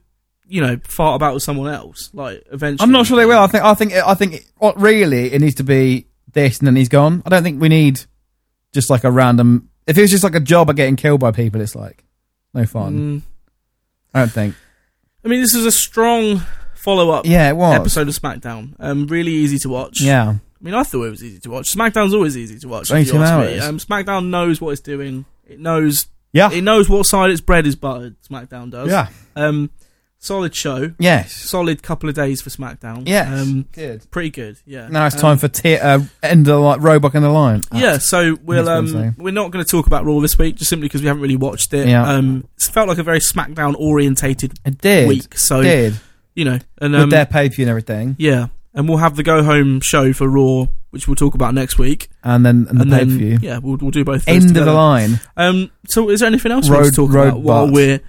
[SPEAKER 2] you know fart about with someone else like eventually.
[SPEAKER 1] I'm not sure they will. I think I think I think what really it needs to be this and then he's gone. I don't think we need just like a random. If it was just like a job of getting killed by people, it's like no fun.
[SPEAKER 2] Mm.
[SPEAKER 1] I don't think.
[SPEAKER 2] I mean, this is a strong follow up
[SPEAKER 1] Yeah, it was.
[SPEAKER 2] episode of SmackDown. Um, really easy to watch.
[SPEAKER 1] Yeah,
[SPEAKER 2] I mean, I thought it was easy to watch. SmackDown's always easy to watch.
[SPEAKER 1] It's
[SPEAKER 2] if
[SPEAKER 1] only
[SPEAKER 2] you
[SPEAKER 1] two
[SPEAKER 2] ask me.
[SPEAKER 1] hours.
[SPEAKER 2] Um, SmackDown knows what it's doing. It knows.
[SPEAKER 1] yeah,
[SPEAKER 2] It knows what side its bread is buttered. SmackDown does.
[SPEAKER 1] yeah,
[SPEAKER 2] Um, solid show.
[SPEAKER 1] yes,
[SPEAKER 2] Solid couple of days for SmackDown.
[SPEAKER 1] yes.
[SPEAKER 2] Um,
[SPEAKER 1] good.
[SPEAKER 2] pretty good. Yeah.
[SPEAKER 1] Now it's
[SPEAKER 2] Um,
[SPEAKER 1] time for t- uh, end the like Roebuck and the Lion.
[SPEAKER 2] Yeah, so we'll
[SPEAKER 1] That's what I'm
[SPEAKER 2] um
[SPEAKER 1] saying.
[SPEAKER 2] we're not going to talk about Raw this week just simply because we haven't really watched it.
[SPEAKER 1] Yeah.
[SPEAKER 2] Um, it's felt like a very SmackDown orientated
[SPEAKER 1] it did.
[SPEAKER 2] week. So
[SPEAKER 1] did
[SPEAKER 2] you know, and
[SPEAKER 1] with
[SPEAKER 2] um,
[SPEAKER 1] their pay per view and everything,
[SPEAKER 2] yeah, and we'll have the go home show for Raw, which we'll talk about next week.
[SPEAKER 1] and then and the
[SPEAKER 2] and
[SPEAKER 1] pay per
[SPEAKER 2] then
[SPEAKER 1] view.
[SPEAKER 2] yeah, we'll we'll do both. those
[SPEAKER 1] End of the
[SPEAKER 2] together.
[SPEAKER 1] line.
[SPEAKER 2] Um, so is there anything else we want to
[SPEAKER 1] Road-
[SPEAKER 2] talk
[SPEAKER 1] road
[SPEAKER 2] about while
[SPEAKER 1] bars.
[SPEAKER 2] we're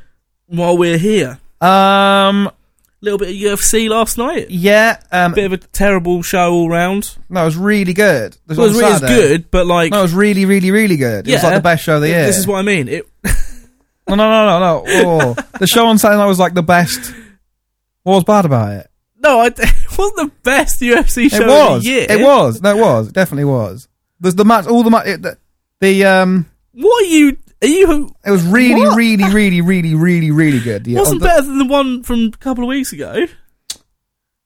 [SPEAKER 2] while we're here?
[SPEAKER 1] Um,
[SPEAKER 2] A little bit of UFC last night.
[SPEAKER 1] yeah, um,
[SPEAKER 2] Bit of a terrible show all round.
[SPEAKER 1] no, it was really good.
[SPEAKER 2] It was,
[SPEAKER 1] on
[SPEAKER 2] it was
[SPEAKER 1] Saturday. Oh,
[SPEAKER 2] good, but like
[SPEAKER 1] No, it was really, really, really good. It was like
[SPEAKER 2] Yeah.
[SPEAKER 1] the best show of the year.
[SPEAKER 2] this is what I mean. It
[SPEAKER 1] No, no, no, no, no. Oh. the show on Saturday night was like the best. What was bad about it?
[SPEAKER 2] no, I, it wasn't the best UFC show
[SPEAKER 1] it was.
[SPEAKER 2] of the year.
[SPEAKER 1] It was. No, it was. It definitely was. There's the match. All the match. The, the um.
[SPEAKER 2] What are you? Are you?
[SPEAKER 1] It was really,
[SPEAKER 2] What?
[SPEAKER 1] really, really, really, really, really good. Yeah.
[SPEAKER 2] wasn't
[SPEAKER 1] on
[SPEAKER 2] better than the one from a couple of weeks ago.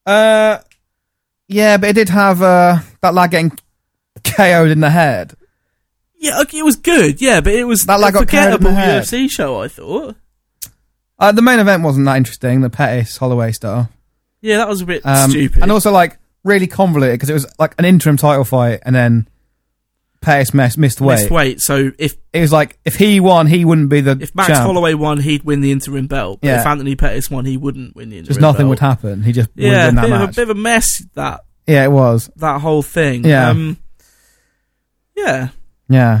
[SPEAKER 1] the- uh. Yeah, but it did have uh that lad getting KO'd in the head.
[SPEAKER 2] Yeah, okay, it was good. Yeah, but it was
[SPEAKER 1] That, like,
[SPEAKER 2] a
[SPEAKER 1] got carried in the
[SPEAKER 2] forgettable
[SPEAKER 1] head.
[SPEAKER 2] UFC show. I thought.
[SPEAKER 1] Uh, the main event wasn't that interesting. The Pettis Holloway stuff.
[SPEAKER 2] Yeah, that was a bit
[SPEAKER 1] Um,
[SPEAKER 2] stupid.
[SPEAKER 1] And also, like, really convoluted because it was like an interim title fight and then Pettis mess, missed weight.
[SPEAKER 2] Missed weight. So if
[SPEAKER 1] It was like, if he won, he wouldn't be the.
[SPEAKER 2] if Max
[SPEAKER 1] champ.
[SPEAKER 2] Holloway won, he'd win the interim belt. But
[SPEAKER 1] Yeah.
[SPEAKER 2] if Anthony Pettis won, he wouldn't win the interim.
[SPEAKER 1] Just nothing
[SPEAKER 2] belt.
[SPEAKER 1] would happen. He just
[SPEAKER 2] Yeah,
[SPEAKER 1] would win that
[SPEAKER 2] bit, of a,
[SPEAKER 1] match.
[SPEAKER 2] bit of a mess that
[SPEAKER 1] Yeah, it was.
[SPEAKER 2] that whole thing.
[SPEAKER 1] Yeah.
[SPEAKER 2] um, yeah.
[SPEAKER 1] Yeah.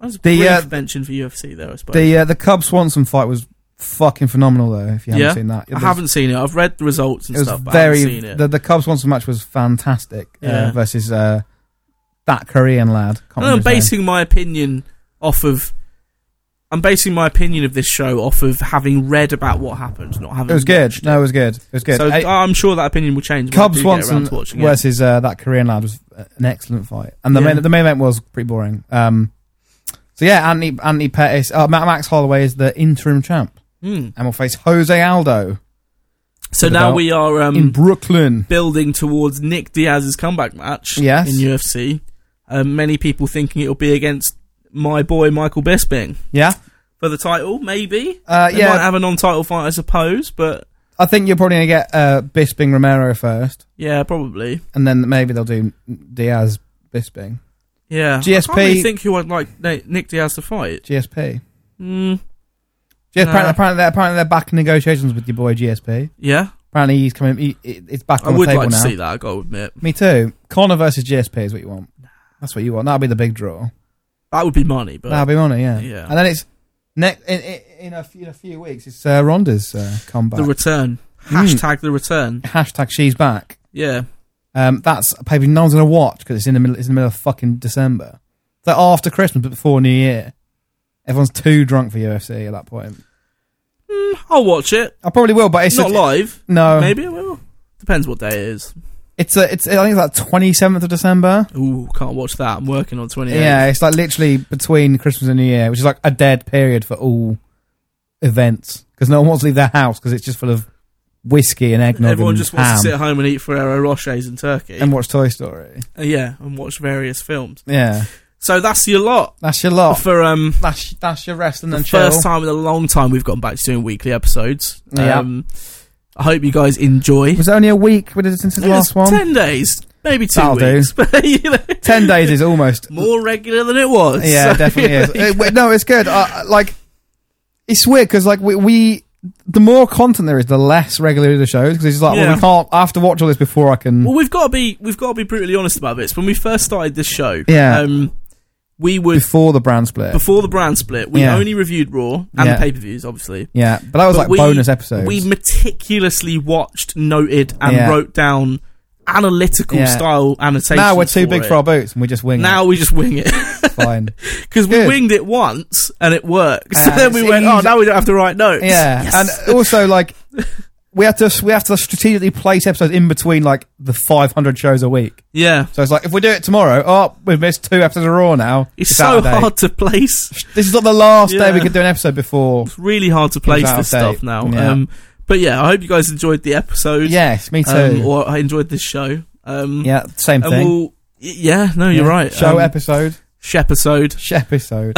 [SPEAKER 2] That was a
[SPEAKER 1] The,
[SPEAKER 2] brief
[SPEAKER 1] uh,
[SPEAKER 2] mention for UFC there, I suppose.
[SPEAKER 1] The uh, the Cub Swanson fight was fucking phenomenal, though, if you haven't
[SPEAKER 2] Yeah,
[SPEAKER 1] seen that. It
[SPEAKER 2] I
[SPEAKER 1] was-
[SPEAKER 2] haven't seen it. I've read the results and
[SPEAKER 1] It was
[SPEAKER 2] stuff, but I
[SPEAKER 1] very.
[SPEAKER 2] haven't seen it.
[SPEAKER 1] The, the Cub Swanson match was fantastic
[SPEAKER 2] Yeah.
[SPEAKER 1] uh, versus uh, that Korean lad. Can't
[SPEAKER 2] And I'm
[SPEAKER 1] remember his name.
[SPEAKER 2] basing my opinion off of. I'm basing my opinion of this show off of having read about what happened, not having.
[SPEAKER 1] It was
[SPEAKER 2] watched
[SPEAKER 1] good. No, it was good. It was good.
[SPEAKER 2] So
[SPEAKER 1] I-
[SPEAKER 2] I, am sure that opinion will change. when I
[SPEAKER 1] Cub
[SPEAKER 2] do get around
[SPEAKER 1] Swanson
[SPEAKER 2] to watching it.
[SPEAKER 1] versus uh, that Korean lad was an excellent fight, and the
[SPEAKER 2] Yeah.
[SPEAKER 1] main the main event was pretty boring. Um, so yeah, Anthony Anthony Pettis, uh, Ma- Max Holloway is the interim champ,
[SPEAKER 2] Hmm.
[SPEAKER 1] and will face Jose Aldo
[SPEAKER 2] So
[SPEAKER 1] Good
[SPEAKER 2] now
[SPEAKER 1] about-
[SPEAKER 2] we are um,
[SPEAKER 1] in Brooklyn.
[SPEAKER 2] building towards Nick Diaz's comeback match
[SPEAKER 1] Yes.
[SPEAKER 2] in UFC. Um, many people thinking it'll be against my boy Michael Bisping
[SPEAKER 1] Yeah,
[SPEAKER 2] for the title, maybe.
[SPEAKER 1] uh,
[SPEAKER 2] They might
[SPEAKER 1] yeah.
[SPEAKER 2] have a non-title fight, I suppose, but
[SPEAKER 1] I think you're probably gonna get uh, Bisping Romero first,
[SPEAKER 2] yeah, probably.
[SPEAKER 1] and then maybe they'll do Diaz Bisping
[SPEAKER 2] Yeah, I
[SPEAKER 1] GSP
[SPEAKER 2] can't really think who I'd like Na- Nick Diaz to fight.
[SPEAKER 1] GSP.
[SPEAKER 2] Mm,
[SPEAKER 1] Yeah,
[SPEAKER 2] No.
[SPEAKER 1] apparently, apparently, they're, apparently they're back in negotiations with your boy GSP.
[SPEAKER 2] yeah,
[SPEAKER 1] Apparently he's coming. He, it- it's back
[SPEAKER 2] I
[SPEAKER 1] on
[SPEAKER 2] would
[SPEAKER 1] the table
[SPEAKER 2] like
[SPEAKER 1] now.
[SPEAKER 2] to see that. I gotta admit,
[SPEAKER 1] Me too. Connor versus GSP is what you want. That's what you want. That'll be the big draw.
[SPEAKER 2] that would be money, but
[SPEAKER 1] That'll be money, yeah.
[SPEAKER 2] Yeah.
[SPEAKER 1] And then it's next in, in, in, a few, in a few weeks. It's uh, Ronda's uh, comeback.
[SPEAKER 2] the return.
[SPEAKER 1] Mm.
[SPEAKER 2] Hashtag the return.
[SPEAKER 1] Hashtag she's back.
[SPEAKER 2] Yeah,
[SPEAKER 1] Um, that's a paper no one's gonna watch because it's in the middle. It's in the middle of fucking December. It's like after Christmas, but before New Year. Everyone's too drunk for UFC at that point.
[SPEAKER 2] Hmm, I'll watch it.
[SPEAKER 1] I probably will, but it's
[SPEAKER 2] It's not
[SPEAKER 1] a- Uh.
[SPEAKER 2] live.
[SPEAKER 1] No,
[SPEAKER 2] Maybe I will. Depends what day it is.
[SPEAKER 1] It's a, it's. I think it's like twenty seventh of December.
[SPEAKER 2] Ooh, can't watch that. I'm working on 28.
[SPEAKER 1] Yeah. it's like literally between Christmas and New Year, which is like a dead period for all events because no one wants to leave their house because it's just full of whiskey and eggnog.
[SPEAKER 2] Everyone
[SPEAKER 1] and
[SPEAKER 2] just wants
[SPEAKER 1] ham.
[SPEAKER 2] to sit at home and eat Ferrero Rochers in Turkey.
[SPEAKER 1] and watch Toy Story.
[SPEAKER 2] Uh, yeah, and watch various films.
[SPEAKER 1] Yeah,
[SPEAKER 2] So that's your lot
[SPEAKER 1] that's your lot.
[SPEAKER 2] for um
[SPEAKER 1] That's that's your rest and
[SPEAKER 2] the
[SPEAKER 1] then chill.
[SPEAKER 2] first time in a long time we've gone back to doing weekly episodes.
[SPEAKER 1] Yeah.
[SPEAKER 2] Um, I hope you guys enjoy.
[SPEAKER 1] It was only a week we did it since the
[SPEAKER 2] It
[SPEAKER 1] last one.
[SPEAKER 2] was
[SPEAKER 1] Ten,
[SPEAKER 2] Ten days, maybe 2
[SPEAKER 1] That'll do.
[SPEAKER 2] weeks, but you know,
[SPEAKER 1] days is almost.
[SPEAKER 2] more regular than it was.
[SPEAKER 1] yeah,
[SPEAKER 2] So,
[SPEAKER 1] definitely is. Uh,
[SPEAKER 2] you know,
[SPEAKER 1] It- wait, no, it's good. I, I- uh, like it's weird because like we, we the more content there is, the less regularly the shows because it's just like well,
[SPEAKER 2] Yeah.
[SPEAKER 1] we can't. I have to watch all this before I can.
[SPEAKER 2] Well, we've got to be we've got to be brutally honest about this. When we first started this show,
[SPEAKER 1] Yeah.
[SPEAKER 2] um, we would
[SPEAKER 1] before the brand split.
[SPEAKER 2] before the brand split, we
[SPEAKER 1] Yeah.
[SPEAKER 2] only reviewed Raw and
[SPEAKER 1] Yeah.
[SPEAKER 2] the pay per views, obviously.
[SPEAKER 1] yeah, but that was
[SPEAKER 2] But
[SPEAKER 1] like
[SPEAKER 2] we-
[SPEAKER 1] bonus episodes.
[SPEAKER 2] We meticulously watched, noted, and
[SPEAKER 1] Yeah.
[SPEAKER 2] wrote down analytical
[SPEAKER 1] Yeah.
[SPEAKER 2] style annotations.
[SPEAKER 1] now we're too big
[SPEAKER 2] it.
[SPEAKER 1] for our boots and we just wing.
[SPEAKER 2] Now we just wing it
[SPEAKER 1] it's fine.
[SPEAKER 2] because we
[SPEAKER 1] Good.
[SPEAKER 2] winged it once and it worked. So
[SPEAKER 1] Uh,
[SPEAKER 2] then we
[SPEAKER 1] it's
[SPEAKER 2] went, oh,
[SPEAKER 1] easy-
[SPEAKER 2] now we don't have to write notes.
[SPEAKER 1] Yeah,
[SPEAKER 2] Yes.
[SPEAKER 1] and uh, also like we have to we have to strategically place episodes in between like the 500 shows a week.
[SPEAKER 2] yeah,
[SPEAKER 1] So it's like if we do it tomorrow, oh, we've missed two episodes of Raw now.
[SPEAKER 2] it's
[SPEAKER 1] It's
[SPEAKER 2] so
[SPEAKER 1] Saturday.
[SPEAKER 2] hard to place.
[SPEAKER 1] This is not the last day we
[SPEAKER 2] Yeah.
[SPEAKER 1] could do an episode before.
[SPEAKER 2] It's really hard to place
[SPEAKER 1] out
[SPEAKER 2] this
[SPEAKER 1] of date.
[SPEAKER 2] stuff now.
[SPEAKER 1] Yeah.
[SPEAKER 2] Um, but yeah, I hope you guys enjoyed the episode.
[SPEAKER 1] Yes, me too.
[SPEAKER 2] um, or I enjoyed this show. Um,
[SPEAKER 1] yeah, same
[SPEAKER 2] and
[SPEAKER 1] thing.
[SPEAKER 2] we'll, y- yeah, no, you're
[SPEAKER 1] Yeah.
[SPEAKER 2] right.
[SPEAKER 1] Show
[SPEAKER 2] um,
[SPEAKER 1] episode,
[SPEAKER 2] episode.
[SPEAKER 1] sh episode.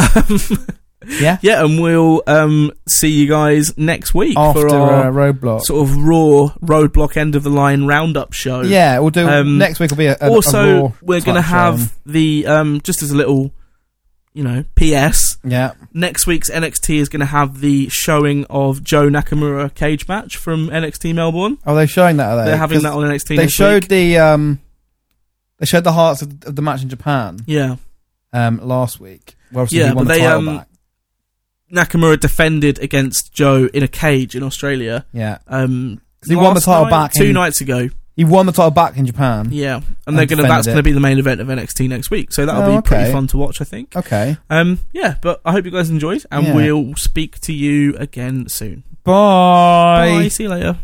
[SPEAKER 1] yeah,
[SPEAKER 2] Yeah, and we'll um, see you guys next week
[SPEAKER 1] after
[SPEAKER 2] for
[SPEAKER 1] uh,
[SPEAKER 2] our
[SPEAKER 1] roadblock.
[SPEAKER 2] sort of raw roadblock end of the line roundup show.
[SPEAKER 1] yeah, we'll do
[SPEAKER 2] Um,
[SPEAKER 1] next week. Will be a, a, a
[SPEAKER 2] also,
[SPEAKER 1] Raw
[SPEAKER 2] we're going to
[SPEAKER 1] touch
[SPEAKER 2] have
[SPEAKER 1] on.
[SPEAKER 2] the um, just as a little, you know, PS.
[SPEAKER 1] yeah,
[SPEAKER 2] Next week's NXT is going to have the showing of Joe Nakamura cage match from NXT Melbourne.
[SPEAKER 1] are they showing that? Are they?
[SPEAKER 2] They're having
[SPEAKER 1] 'Cause
[SPEAKER 2] that on NXT.
[SPEAKER 1] Uh, They
[SPEAKER 2] next
[SPEAKER 1] showed
[SPEAKER 2] week.
[SPEAKER 1] the um, they showed the hearts of, of the match in Japan
[SPEAKER 2] yeah.
[SPEAKER 1] um last week. Well, obviously
[SPEAKER 2] Yeah,
[SPEAKER 1] he won
[SPEAKER 2] but
[SPEAKER 1] the
[SPEAKER 2] they,
[SPEAKER 1] title
[SPEAKER 2] um,
[SPEAKER 1] back.
[SPEAKER 2] Nakamura defended against Joe in a cage in Australia.
[SPEAKER 1] Yeah,
[SPEAKER 2] Um,
[SPEAKER 1] 'Cause he won the
[SPEAKER 2] last
[SPEAKER 1] title
[SPEAKER 2] night-
[SPEAKER 1] back
[SPEAKER 2] two
[SPEAKER 1] in-
[SPEAKER 2] nights ago.
[SPEAKER 1] he won the title back in Japan.
[SPEAKER 2] Yeah, and
[SPEAKER 1] And
[SPEAKER 2] they're gonna that's
[SPEAKER 1] defended it.
[SPEAKER 2] gonna be the main event of NXT next week. So that'll
[SPEAKER 1] Oh,
[SPEAKER 2] be pretty
[SPEAKER 1] okay.
[SPEAKER 2] fun to watch, I think.
[SPEAKER 1] Okay,
[SPEAKER 2] Um, yeah, but I hope you guys enjoyed, and
[SPEAKER 1] Yeah.
[SPEAKER 2] we'll speak to you again soon.
[SPEAKER 1] bye.
[SPEAKER 2] Bye. See you later.